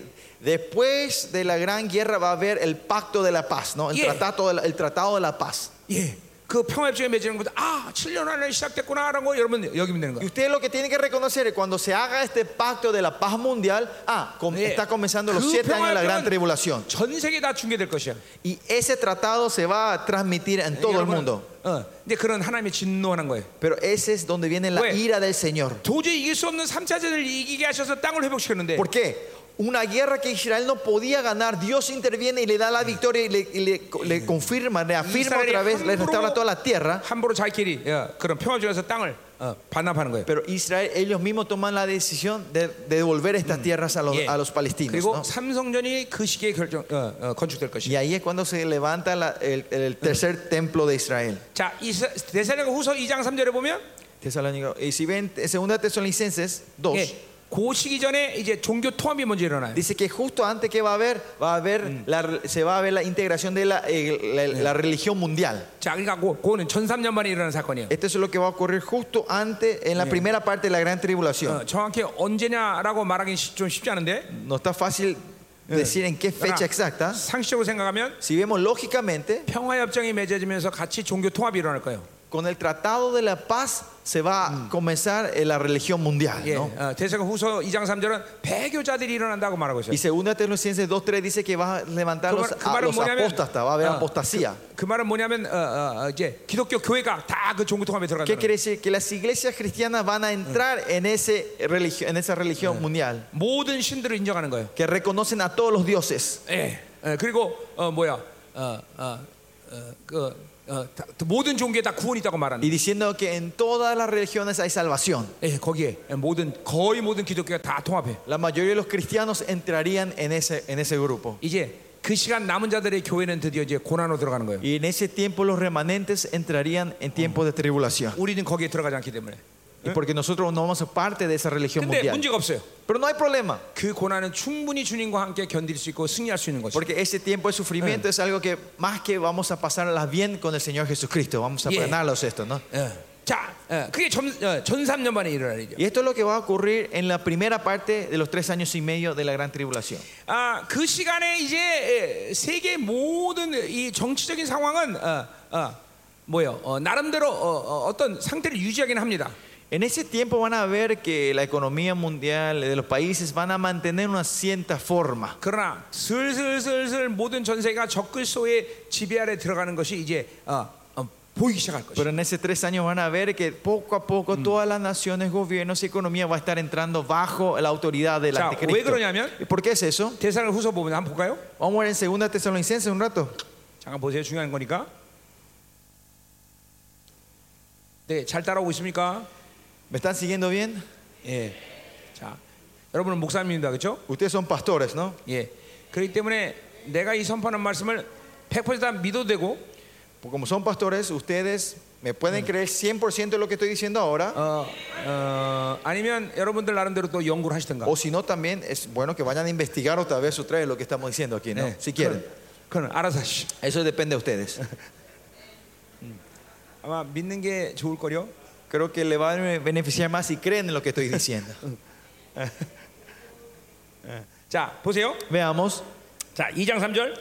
después de la gran guerra va a haber el pacto de la paz, ¿no? El, Yeah. tratado, de la, el tratado de la paz. 예. 그 평화협정이 맺어지는 것도 아, 7년 환란이 시작됐구나라는 거 여러분 여기면 되는 Y 거예요. usted lo que tiene que reconocer es cuando se haga este pacto de la paz mundial, ah, com- Yeah. está comenzando los 그 7 años de la gran 평화협정은 tribulación. 전 세계 다 중계될 것이야. Y ese tratado se va a transmitir en todo el 여러분, mundo. 어, 근데 그런 하나님의 진노하는 거예요. Pero ese es donde viene la Bueno. ira del Señor. 도저히 이길 수 없는 3차 대전을 이기게 하셔서 땅을 회복시켰는데 ¿Por qué? Una guerra que Israel no podía ganar, Dios interviene y le da la victoria y le, y le- le confirma, le afirma Israel otra vez, le restaura hambró. toda la tierra. 함부로 자기끼리 어, 그런 평화주에서 땅을 어, 반납하는 거예요. Pero Israel, ellos mismos toman la decisión de, de devolver estas tierras a los, 예. a los palestinos. 그리고 ¿no? 삼성전이 그 시기에 결정, 어, 어, 건축될 것이다. Y ahí es cuando se levanta la- el, el tercer templo de Israel. 자, 대사령 후서 2장 3절에 보면 Tesalónica- Y si ven, eh, segunda Tesalonicenses 2, 예, 그 시기 전에 이제 종교 통합이 먼저 일어나요. dice que justo antes que va a haber, va a haber la- se va a ver la integración de la, eh, la- la religión mundial. 자, 그러니까 그- 그거는 전 3년 만에 일어난 사건이에요. Esto es lo que va a ocurrir justo antes, en la primera parte de la gran tribulación. 어, 정확히 언제냐라고 말하기 좀 쉽지 않은데 No está fácil decir en qué 그러나 fecha exacta. 상식적으로 생각하면 Si vemos lógicamente, 평화협정이 맺어지면서 같이 종교 통합이 일어날 거예요. con el Tratado de la Paz se va a comenzar eh, la religión mundial. 예, ¿no? 어, 대사령 후서 2장 3절은 배교자들이 일어난다고 말하고 있어요. Y segunda Tesalonicenses 2.3 dice que va a levantar 그 los, 말- 그 a- 말은 los 뭐냐면- apóstatas, va a haber Ah. apostasía. 그 말은 뭐냐면 어, 어, 어, 이제 기독교 교회가 다 그 종교 통합에 ¿Qué 들어간다. quiere decir? Que las iglesias cristianas van a entrar en, ese religio- en esa religión mundial, 모든 신들을 인정하는 거예요. que reconocen a todos los dioses. 예. 예, 그리고 어, 뭐야? 어, 어, 어, 그, 어, 다, 모든 종교에 다 구원이 있다고 말하는. Y diciendo que en todas las religiones hay salvación. 예, 거기에 모든 거의 모든 기독교가 다 통합해. La mayoría de los cristianos entrarían en ese, en ese grupo. 이제 그 시간 남은 자들의 교회는 드디어 이제 고난으로 들어가는 거예요. Y en ese tiempo los remanentes entrarían en tiempos de tribulación. 우리는 거기에 들어가지 않기 때문에. Y porque nosotros no vamos a parte de esa religión 근데 mundial. 문제가 없어요. Pero no hay problema, 그 고난은 충분히 주님과 함께 견딜 수 있고 승리할 수 있는 것이. porque ese tiempo de sufrimiento es algo que más que vamos a pasarlas bien con el Señor Jesucristo, vamos a Yeah. ganarlos esto, ¿no? 예. 자, 예, 그게 점, 어, 전 3년 만에 일어날 일이죠. Y esto es lo que va a ocurrir en la primera parte de los tres años y medio de la gran tribulación. 아, 그 시간에 이제 예, 세계 모든 이 정치적인 상황은 어, 어, 뭐요? 어, 나름대로 어, 어, 떤 상태를 유지하긴 합니다. En ese tiempo van a ver que la economía mundial de los países van a mantener una cierta forma. 그러나 슬슬슬슬 모든 전세가 적글소의 지배 아래 들어가는 것이 이제 어, 어, 보이기 시작할 것이다. Pero en esos tres años van a ver que poco a poco todas las naciones, gobiernos y economía va a estar entrando bajo la autoridad del 자, 왜 anticristo. 그러냐면- ¿Y ¿Por qué es eso? 대사를 후서 보면 한번 볼까요? Vamos a ver en segunda Tesalonicenses un rato. 잠깐 보세요. 중요한 거니까. 네, 잘 따라오고 있습니까? ¿Me están siguiendo bien? 예. 자, 여러분은 목사님입니다. 그렇죠? Ustedes son pastores, ¿no? 예. 그렇기 때문에 내가 이 선포하는 말씀을 100%다 믿어도 되고 Como son pastores, ustedes me pueden creer 100% de lo que estoy diciendo ahora. 어, 어, 아니면 여러분들 나름대로 또 연구를 하시든가. O si no, también es bueno que vayan a investigar otra vez otra vez lo que estamos diciendo aquí, ¿no? 예. Si quieren. 그건- 그건 알아서 하시. Eso depende de ustedes. 아마 믿는 게 좋을 거요. Creo que le va a beneficiar más si creen en lo que estoy diciendo. 자, 보세요. Veamos. 자, 2장 3절.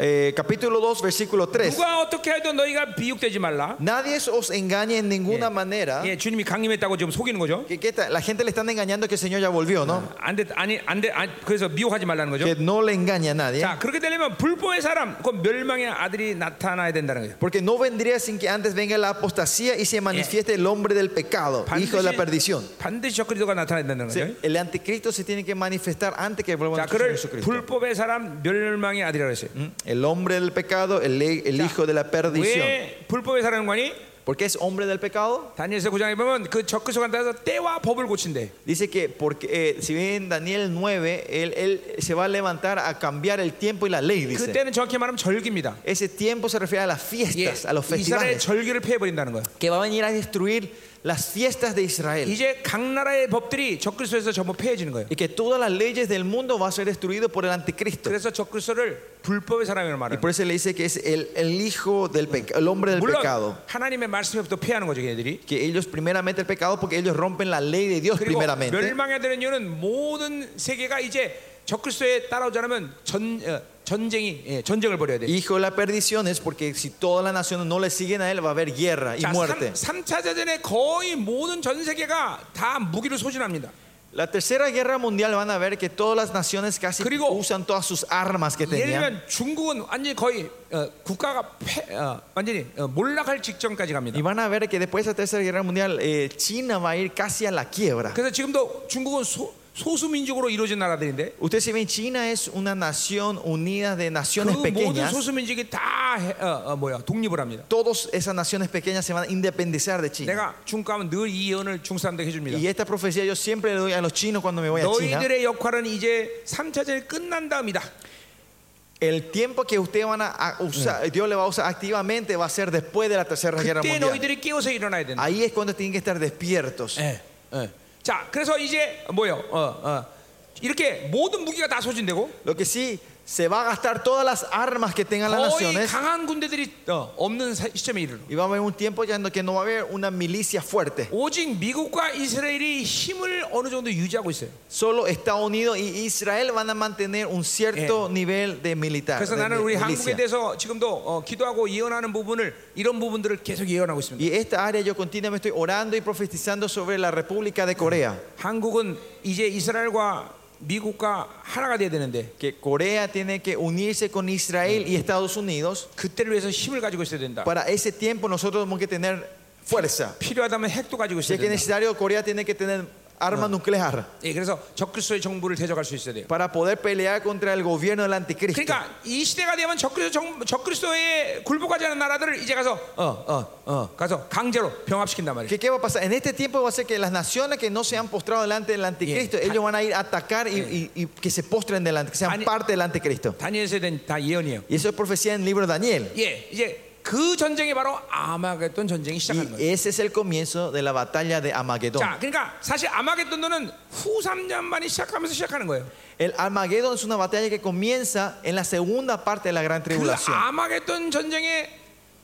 eh, capítulo 2, versículo 3. 누가 어떻게 해도 너희가 비육되지 말라. Nadie os engañe en ninguna manera. 예, 주님이 강림했다고 지금 속이는 거죠. Que, que esta- la gente le están engañando que el Señor ya volvió, ¿no? 안돼 아니 안돼 아니, 그래서 미혹하지 말라는 거죠. Que no le engaña a nadie. 자 그렇게 되려면 불법의 사람, 그 멸망의 아들이 나타나야 된다는 거죠. Porque no vendría sin que antes venga la apostasía y se manifieste el hombre del pecado, hijo de la perdición. 네. 반드시 적그리스도가 나타나야 된다는 O sea, 거죠. el anticristo se tiene que manifestar antes que vuelva 자 nuestro 그를 Señor Jesucristo. 불법의 사람, 멸망의 아들이라고 했어요. El hombre del pecado, el, el hijo de la perdición. 왜 불법의 사람과니? ¿Por qué es hombre del pecado? 다니엘서 9장에 보면 그 적그리스도가 나타나서 때와 법을 고친대. Dice que porque eh, si bien Daniel 9, él, él se va a levantar a cambiar el tiempo y la ley, dice. 그때는 정확히 말하면 절기입니다. Ese tiempo se refiere a las 예, fiestas, a los 이스라엘 festivales, 절기를 폐해버린다는 거예요. que va a venir a destruir las fiestas de Israel. 이제 각 나라의 법들이 적그리스도에서 전부 폐해지는 거예요. Y que todas las leyes del mundo va a ser destruido por el anticristo. 그래서 적그리스도를 불법의 사람이라고 Y 말하는 por eso le dice que es el, el hijo del pecado, el hombre del 물론 pecado. 하나님의 말씀부터 피하는 거죠, 걔들이. Que ellos primeramente el pecado porque ellos rompen la ley de Dios 그리고 primeramente. 멸망에 되는 이유는 모든 세계가 이제 적그리스도에 따라오지 않으면 전 어, 전쟁이 예, 전쟁을 벌여야 돼. Hijo de la perdición es porque si todas las naciones no le siguen a él va a haber guerra y 자, muerte. 3, 차 대전에 거의 모든 전 세계가 다 무기를 소진합니다. La tercera guerra mundial van a ver que todas las naciones casi 그리고 usan todas sus armas que 예를 tenían. 들면 중국은 완전히 거의 어, 국가가 패, 어, 완전히 어, 몰락할 직전까지 갑니다. Y van a ver que después de la tercera guerra mundial eh, China va a ir casi a la quiebra. 그래서 지금도 중국은 소, 소수 민족으로 이루어진 나라들인데 Usted si ven China es una nación unida de 그 naciones 모든 pequeñas. 소수 민족이 다 해- 어, 어, 뭐야 독립을 합니다. Todas esas naciones pequeñas se van a independizar de China. 내가 중국 가면 늘 이 예. 예언을 중국 사람들에게 해줍니다. Y esta profecía yo siempre le doy a los chinos cuando me voy a China. 너희들의 역할은 이제 3차전이 끝난 다음이다. El tiempo que ustedes van a- a usar, Dios le va a usar activamente va a ser después de la tercera guerra 그때 mundial. 너희들이 깨워서 일어나야 된다. Ahí es cuando tienen que estar despiertos. 예, 예. 자, 그래서 이제 뭐요? 어, 어. 이렇게 모든 무기가 다 소진되고 Lo que sí, se va a gastar todas las armas que tengan las 거의 naciones 강한 군대들이 어, 없는 사- 시점에 이르러 y va a haber un tiempo ya en que no va a haber una milicia fuerte. 오직 미국과 이스라엘이 힘을 어느 정도 유지하고 있어요. Solo Estados Unidos y Israel van a mantener un cierto nivel de militar. 그래서 de 나는 mi- 우리 milicia. 한국에 대해서 지금도 어, 기도하고 예언하는 부분을 이런 부분들을 계속 예언하고 있습니다. Y esta área yo continuamente estoy orando y profetizando sobre la República de Corea. 한국은 이제 이스라엘과 미국과 하나가 돼야 되는데 Que Corea tiene que unirse con Israel y Estados Unidos. 그때를 위해서 힘을 가지고 있어야 된다. Para ese tiempo nosotros tenemos que tener fuerza. 필요하다면 핵도 가지고 Si 있어야 es que es 된다. necesario, Corea tiene que tener arma nuclear 예, 그래서 적그리스도의 정부를 대적할 수 있어야 돼요. para poder pelear contra el gobierno del anticristo. 그러니까 이 시대가 되면 적그리스도 정, 적그리스도에 굴복하지 않은 나라들을 이제 가서 어어어 가서 강제로 병합시킨단 말이에요. ¿Qué, ¿Qué va a pasar? En este tiempo va a ser que las naciones que no se han postrado delante del anticristo, Bien. ellos van a ir a atacar y, y- y que se postren delante, que sean Ani- parte del anticristo. 다니엘서에 대한 다 예언이에요. Y eso es profecía en el libro de Daniel. 예, 이제 그 전쟁이 바로 아마겟돈 전쟁이 시작하는 Y 거예요. ese es el comienzo de la batalla de Armagedón. 자, 그러니까 사실 아마겟돈도는 후 3년 만에 시작하면서 시작하는 거예요. El Armagedón es una batalla que comienza en la segunda parte de la gran 그 tribulación. 아마겟돈 전쟁의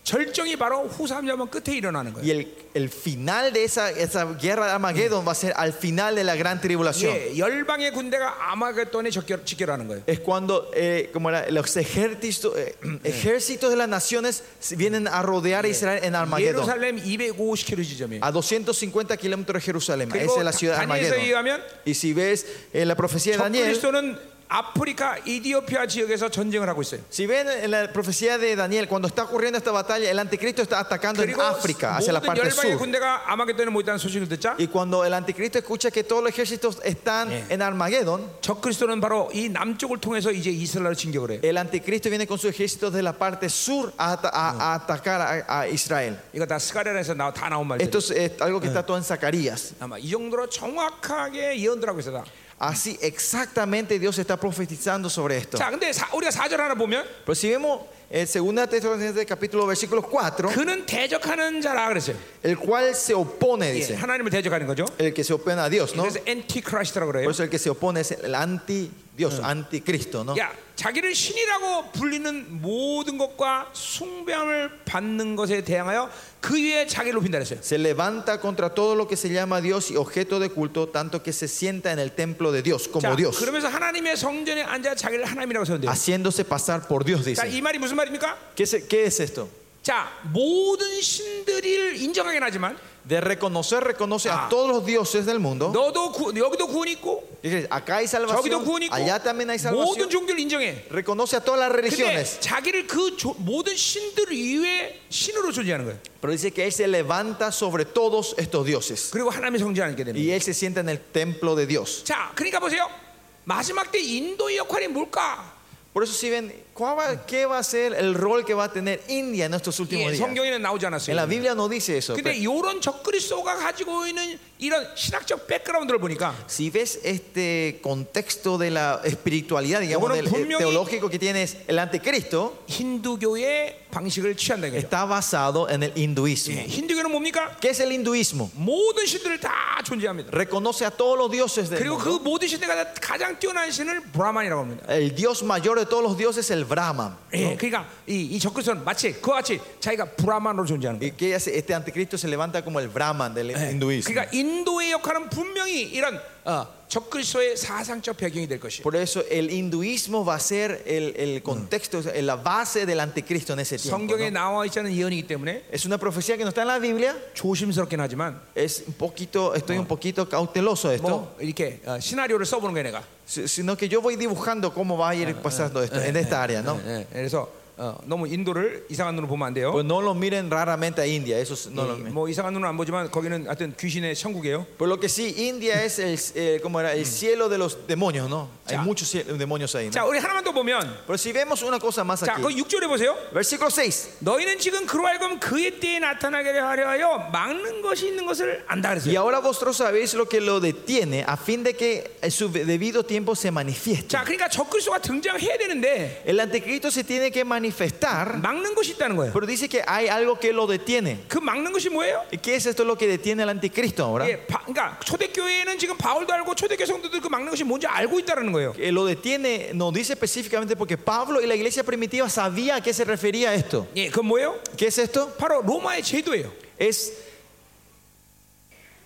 절정이 바로 후 3년 만 끝에 일어나는 Y 거예요. el, el final de esa, esa guerra de Armagedón va a ser al final de la gran tribulación. 예, 열방의 군대가 아마겟돈에 적결- 직결하는 거예요. Es cuando eh, como era, los ejércitos, eh, ejércitos de las naciones vienen a rodear a Israel en Armagedón. 예루살렘 250km 지점이에요. A 250 kilómetros de Jerusalén. Esa 그리고 es la ciudad 다니엘서 de Armagedón. 얘기하면 Y si ves eh, la profecía de Daniel, 적그리스도는 아프리카 이디오피아 지역에서 전쟁을 하고 있어요. Si ven en la profecía de Daniel, cuando está ocurriendo esta batalla, el anticristo está atacando en 그리고 África, hacia la 모든 parte 열방의 sur. 군대가 아마겟돈에 모였다는 소식을 듣자 Y cuando el anticristo escucha que todos los ejércitos están en Armagedón, 적그리스도는 바로 이 남쪽을 통해서 이제 이스라엘을 진격을 해요. el anticristo viene con sus ejércitos de la parte sur a, ata- a- a atacar a, a Israel. 이거 다 스가랴에서 나- 다 나온 말이에요. Esto es, eh, algo que está todo en Zacarías. 아마 이 정도로 정확하게 예언들 하고 있어다. Así exactamente Dios está profetizando sobre esto. 자, 근데 사- 우리가 4절 하나 보면 Pero si vemos el segundo de capítulo versículo 4, 그는 대적하는 자라 그랬어요. el cual se opone, 예, dice, 하나님을 대적하는 거죠. el que se opone a Dios, ¿no? 그래서 엔티크라이스트라고 그래요. Por eso el que se opone es el anti Dios, anticristo, ¿no? 야, 자기를 신이라고 불리는 모든 것과 숭배함을 받는 것에 대항하여 그 위에 자기를 높인다 그랬어요. Se levanta contra todo lo que se llama Dios y objeto de culto, tanto que se sienta en el templo de Dios como 자, Dios, 그러면서 하나님의 성전에 앉아 자기를 하나님이라고 세운대요. haciéndose pasar por Dios, 자, dice. 이 말이 무슨 말입니까? ¿Qué es, qué es esto? 자, 모든 신들을 인정하긴 하지만 De reconocer, reconoce Ah. a todos los dioses del mundo. 너도 구, 여기도 구원 있고 Dice, Acá hay 저기도 salvación, 구원 있고 allá también hay 모든 salvación. 종교를 인정해. Reconoce a todas las 근데 religiones, 자기를 그 조, 모든 신들 이외에 신으로 존재하는 거예요. pero dice que él se levanta sobre todos estos dioses 그리고 하나님의 성전 앉게 됩니다. y él se sienta en el templo de Dios. 자, 그러니까 보세요. 마지막 때 인도의 역할이 뭘까? Por eso si ven, ¿cuál va- ¿qué va a ser el rol que va a tener India en estos últimos 예, días? 성경에는 나오지 않았어요. En la Biblia no dice eso. 근데 이런 적그리스도가 가지고 있는 이런 신학적 백그라운드를 보니까 Si ves este contexto de la espiritualidad, digamos, Bueno, del, eh, 분명히- teológico que tienes, el anticristo 힌두교의 방식을 취한다 이거죠. está basado en el hinduismo. 예, 힌두교는 뭡니까? ¿Qué es el hinduismo? 모든 신들을 다 존재합니다. Reconoce a todos los dioses del 그리고 그 mundo. 모든 신들가 가장 뛰어난 신을 브라만이라고 합니다. El dios mayor de todos los dioses es el Brahman. 예, 그러니까 이, 이 적그리스도는 마치 그와 같이 자기가 브라만으로 존재하는 거예요. ¿Y qué hace? Este anticristo se levanta como el Brahman del Eh, hinduismo. 그러니까 인도의 역할은 분명히 이런 어, 적그리스도의 사상적 배경이 될 것이에요. Por eso el hinduismo va a ser el, el contexto, la base del anticristo en ese tiempo. 성경에 ¿no? 나와 있지 않은 예언이기 때문에 Es una profecía que no está en la Biblia. 조심스럽긴 하지만 Es un poquito, estoy un poquito cauteloso de esto. 뭐 이렇게 어, 시나리오를 써보는 거야 내가. Si- sino que yo voy dibujando cómo va a ir pasando esto en esta área, ¿no? 예, 예. 그래서 어, 너무 인도를 이상한 눈으로 보면 안 돼요. Pues no lo miren raramente a India, eso es- no lo 이- miren. 뭐 이상한 눈은 안 보지만 거기는 하여튼 귀신의 천국이에요. Por lo que sí, India es el, eh, ¿cómo era? el cielo de los demonios, ¿no? Hay Ya. muchos ciel- demonios ahí, ¿no? 자, 우리 하나만 더 보면 Pero si vemos una cosa más 자, aquí, 그 6절에 보세요. versículo 6. 너희는 지금 그로 하여금 그의 때에 나타나게 하려 하여 막는 것이 있는 것을 안다 Y 그랬어요. ahora vosotros sabéis lo que lo detiene a fin de que en su debido tiempo se manifieste. 자, 그러니까 적그리스도가 등장해야 되는데 El anticristo se tiene que manifestar, 막는 것이 있다는 거예요. pero dice que hay algo que lo detiene. 그 막는 것이 뭐예요? ¿Y qué es esto lo que detiene al anticristo ahora? 예, 바- 그러니까 초대교회는 지금 바울도 알고 초대교회 성도들 그 막는 것이 뭔지 알고 있다는 거예요. que Eh, lo detiene, nos dice específicamente porque Pablo y la iglesia primitiva sabía a qué se refería esto. 예, 그건 뭐예요? ¿Qué es esto? 바로 로마의 제도예요. Es,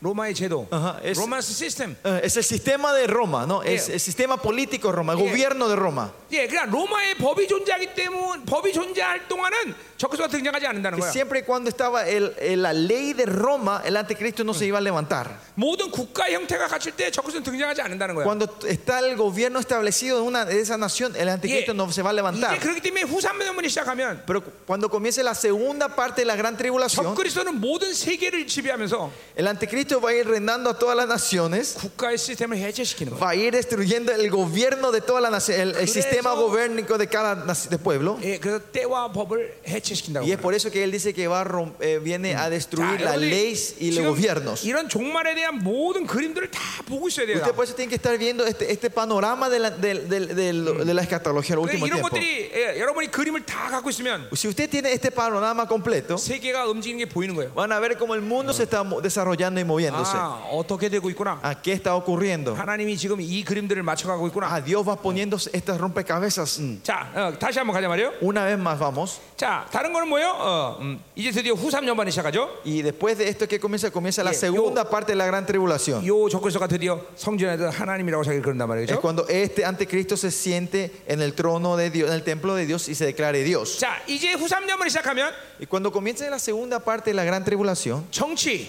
로마의 제도. 아하, 에스- 로마스 시스템. eh, es el sistema de Roma, ¿no? Es Yeah. el sistema político de Roma, el Yeah. gobierno de Roma. 예, 그러니까 로마의 법이 존재하기 때문 법이 존재할 동안은 적그리스도가 등장하지 않는다는 Que 거야. siempre y cuando estaba el- el- la ley de Roma, el anticristo no se iba a levantar. 모든 국가의 형태가 갖출 때 적그리스도는 등장하지 않는다는 거야. Cuando está el gobierno establecido de, una, de esa nación, el 예, anticristo no se va a 이제 levantar. 그렇기 때문에 후산면문이 시작하면 Pero cuando comience la segunda parte de la gran tribulación, 적그리스도는 모든 세계를 지배하면서 el anticristo va a ir reinando a todas las naciones. 국가의 시스템을 해체시키는 거야. va a ir destruyendo el gobierno de toda la nación, el, Por el sistema eso- gobernativo de cada nac- de pueblo. 예, 그래서 때와 법을 해체시킨다고. Y es 그래요. por eso que él dice que va a rom- eh, viene a destruir 자, las 여러분들이 leyes y los 지금 gobiernos. 이런 종말에 대한 모든 그림들을 다 보고 있어야 돼요. Usted por eso tiene que estar viendo este, este panorama de la, del- del- Mm. del- de la escatología al 그래, último 이런 tiempo. 것들이 예, 여러분이 그림을 다 갖고 있으면 Si usted tiene este panorama completo, 세계가 움직이는 게 보이는 거예요. van a ver cómo el mundo se está mo- desarrollando y moviéndose. 아, 어떻게 되고 있구나. ¿A qué está ocurriendo? 하나님이 지금 이 그림들을 맞춰가고 있구나. A Dios va poniendo estas rompecabezas. 자, 어, 다시 한번 가자 말이요. Una vez más vamos. 자, 다른 거는 뭐예요? 어, 음, 이제 드디어 후 3년반이 시작하죠. Y después de esto que comienza, comienza la Bien, yo- segunda parte de la gran tribulación. 요 적그리스도가 드디어 성전에 서 하나님이라고 자기를 그런단 Es 말이죠. cuando este anticristo se siente en el trono de Dios, en el templo de Dios y se declare Dios. 자, 이제 후 3년반이 시작하면 Y cuando comience la segunda parte de la gran tribulación, 정치,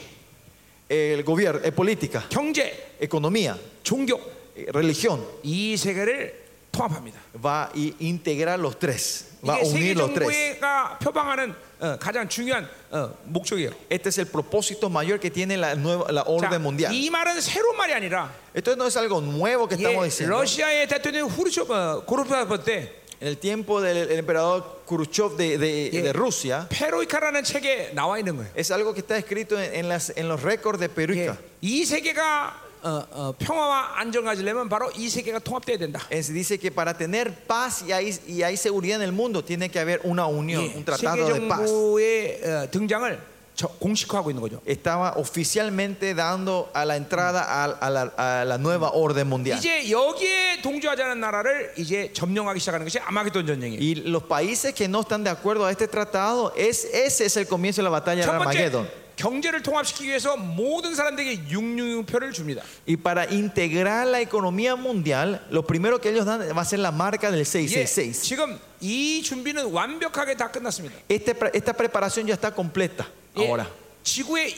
el gobierno, eh, política, 경제, economía, 종교 eh, religión, 이 세계를 통합합니다. va a integrar los tres, va a 이게 세계 unir los tres. 정부가 표방하는 어, 가장 중요한 어, 목적이에요. Este es el propósito mayor que tiene la, nueva, la 자, orden mundial. 이 말은 새로운 말이 아니라 Esto no es algo nuevo que 예, estamos diciendo. 러시아의 대통령 후르쇼 어, 고르바프 때 En el tiempo del el emperador Khrushchev de, de- Yeah. de Rusia, 페로이카라는 책에 나와 있는 거예요. es algo que está escrito en, en las, en los récords de 예, Peruca. 이 세계가 어, 어, 평화와 안정 가지려면 바로 이 세계가 통합돼야 된다. Es- dice que para tener paz y hay, y hay seguridad en el mundo, tiene que haber una unión, 예, un 세계 tratado de paz. 정부의 어, 등장을 저- 공식화하고 있는 거죠. Estaba oficialmente dando a la entrada al- a, la, a la nueva orden mundial. 이제 여기에 동조하지 않은 나라를 이제 점령하기 시작하는 것이 아마겟돈 전쟁이에요. Y los países que no están de acuerdo a este tratado, es, ese es el comienzo de la batalla de 첫 번째 Armagedón. 경제를 통합시키기 위해서 모든 사람들에게 666표를 줍니다. Y para integrar la economía mundial, lo primero que ellos dan va a ser la marca del 예, 666. 지금 이 준비는 완벽하게 다 끝났습니다. Este pre- esta preparación ya está completa 예, ahora. 지구에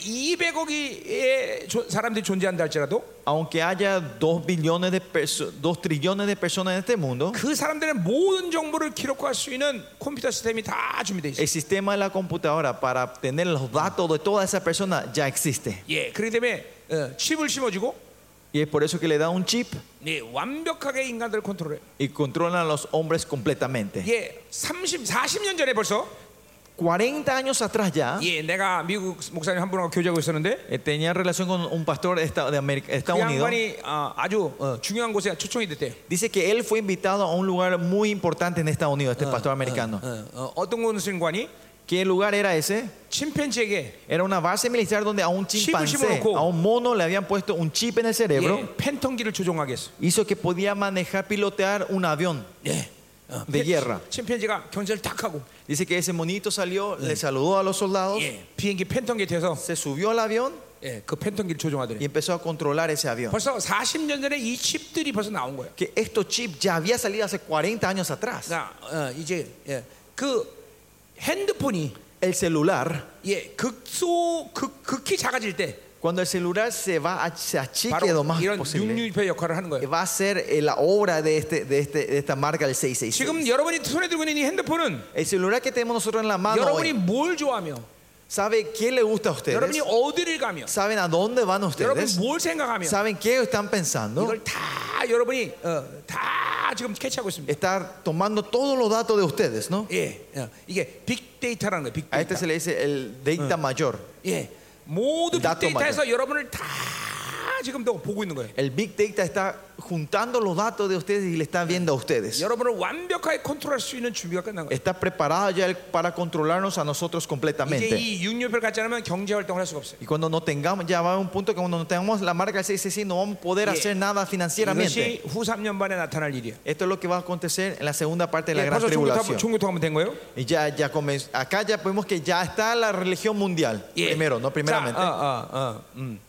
200억의 사람들이 존재한다 할지라도 Aunque haya 2 billones de perso- dos trillones de personas en este mundo, 그 사람들의 모든 정보를 기록할 수 있는 컴퓨터 시스템이 다 준비되어 있어요. el sistema de la computadora para obtener los datos de todas esas personas ya existe. 예, 그렇기 때문에 어, 칩을 심어주고 Y es por eso que le da un chip 네, 완벽하게 인간들을 컨트롤해요. y controlan a los hombres completamente. 예, 30, 40년 전에 벌써 40 años atrás ya, 예, 내가 미국 목사님 한 분하고 교제하고 있었는데 eh, tenía relación con un pastor de Estados de América- 그 Estados Unidos. 양반이 아, 아주 어, 중요한 곳에 초청이 됐대요. Dice que él fue invitado a un lugar muy importante en Estados Unidos, este pastor ah. americano. 어, 어, 떤 군수관이 ¿Qué lugar era ese? 침팬지에게 예, Era una base militar donde a un Chip을 chimpancé, 집어넣고. a un mono le habían puesto un chip en el 예, cerebro, 팬텀기를 조종하게 했어. hizo que podía manejar, pilotear un avión 예. 어, de guerra. 침팬지가 경찰을 탁 하고 Dice que ese monito salió, le saludó a los soldados, 예, 비행기 팬텀기에 대서 se 수비ó al avión 예, 그 팬텀기를 조종하더래. y empezó a controlar ese avión. 벌써 40년 전에 이 칩들이 벌써 나온 거예요. Que estos chips ya había salido hace 40 años atrás. 자, 어, 이제 예, 그 핸드폰이 El celular, 예, 극소 극 극히 작아질 때 cuando el celular se va a, se achique 바로 lo más 이런 posible, 육류표 역할을 하는 거예요. va a ser eh, la obra de, este, de, este, de esta marca del 666. 지금 여러분이 손에 들고 있는 이 핸드폰은 El celular que tenemos nosotros en la mano 여러분이 hoy, 뭘 좋아하며, ¿sabe qué le gusta a 여러분이 ustedes? 어디를 가며, ¿Saben a dónde van 여러분이 ustedes? 뭘 생각하며 ¿Saben qué están pensando? 이걸 다 여러분이 어, 다 지금 캐치하고 있습니다. Estar tomando todos los datos de ustedes, ¿no? 예, 어, 이게 빅데이터라는 거예요. A este 빅데이터. se le dice el data mayor. 예, 모두 나도 빅데이터에서 여러분을 다 지금도 보고 있는 거예요. El big data está juntando los datos de ustedes y le está viendo a ustedes. 여러분을 완벽하게 컨트롤할 수 있는 준비가 끝난 거예요. Está preparado ya el- para controlarnos a nosotros 이제 completamente. 이 육류표를 갖지 않으면 경제 활동을 할 수가 없어요. Y cuando no tengamos, ya va a un punto que cuando no tengamos la marca del 666 no vamos a poder Yeah. hacer nada 이것이 financieramente. 네. 후 3년 반에 나타날 일이에요. Esto es lo que va a acontecer en la segunda parte de la 예, gran 벌써 종교통, tribulación. 종교통하면 된 거예요? Y ya, ya comenz- acá ya vemos que ya está la religión mundial. 예. Primero, no primeramente. 자, 어, 어, 어, 음.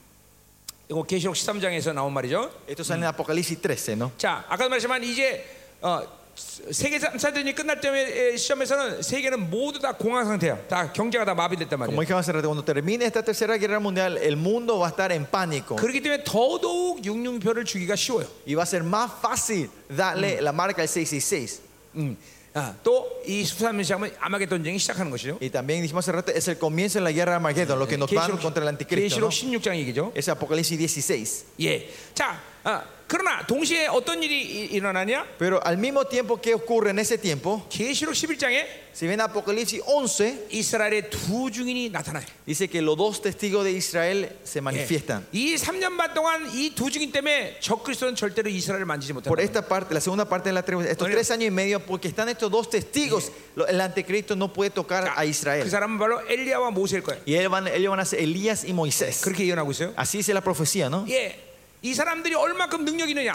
이거 계시록 13장에서 나온 말이죠. Esto sale en Apocalipsis 13, ¿no? 자, 아까도 말했지만 이제 어, 세계 3차전이 끝날 때의 시점에서는 세계는 모두 다 공황 상태야. 다 경제가 다 마비됐단 Como 말이에요. dije hace rato, cuando termine esta tercera guerra mundial, el mundo va a estar en pánico. 그렇기 때문에 더더욱 육룡표를 주기가 쉬워요. Y va a ser más fácil darle la marca del 666. 음. 아, 또이 수산면 시작하면 아마겟돈 전쟁이 시작하는 것이죠. Y también dijimos hace rato, es el comienzo de la guerra de Armagedón, lo que 그 nos van contra el anticristo. 계시록 ¿no? 16장 얘기죠. Es Apocalipsis 16. 예. 자, 아, 그러나 동시에 어떤 일이 이- 일어나냐? Pero al mismo tiempo que ocurre en ese tiempo, 계시록 11장에 si ven Apocalipsis 11, 이스라엘의 두 증인이 나타나요. dice que los dos testigos de Israel se 예. manifiestan. 이 3년 반 동안 이 두 증인 때문에 적그리스도는 절대로 이스라엘을 만지지 못한다. Por esta parte, la segunda parte de la tribulación, estos Bueno. tres años y medio, porque están estos dos testigos, lo- el anticristo no puede tocar a 그 Israel. 사람은 바로 엘리야와 모세일 거예요. Y ellos van, ellos van a ser Elías y Moisés. 그렇게 예언하고 있어요. Así dice la profecía, ¿no? 예. 이 사람들이 얼마큼 능력이 있느냐?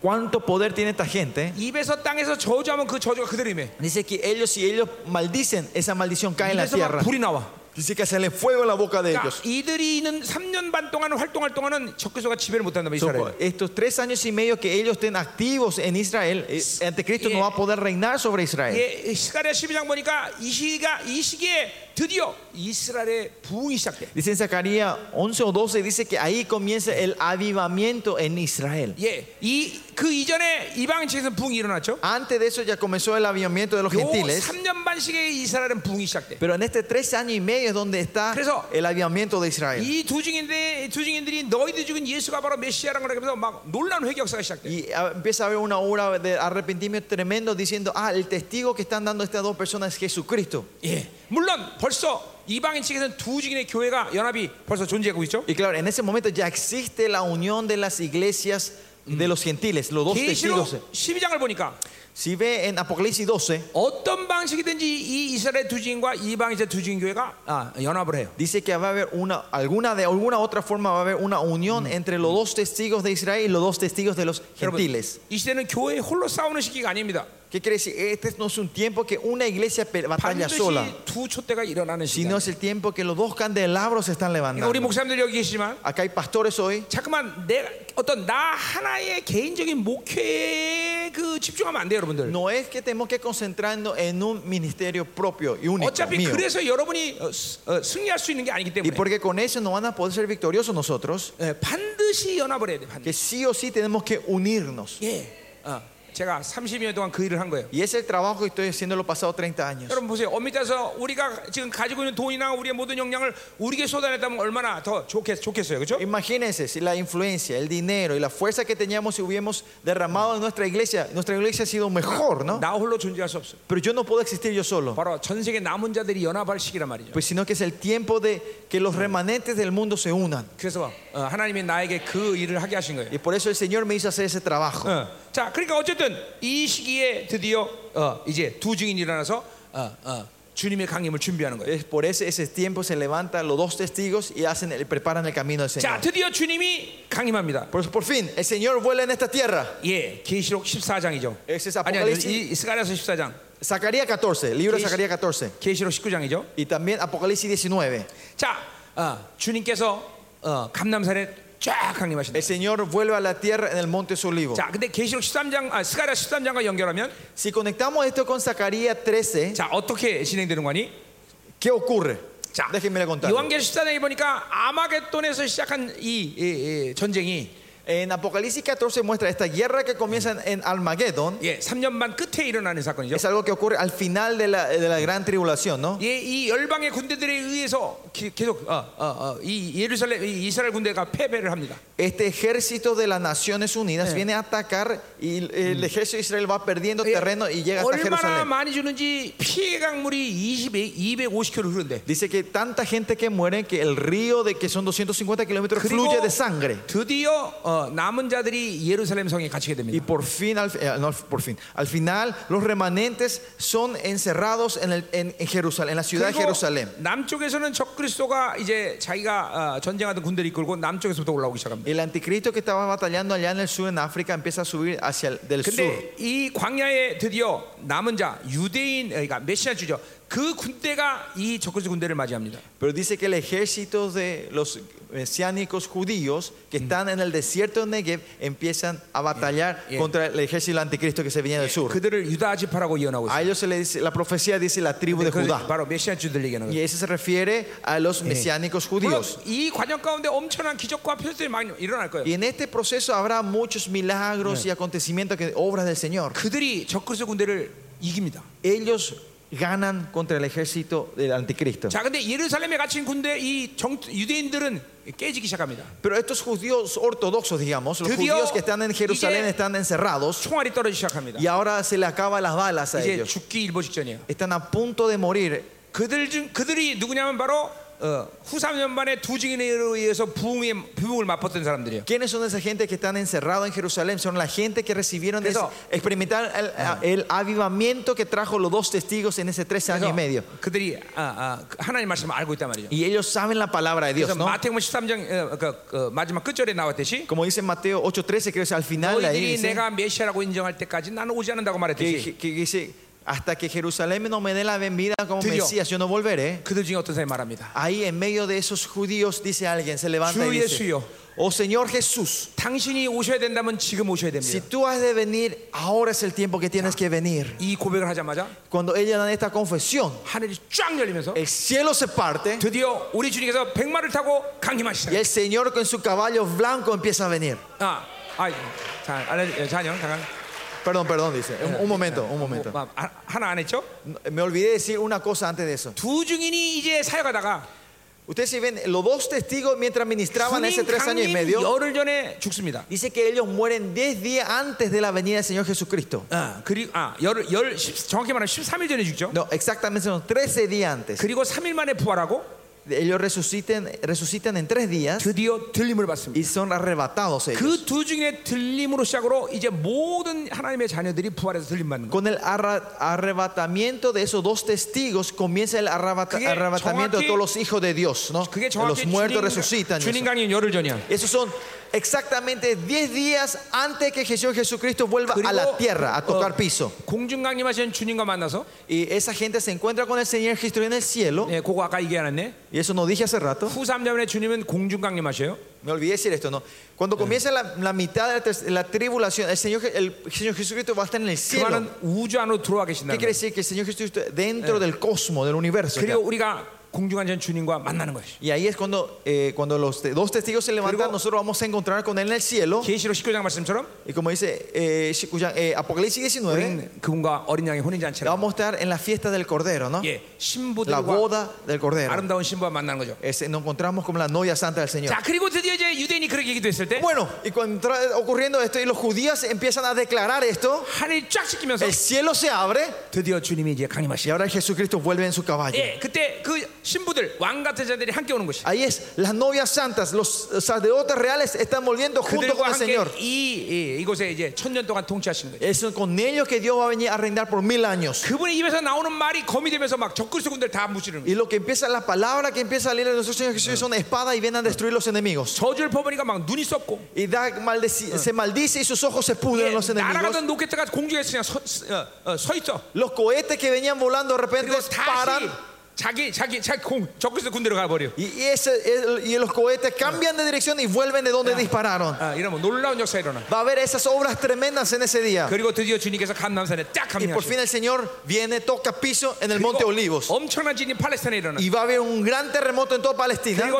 ¿Cuánto poder tiene esta gente? 입에서 땅에서 저주하면 그 저주가 그대로 임해. Dice que ellos, si ellos maldicen, esa maldición cae en la 입에서 막 tierra. 불이 나와. Dice que sale fuego en la boca de 그러니까 ellos. 이들이 있는 3년 반 동안 활동할 동안은 적그리스도가 지배를 못한다 면 So, 이스라엘. estos tres años y medio que ellos estén activos en Israel, eh, el anticristo no va a poder reinar sobre Israel. 예, 시가랴 12장 보니까 이 시기가 이 시기에 드디어 이스라엘의 부흥이 시작돼. Dice en Zacarías 11 o 12, dice que ahí comienza el avivamiento en Israel. 예, 이 그 이전에 이방 지에서 붕이 일어났죠. Antes de eso ya comenzó el avivamiento de los 요 gentiles. 3년 반씩의 이스라엘은 붕이 시작돼. Pero en este tres años y medio es donde está Entonces, el avivamiento de Israel. 이 두 중인데 두 중인들이 너희들 죽은 예수가 바로 메시아라는 걸 하면서 막 놀라운 회개 역사가 시작돼. Y ah, empieza a haber una obra de arrepentimiento tremendo diciendo, ah, el testigo que están dando estas dos personas es Jesucristo. 예. 물론 벌써 이방인 측에서는 두 중인의 교회가 연합이 벌써 존재하고 있죠. Y claro, en ese momento ya existe la unión de las iglesias de los gentiles, los dos 계시록 testigos. 12장을 보니까 Si ve en Apocalipsis 12, 어떤 방식이든지 이 이스라엘 두 중인과 이방인의 두 중인 교회가 아, 연합을 해요. dice que va a haber una, alguna de alguna otra forma va a haber una unión entre los dos testigos de Israel y los dos testigos de los 여러분, gentiles. 이 시대는 교회 홀로 싸우는 시기가 아닙니다. ¿Qué quiere decir? Este no es un tiempo que una iglesia pe- batalla 반드시 sola, 두 촛대가 일어나는 시기다. sino es el tiempo que los dos candelabros se están 그러니까 우리 levantando. 목사님들 여기 계시지만 Acá hay pastores hoy. 잠깐만 내 어떤 나 하나의 개인적인 목회에 그 집중하면 안 돼요, 여러분들. No es que tenemos que concentrarnos en un ministerio propio y único 어차피 mío. 그래서 여러분이 어, 스- 어, 승리할 수 있는 게 아니기 Y 때문에 porque con eso no van a poder ser victoriosos nosotros, 예, 반드시 연합을 해야 돼. 반드시. que sí o sí tenemos que unirnos. 예. 어, 제가 30년 동안 그 일을 한 거예요. Y es el trabajo que estoy haciendo los pasados 30 años. 여러분 보세요. 엄밀해서 우리가 지금 가지고 있는 돈이나 우리의 모든 역량을 우리에게 쏟아냈다면 얼마나 더 좋겠, 좋겠어요, 그렇죠? Imagínense si la influencia, el dinero y la fuerza que teníamos si hubiéramos derramado en nuestra iglesia, nuestra iglesia ha sido mejor, ¿no? 나 홀로 존재할 수 없어요. Pero yo no puedo existir yo solo, 바로 전 세계 남은 자들이 연합할 시기란 말이죠. pues sino que es el tiempo de que los remanentes del mundo se unan. 그래서 어, 하나님이 나에게 그 일을 하게 하신 거예요. Y por eso el Señor me hizo hacer ese trabajo. 어, 자, 그러니까 어쨌든 이 시기에 드디어 어, 이제 두 증인이 일어나서 어, 어, 주님의 강림을 준비하는 거예요. Es por ese, ese tiempo se levantan los dos testigos y hacen, el- preparan el camino del 자, Señor. 드디어 주님이 강림합니다. Por, eso, por fin, el Señor vuela en esta tierra. 예, 계시록 14장이죠. Ese es 아니, 아니, Apocalipsis. 이- 이 스가랴서 14장, Zacarías 14, libro de Sí. Zacarías 14. 계시록 19장이죠. Y también Apocalipsis 19. 자, 어, 주님께서 어, 감남산에 쫙 강림하신다. El Señor vuelve a la tierra en el monte Solivo. 자, 근데 계시록 13장, 아, 스가랴 13장과 연결하면 Si conectamos esto con Zacarías 13, 자, 어떻게 진행되는 거니? ¿qué ocurre? 자, Déjenme le contar. 요한계시 14장에 보니까 아마겟돈에서 시작한 이, 이- 이 전쟁이 En Apocalipsis 14 muestra esta guerra que comienza en- en Armagedón. 예, 3년 반 끝에 일어나는 예, 사건이죠. Es algo que ocurre al final de la, de la gran tribulación, ¿no? 예, 이 열방의 군대들에 의해서 기- 계속 어, 어, 어, 이 예루살렘 이 이스라엘 군대가 패배를 합니다. Este ejército de las Naciones Unidas viene a atacar y el- el ejército de Israel va perdiendo 예, terreno y llega hasta 얼마나 Jerusalén. 많이 주는지 피해 강물이 20, 250km 흐른대. Dice que tanta gente que muere que el río de que son 250 kilómetros fluye de sangre. 드디어 어, 남은 자들이 예루살렘 성에 갇히게 Y 됩니다. por fin, al, eh, no, por fin, al final los remanentes son encerrados en, el- en- en Jerusalén, en la ciudad de 그리고 Jerusalén. 남쪽에서는 적그리스도가 이제 자기가 어, 전쟁하던 군대를 이끌고 남쪽에서부터 올라오기 시작합니다. El anticristo que estaba batallando allá en el sur en África empieza a subir hacia el del sur. 근데 이 광야에 드디어 남은 자 유대인 그러니까 메시아 주죠. 그 군대가 이 적그리스도 군대를 맞이합니다. Pero dice que el ejército de los mesiánicos judíos que están en el desierto de Negev empiezan a batallar yeah. contra el ejército del anticristo que se viene del sur. 그들을 유다 지파라고 예언하고 있어요. A ellos se les dice, la profecía dice la tribu de 아, 그것이 Judá. 바로 메시아 주들 얘기하는 Y 거예요. eso se refiere a los mesiánicos 물론 judíos. 이 과정 가운데 엄청난 기적과 표적들이 많이 일어날 거예요. Y en este proceso habrá muchos milagros y acontecimientos que obras del Señor. 그들이 적그리스도 군대를 이깁니다. Ellos ganan contra el ejército del anticristo. 자, 근데 예루살렘에 갇힌 군대 이 정, 유대인들은 깨지기 시작합니다. Pero estos judíos ortodoxos, digamos, los Judío- judíos que están en Jerusalén 이제- están encerrados 총알이 떨어지기 시작합니다. y ahora se le acaban las balas a 이제 ellos. 죽기 일보 직전이에요. Están a punto de morir. 그들 중 그들이 누구냐면 바로 어, 후삼년반의 두 증인에 의해서 부흥의 부흥을 맛봤던 사람들이에요. ¿Quiénes son esa gente que están encerrados en Jerusalén? Son la gente que recibieron, Eso. Ah. ese- experimentaron el, el avivamiento que trajo los dos testigos en ese tres años y medio. 그래서 그들이 아, 아, 그 하나님 말씀을 알고 있단 말이죠. Y ellos saben la palabra de 그래서 Dios, ¿no? 마태복음 13장 어, 그, 그 마지막 끝절에 나왔듯이 Como dice en Mateo 8:13, creo que es al final de ahí 너희들이 dice 내가 메시아라고 인정할 때까지 나는 오지 않는다고 말했듯이 que, que dice, hasta que Jerusalén no me dé la bienvenida como Te dio. Mesías, yo no volveré. 그들 중에 어떤 사람이 말합니다. Ahí en medio de esos judíos dice alguien, se levanta 주 y dice, 예수여, oh Señor Jesús, 당신이 오셔야 된다면 지금 오셔야 si 됩니다. tú has de venir, ahora es el tiempo que tienes que venir. 이 고백을 하자마자 Cuando ellos dan esta confesión, 하늘이 쫙 열리면서 el cielo se parte 드디어 우리 주님께서 백마를 타고 y 강림하시다. 예. el Señor con su caballo blanco empieza a venir. 아, 아, 자, 알려, 예, 잔영 잠깐. Perdón, perdón, dice. Un, un momento, un momento. 뭐, 아, 하나 안 했죠? Me olvidé decir una cosa antes de eso. 두 증인이 이제 사역하다가 Ustedes si ven, los dos testigos mientras ministraban hace 군인 tres años 강림 y medio, 열흘 전에 죽습니다. dice que ellos mueren 10 días antes de la venida del Señor Jesucristo. 아, 그리고 아, 열흘 열 십- 정확히 말하면 13일 전에 죽죠. No, exactamente son 13 días antes. 그리고 3일 만에 부활하고 Ellos resuciten, resucitan en tres días 드디어 들림을 받습니다. y son arrebatados ellos. 그 두 중에 들림으로 시작으로 이제 모든 하나님의 자녀들이 부활해서 들림 받는 거. Con el arra- arrebatamiento de esos dos testigos comienza el arrebata- 그게 arrebatamiento de 정확히- todos los hijos de Dios. ¿no? 그게 Los 정확히 muertos 주님, resucitan. y 주님 강림 열흘 전이야. Esos son exactamente 10 días antes que Jesús Jesucristo vuelva a la tierra a Oh. tocar piso. 어, 공중 강림하신 주님과 만나서 Y esa gente se encuentra con el Señor Jesús en el cielo. 네, 그거 아까 얘기 안 했네. Y eso no dije hace rato. 후 3자문에 주님은 공중 강림하셔요. 그 Me olvidé decir esto, ¿no? Cuando comienza la, la mitad de la, ter- la tribulación, el Señor, Je- el Señor Jesucristo va a estar en el cielo. 그거는 우주 안으로 들어와 ¿Qué 계신다는 quiere 거예요. decir? Que el Señor Jesucristo dentro del cosmos, del universo. 그리고 우리가 공중하신 주님과 만나는 것이죠. Y ahí es cuando, eh, cuando los te- dos testigos se levantan, Luego- nosotros vamos a encontrar con él en el cielo. 계시록 19장 말씀처럼 Y como dice eh, Shikuyan- eh, Apocalipsis 19, 우리는 그분과 어린 양의 혼인 잔치라. vamos a estar en la fiesta del Cordero, ¿no? 예, La 신부들과 boda del Cordero. 아름다운 신부와 만나는 거죠. Ese, nos encontramos como la novia santa del Señor. 자, 그리고 드디어 이제 유대인이 그렇게 얘기도 했을 때 Bueno, y cuando tra- ocurriendo esto y los judíos empiezan a declarar esto, 하늘이 쫙 씻기면서 el cielo se abre 드디어 주님이 이제 y 강림하시죠. ahora Jesucristo vuelve en su caballo. 예, 그때 그 신부들 왕 같은 자들이 함께 오는 것이. Ahí es, las novias santas, los sacerdotes reales están volviendo junto 그들과 con el 함께 Señor. 이, 이 이곳에 이제 천년 동안 통치하신 거예요. Es con ellos que Dios va a venir a reinar por mil años. 그분의 입에서 나오는 말이 검이 되면서 막 적그리스군들 다 무시는 거예요. Y lo que empieza, la palabra que empieza a salir de nuestro Señor Jesús son espada y vienen a destruir los enemigos. 저주를 퍼보니까 막 눈이 썩고 Y da maldeci- se maldice y sus ojos se 예, pudren los enemigos. 날아가던 로켓가 공중에서 그냥 서, 서- 어, 어, 서 있어. Los cohetes que venían volando de repente 그리고 다시 paran. 자기 자기 자기 공 적그리스 군대로 가버려. Y, y ese- el- y los cohetes cambian de dirección y vuelven de donde dispararon. 아, 이러면 놀라운 역사 일어나. Va a haber esas obras tremendas en ese día. 그리고 드디어 주님께서 감남산에 딱 Y por 감리하시고 fin el Señor viene, toca piso en el Monte Olivos. 엄청난 진이 팔레스타인에 일어나. Y va a haber un gran terremoto en toda Palestina. 그리고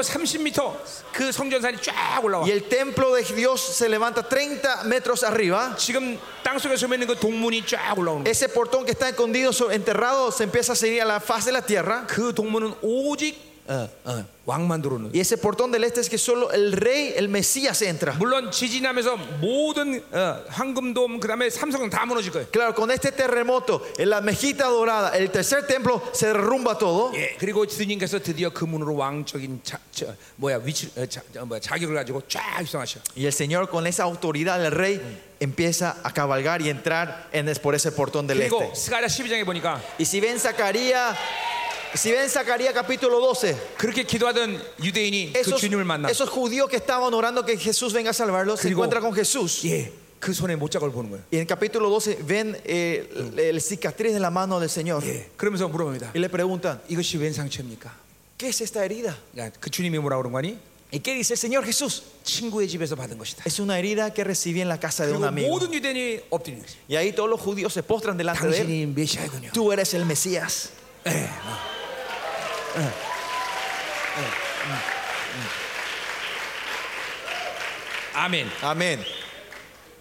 30m 그 성전산이 쫙 올라와. Y el templo de Dios se levanta 30 metros arriba. 지금 땅속에 숨어 있는 그 동문이 쫙 올라오는 거예요. Ese portón que está escondido, so- enterrado, se empieza a seguir a la faz de la tierra. 그 동문은 오직 어, 어, 왕만 들어오는 거예요. Y ese portón del este es que solo el rey, el Mesías entra. 물론 지진하면서 모든 어, 황금돔 그다음에 삼성은 다 무너질 거예요. Claro, con este terremoto, en la mejita dorada, el tercer templo se derrumba todo. 예, 그리고 주님께서 드디어 그 문으로 왕적인 자, 저, 뭐야 위치 어, 자, 어, 뭐야, 자격을 가지고 쫙 입성하셔. Y el Señor con esa autoridad del rey empieza a cabalgar y entrar en es- por ese portón del este. 그리고 스가랴 12장에 보니까 Y si ven Zacarías, si ven Zacarías capítulo 12, 그렇게 기도하던 유대인이 그 esos, 주님을 만나. esos judíos que estaban orando que Jesús venga a salvarlos, se Crigo. encuentran con Jesús. 예, 그 손에 못자국을 보는 거예요. Y en el capítulo 12 ven eh, la- la cicatriz de la mano del Señor 예, 그러면서 물어봅니다. y le preguntan, 이것이 웬 상처입니까? ¿qué es esta herida? 야, 그 주님이 뭐라 그런 거니? 예, ¿Y qué dice el Señor Jesús? 친구의 집에서 받은 것이다. Es una herida que recibí en la casa de un 그리고 amigo. 모든 유대인이 엎드리는 거죠. Y ahí todos los judíos se postran 아, delante de 당신이 él. 메시아군요. Tú eres el Mesías. 아멘. Amén.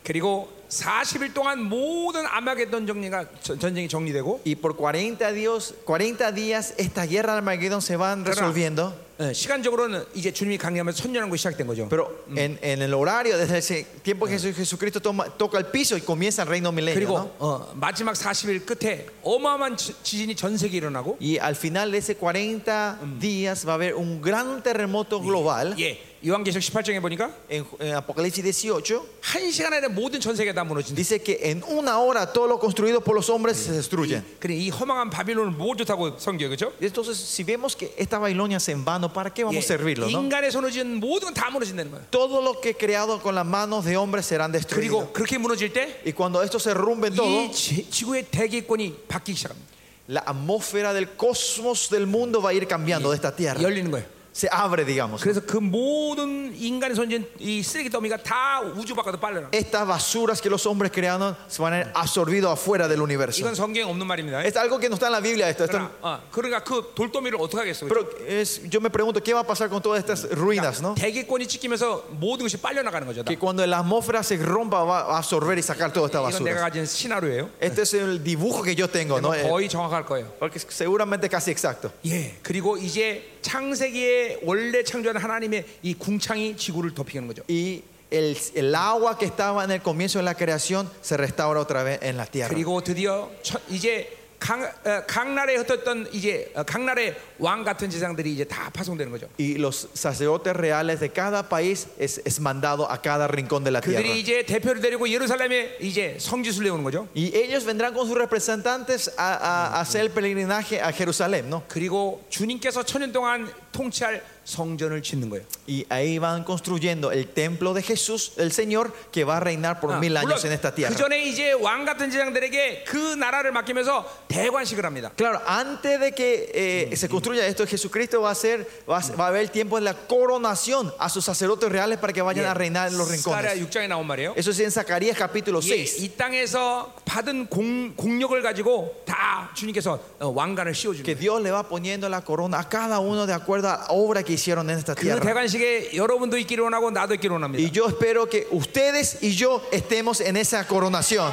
그리고 40일 동안 모든 암흑했던 정리가 전- 전쟁이 정리되고 Y por 40, Dios, 40 días esta guerra de Armagedón se van Claro. resolviendo. 예, 시간적으로는 이제 주님이 강림하면서 천년한 것이 시작된 거죠. Pero en, en el horario, desde ese tiempo que Jesús- Jesucristo toma- toca el piso y comienza el reino milenio. 그리고 ¿no? 어, 마지막 40일 끝에 어마어마한 지- 지진이 전 세계에 일어나고 Y al final de ese 40 días va a haber un gran terremoto global. 예, 요한계시록 18장에 보니까 En, en Apocalipsis 18 한 시간 안에 모든 전 세계가 다 무너진다. dice que en una hora todo lo construido por los hombres se destruye. 그래 이 허망한 바빌론을 뭐 좋다고 성경 그죠? Y entonces, si vemos que esta Babilonia es en vano, ¿para qué 예, vamos a servirlo? no? 인간의 손으로 지은 모든 건 다 무너진다는 거예요. Todo lo que creado con las manos de hombres serán 그리고 destruidos. 그렇게 무너질 때 Y cuando esto se rumbe todo, 이 지- 지구의 대기권이 바뀌기 시작합니다. la atmósfera del cosmos del mundo va a ir cambiando de esta tierra. 열리는 거예요. se abre, digamos. 그래서 그 모든 인간의 존재는 이 쓰레기 더미가 다 우주 밖으로 빨려나. Estas basuras que los hombres crearon se van a ver absorbidos afuera del universo. 이건 성경에 없는 말입니다. Es algo que no está en la Biblia esto. esto- 그러나, 어, 그러니까 그 돌더미를 어떻게 하겠어? pero es- yo me pregunto qué va a pasar con todas estas ruinas, ¿no? 대기권이 찍히면서 모든 것이 빨려 나가는 거죠. 다. Que cuando la atmósfera se rompa va a absorber y sacar toda esta 이건 내가 basura. 가진 시나리오예요. Este es el dibujo que yo 네, tengo, ¿no? Eh, 거의 정확할 거예요. Porque es seguramente casi exacto. 예. 그리고 이제 창세기의 원래 창조한 하나님의 이 궁창이 지구를 덮이는 거죠. Y el, el agua que estaba en el comienzo de la creación se restaura otra vez en la tierra. 그리고 드디어 첫- 이제 강, 어, 강날에 흩었던 이제 어, 강날의 왕 같은 지상들이 이제 다 파송되는 거죠. Y los sacerdotes reales de cada país es, es mandado a cada rincón de la tierra. 그들이 이제 대표를 데리고 예루살렘에 이제 성지순례 오는 거죠. Y ellos vendrán con sus representantes a, a- a hacer el peregrinaje a Jerusalén, ¿no? 그리고 주님께서 천년 동안 통치할 성전을 짓는 거예요. Y ahí van construyendo el templo de Jesús, el Señor, que va a reinar por 아, mil 물론 años en esta 그 tierra. 전에 이제 왕 같은 제장들에게 그 나라를 맡기면서 대관식을 합니다. Claro, antes de que eh, se construya esto, Jesucristo va a hacer, va a, va a haber el tiempo de la coronación a sus sacerdotes reales para que vayan a reinar en los 스가랴 rincones. 6장에 예. 나온 말이에요. Eso es en Zacarías capítulo 예, 6. 이 땅에서 받은 공, 공력을 가지고 다 주님께서 어, 왕관을 씌워주는 Que 거예요. Dios le va poniendo la corona a cada uno de acuerdo a la obra que hicieron en esta 그 tierra. 대관식에 여러분도 있기를 원하고 나도 있기를 Y 원합니다. yo espero que ustedes y yo estemos en esa coronación.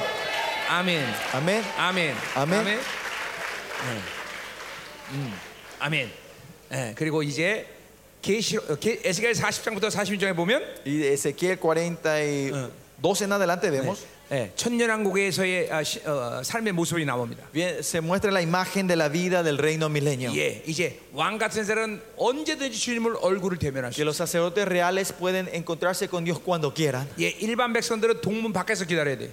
아멘. Amén. 아멘. 아멘. 아멘. 네. 음, 아멘. 예, 그리고 이제 계시 어, 계- 에스겔 40장부터 41장에 보면 Y de Ezequiel 42 en adelante vemos, 예, 천년왕국에서의 아, 시- 어, 삶의 모습이 나옵니다. bien, se muestra la imagen de la vida del reino milenio. 예, 이제 왕 같은 사람은 언제든지 주님을 얼굴을 대면할 수. Que 있어요. los sacerdotes reales pueden encontrarse con Dios cuando quieran. 예, 일반 백성들은 동문 밖에서 기다려야 돼.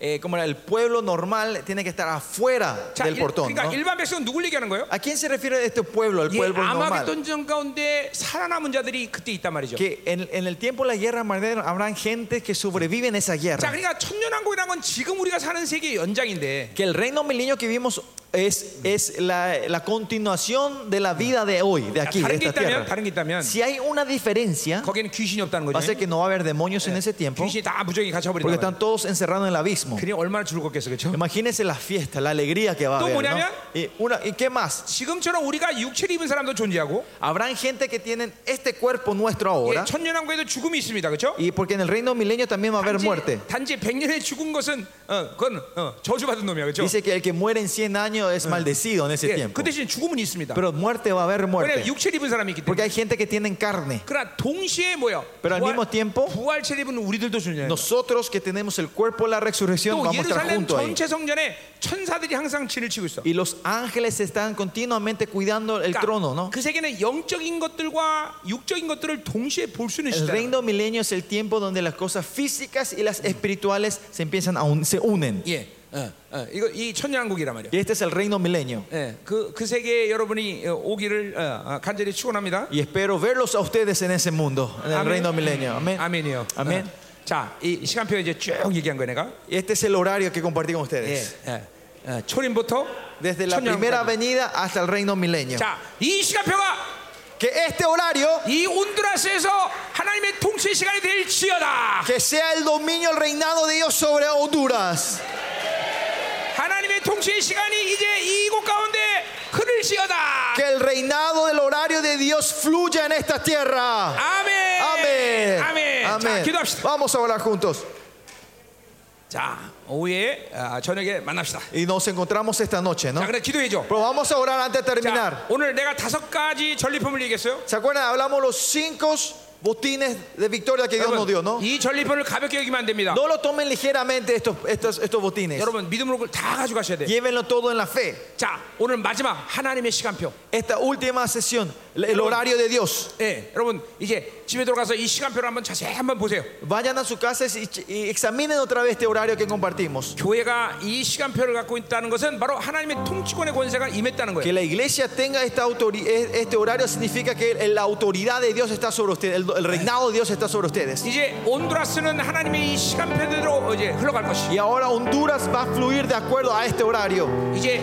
Eh, como era el pueblo normal tiene que estar afuera 자, del 일, portón. 그러니까 ¿no? 일반 백성은 누굴 얘기하는 거예요? ¿A quién se refiere este pueblo? El 예, pueblo normal. 아마겟돈 전 가운데 살아남은 자들이 그때 있단 말이죠. Que en, en el tiempo de la guerra Magdalena, habrán gente que sobreviven a esa 자, guerra. 그러니까 천년왕국이라는 건 지금 우리가 사는 세계의 연장인데 Que el reino milenio que vimos es, es la, la continuación de la vida de hoy, de 자, aquí, de 다른 게 esta 있다면 tierra. 다른 게 있다면 Si hay una diferencia, 거기는 귀신이 없다는 va a ser 거죠. que no va a haber demonios en ese tiempo 귀신이 다 무정이 porque 갇혀버린다. están todos encerrados en el abismo. 그냥 얼마나 즐겁겠어, 그렇죠? Imagínense la fiesta, la alegría que va a ¿Tú, haber. ¿no? Muriel? Y, una- ¿y qué más? 지금처럼 우리가 육체를 입은 사람도 존재하고 Habrán gente que tienen este cuerpo nuestro ahora 예, 천년왕국에도 죽음이 있습니다, 그렇죠? y porque en el reino milenio también va a haber 단지, muerte. 단지 100년에 죽은 것은 어, 그건 어, 저주받은 놈이야, 그렇죠? Dice que el que muere en 100 años es maldecido en ese 예, tiempo. 그 대신 죽음은 있습니다. Pero muerte va a haber 왜냐면 muerte. 육체를 입은 사람이 있기 때문에. Porque hay gente que tienen carne. 그러나 동시에 뭐야? Pero al mismo tiempo, 부활체를 입은 우리들도 존재해요. nosotros que tenemos el cuerpo de la resurrección 또 vamos a estar 예루살렘 juntos ahí. 전체 성전에 천사들이 항상 진을 치고 있어. Y los ángeles están continuamente cuidando el trono, ¿no? 그 세계는 영적인 것들과 육적인 것들을 동시에 볼 수 있는 El 시대. reino milenio es el tiempo donde las cosas físicas y las espirituales se empiezan a un- se unen. 예, 어, 어, 이거 이 천년왕국이란 말이야. Y este es el reino milenio. 예, 그, 그 세계에 여러분이 어, 오기를 어, 어, 간절히 축원합니다. Y espero verlos a ustedes en ese mundo, en el Amén. reino milenio. Amén. 아멘이요. 아멘. 어. 자, 이 시간표 이제 쭉 얘기한 거 내가. Y este es el horario que compartí con 예, ustedes. 예, 예, 초림부터 Desde la 천년왕국까지. primera venida hasta el reino milenio. 자, 이 시간표가 Que este horario, 이 온두라스에서 하나님의 통치 시간이 될지어다. que sea el dominio, el reinado de Dios sobre Honduras. 하나님의 통치 시간이 이제 이곳 가운데 흐를지어다. Que el reinado del horario de Dios fluya en esta tierra. 아멘. Amén. 아멘. 자, Amén. 기도합시다. Vamos a orar juntos. 자, 오후에 아, 저녁에 만납시다. 자, Y nos encontramos esta noche, ¿no? 그래 기도해 줘. Pero vamos a orar antes de 자, terminar. 오늘 내가 다섯 가지 전리품을 얘기했어요. ¿Se acuerdan? Hablamos los cinco botines de victoria que Dios nos dio, ¿no? 이 전리품을 가볍게 여기면 안 됩니다. No lo tomen ligeramente estos, estos, estos botines. 여러분 믿음으로 그걸 다 가져가셔야 돼. Llévenlo todo en la fe. 자, 오늘 마지막 하나님의 시간표. Esta última sesión, el horario de Dios. 예, 여러분 이제 집에 들어가서 이 시간표를 한번 자세히 한번 보세요. Vayan a sus casas y, y examinen otra vez este horario que compartimos. 교회가 이 시간표를 갖고 있다는 것은 바로 하나님의 통치권의 권세가 임했다는 Que 거예요. la iglesia tenga esta autori- este horario significa que la autoridad de Dios está sobre ustedes, el, el reinado de Dios está sobre ustedes. 이제 온두라스는 하나님의 이 시간표대로 이제 흘러갈 것이. Y ahora Honduras va a fluir de acuerdo a este horario. 이제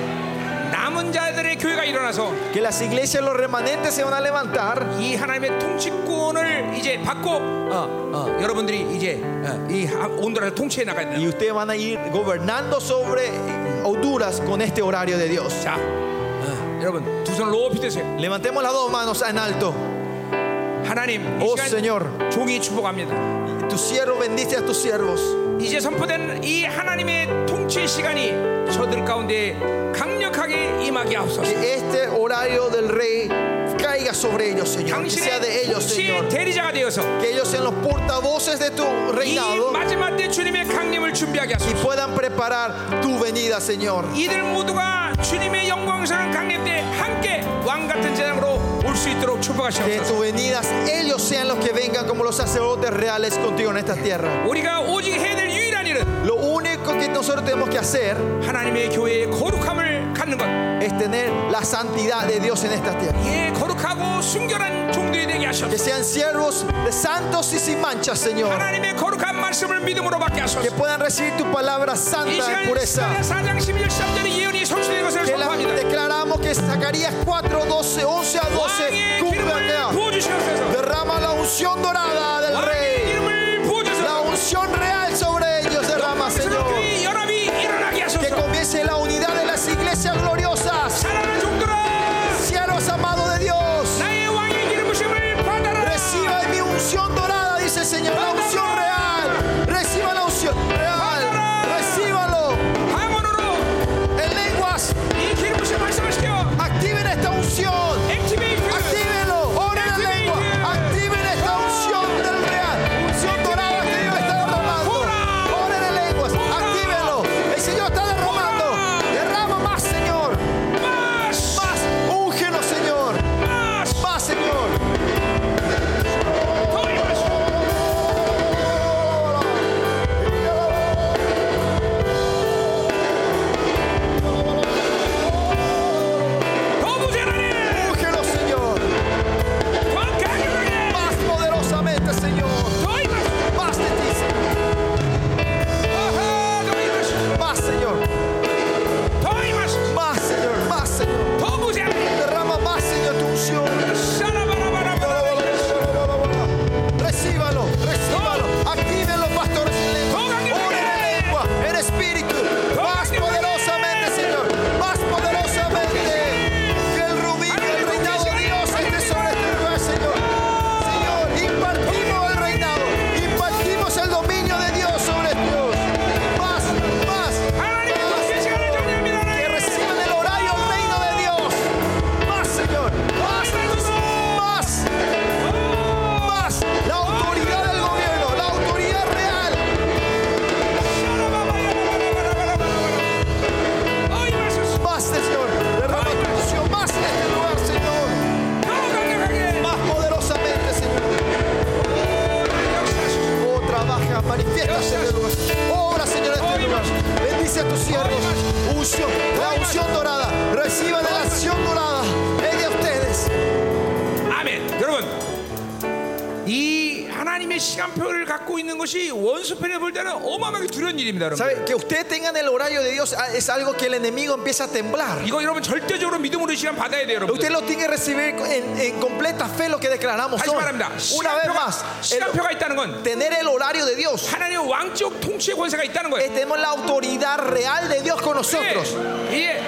남은 자들의 교회가 일어나서 Que las iglesias, los remanentes se van a levantar 이 하나님의 통치권을 이제 받고 어, 어, 여러분들이 이제 어, 이 하- 온도라를 통치해 나가야 y 된다. ustedes van a ir gobernando sobre Honduras con este horario de Dios. 자, 어, 여러분 두 손을 높이 드세요. Levantemos las dos manos en alto. 하나님, 이 Oh, 시간 Señor. 종이 축복합니다. Tu siervo bendice a tus siervos. 이제 선포된 이 하나님의 통치 시간이 저들 가운데 강력하게 임하게 하옵소서. Que este horario del rey caiga sobre ellos, Señor. Que sea de 당신의 ellos, 통치 Señor. 대리자가 되어서 Que ellos sean los portavoces de tu 이 reinado 마지막 때 주님의 강림을 준비하게 y 하소서. puedan preparar tu venida, Señor. 이들 모두가 주님의 영광스러운 강림 때 함께 왕 같은 재앙으로 올 수 있도록 Que en 축복하시옵소서. tus venidas ellos sean los que vengan como los sacerdotes reales contigo en esta tierra. 우리가 오직 해야 될 유일한 일은 Lo único que nosotros tenemos que hacer 하나님의 교회의 거룩함을 갖는 것. es tener la santidad de Dios en esta tierra. 예, 거룩하고 순결한 종들이 되게 Que 하셔서 sean siervos de santos y sin manchas, Señor. 하나님의 거룩한 말씀을 믿음으로 받게 Que 하소서. puedan recibir tu palabra 이 santa de 시간 pureza. 스가랴 4장 11절 13절의 예언이 성취된 것을 Que la- 선포합니다. declaramos que Zacarías 4, 12, 11 a 12 왕의 cumple 기름을 acá. 부어주시옵소서. Derrama la unción dorada del 왕의 rey. 기름을 La 부어주소서. unción real sobre ellos derrama, Señor. 그의 연합이 일어나게 Que 하소서. comience la unidad de las iglesias gloriosas. 사랑하는 종들아, Siervos amados de Dios, 나의 왕의 기름 부심을 받아라. reciba mi unción dorada, dice el Señor. La unción real. Reciba la unción real. Recíbalo. 방언으로 En lenguas, 이 기름 부심 말씀을 시켜. activen esta unción. 액티베이트. Actívenlo, oren en lengua, activen esta unción del real, unción dorada que Dios está derramando. Oren en lenguas, actívenlo. El Señor está derramando. Derrama más, Señor. 마스, Más, úngelo, Señor. 마스, Más, Señor. 거리 마스. 더 부재하니, Úngelo, Señor. 더 강력하게, Más poderosamente, Señor. 더 임하소서. Más de ti, Señor. 아하, 더 임하소서. Más, Señor. 더 임하소서. Más, Señor. Más, Señor. 더 부재하니. Derrama más, Señor, tu unción. 샤라바라바라바라. Recíbalo, recíbalo, actívenlo, pastores en lengua, oren en lengua, en espíritu, más poderosamente, Señor, más poderosamente. Que el rubí, el reinado de Dios esté sobre este lugar, Señor. Señor, impartimos el reinado, impartimos el dominio de Dios sobre Dios. Más, más, 하나님의 más. 통치 시간을 정리합니다, Que 하나님. reciban el horario el reino de Dios. Más, Señor. Más, más, más. La autoridad del gobierno, la autoridad real. 샤라바라바라바라바라바라바라. 더 임하소서. Más, Señor. Derrama tu unción más en este lugar, Señor. 더 강력하게. Más poderosamente, Señor. 역사하소서. Oh, trabaja, manifiesta, Señor. Obra, Señor, en este lugar. Bendice a tus siervos. Unción, la unción dorada. Reciban la unción dorada. Es de ustedes. 아멘. 여러분, 이 하나님의 시간표를 갖고 있는 것이 원수편에 볼 때는 어마어마하게 두려운 일입니다, 여러분. ¿Sabe? Que ustedes tengan el horario de Dios ah, es algo que el enemigo empieza a temblar. 이거 여러분 절대적으로 믿음으로 이 시간 받아야 돼요, 여러분. Usted lo tiene que recibir en, en completa fe lo que declaramos 다시 hoy. 말합니다. Una vez 시간표가, más, el- 시간표가 있다는 건 tener el horario de Dios. 하나님의 왕적 통치의 권세가 있다는 Eh, 거예요. Tenemos la autoridad real de Dios con nosotros. 이게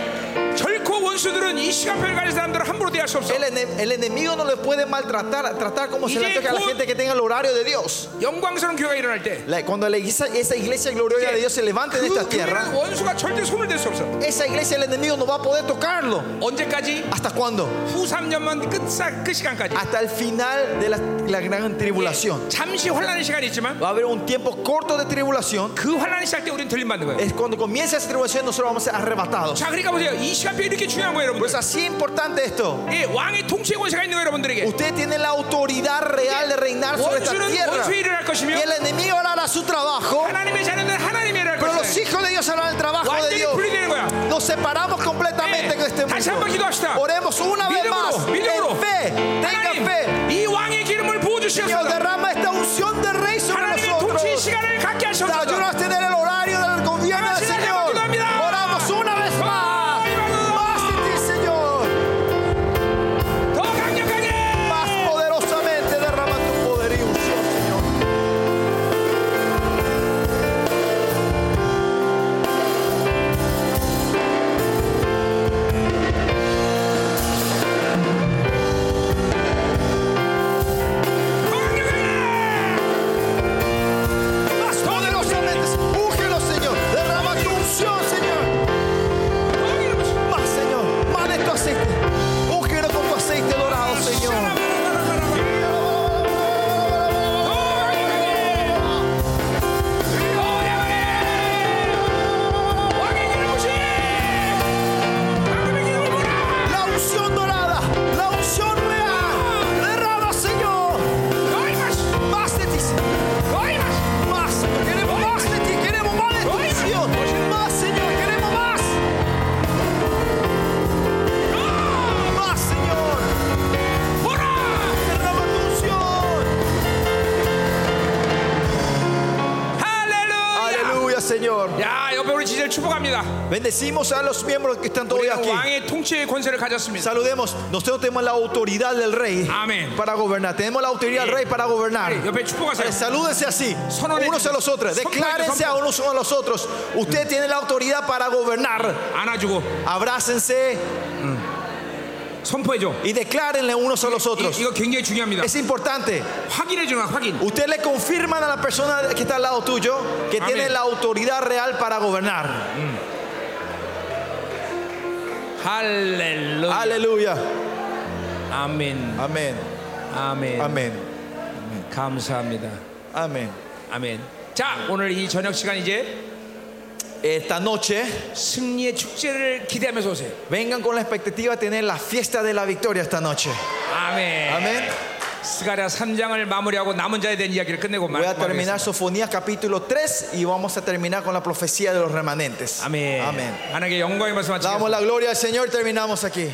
결코 네. 예. 원수들은 이 시간표를 가진 사람들을 함부로 대할 수 없어. El, ene- el enemigo no le puede maltratar, tratar como se le Iré toca a la con- gente que tenga el horario de Dios. 영광스러운 교회가 일어날 때, 예. La- cuando la iglesia- esa iglesia gloriosa de Dios se levante de esta 그 tierra, 교회는 원수가 절대 손을 댈 수 없어. esa iglesia el enemigo no va a poder tocarlo. 언제까지? ¿Hasta cuándo? 후 3년만 끝사 그 시간까지. Hasta el final de la, la gran tribulación. 잠시 환란의 시간이 있지만 Va a haber un tiempo corto de tribulación. 그 환란이 시작할 때 우리는 들림받는 거예요. Es cuando comienza esa tribulación nosotros vamos a ser arrebatados. 자, 그러니까 보세요. 이 시간표 이렇게 중요한 거예요, Pues 여러분들. así es importante esto. 예, 왕의 통치의 권세가 있는 거예요, 여러분들에게. Usted tiene la autoridad real de reinar sobre esta 원수는 tierra. 원수의 일을 할 것이며 Y el enemigo hará su trabajo, 하나님의 자녀들은 하나님의 일을 할 pero los 것이다. hijos de Dios harán el trabajo de 완전히 Dios. 분리되는 거야. Nos separamos completamente con este 다시 한번 mundo. 기도합시다. Oremos una vez más. 믿음으로, 믿음으로. En fe, tenga fe. 하나님, 이 왕의 기름을 Dios 부어주시옵소서. derrama esta unción del rey sobre 하나님의 통치의 nosotros. 시간을 갖게 하시옵소서. Ayúdanos a tener el horario del gobierno del 당신을 Señor. 기도합니다. Oramos una vez más. 아, 이방은 Más de ti, 축복합니다. Bendecimos a los miembros que están todavía 우리는 aquí. 왕의 통치의 권세를 가졌습니다. Saludemos. Nosotros tenemos la autoridad del rey Amén. para gobernar. Tenemos la autoridad del rey para gobernar. 네, 옆에 축복하세요. Salúdense así, Sonore- unos a los otros. Sonore- Declárense a unos a los otros. Usted tiene la autoridad para gobernar. 안아주고 Abrácense 선포해줘. y declárenle unos a los otros. 이, 이거 굉장히 중요합니다. Es importante. 확인해 주는 거야, 확인. Usted le confirman a la persona que está al lado tuyo que Amén. tiene la autoridad real para gobernar. 할렐루야. Aleluya. 아멘. Amén. 아멘. Amén. 감사합니다. Amén. 아멘. 자, 오늘 이 저녁 시간 이제 Esta noche 승리의 축제를 기대하면서 오세요. vengan con la expectativa de tener la fiesta de la victoria esta noche. 아멘. Amén. 스가랴 3장을 마무리하고 남은 자에 대한 이야기를 끝내고 마- Voy a 마무리하겠습니다. terminar Sofonías capítulo 3 y vamos a terminar con la profecía de los remanentes. 아멘. Amén. 하나님께 영광의 말씀 Damos 마치겠습니다. la gloria al Señor, terminamos aquí.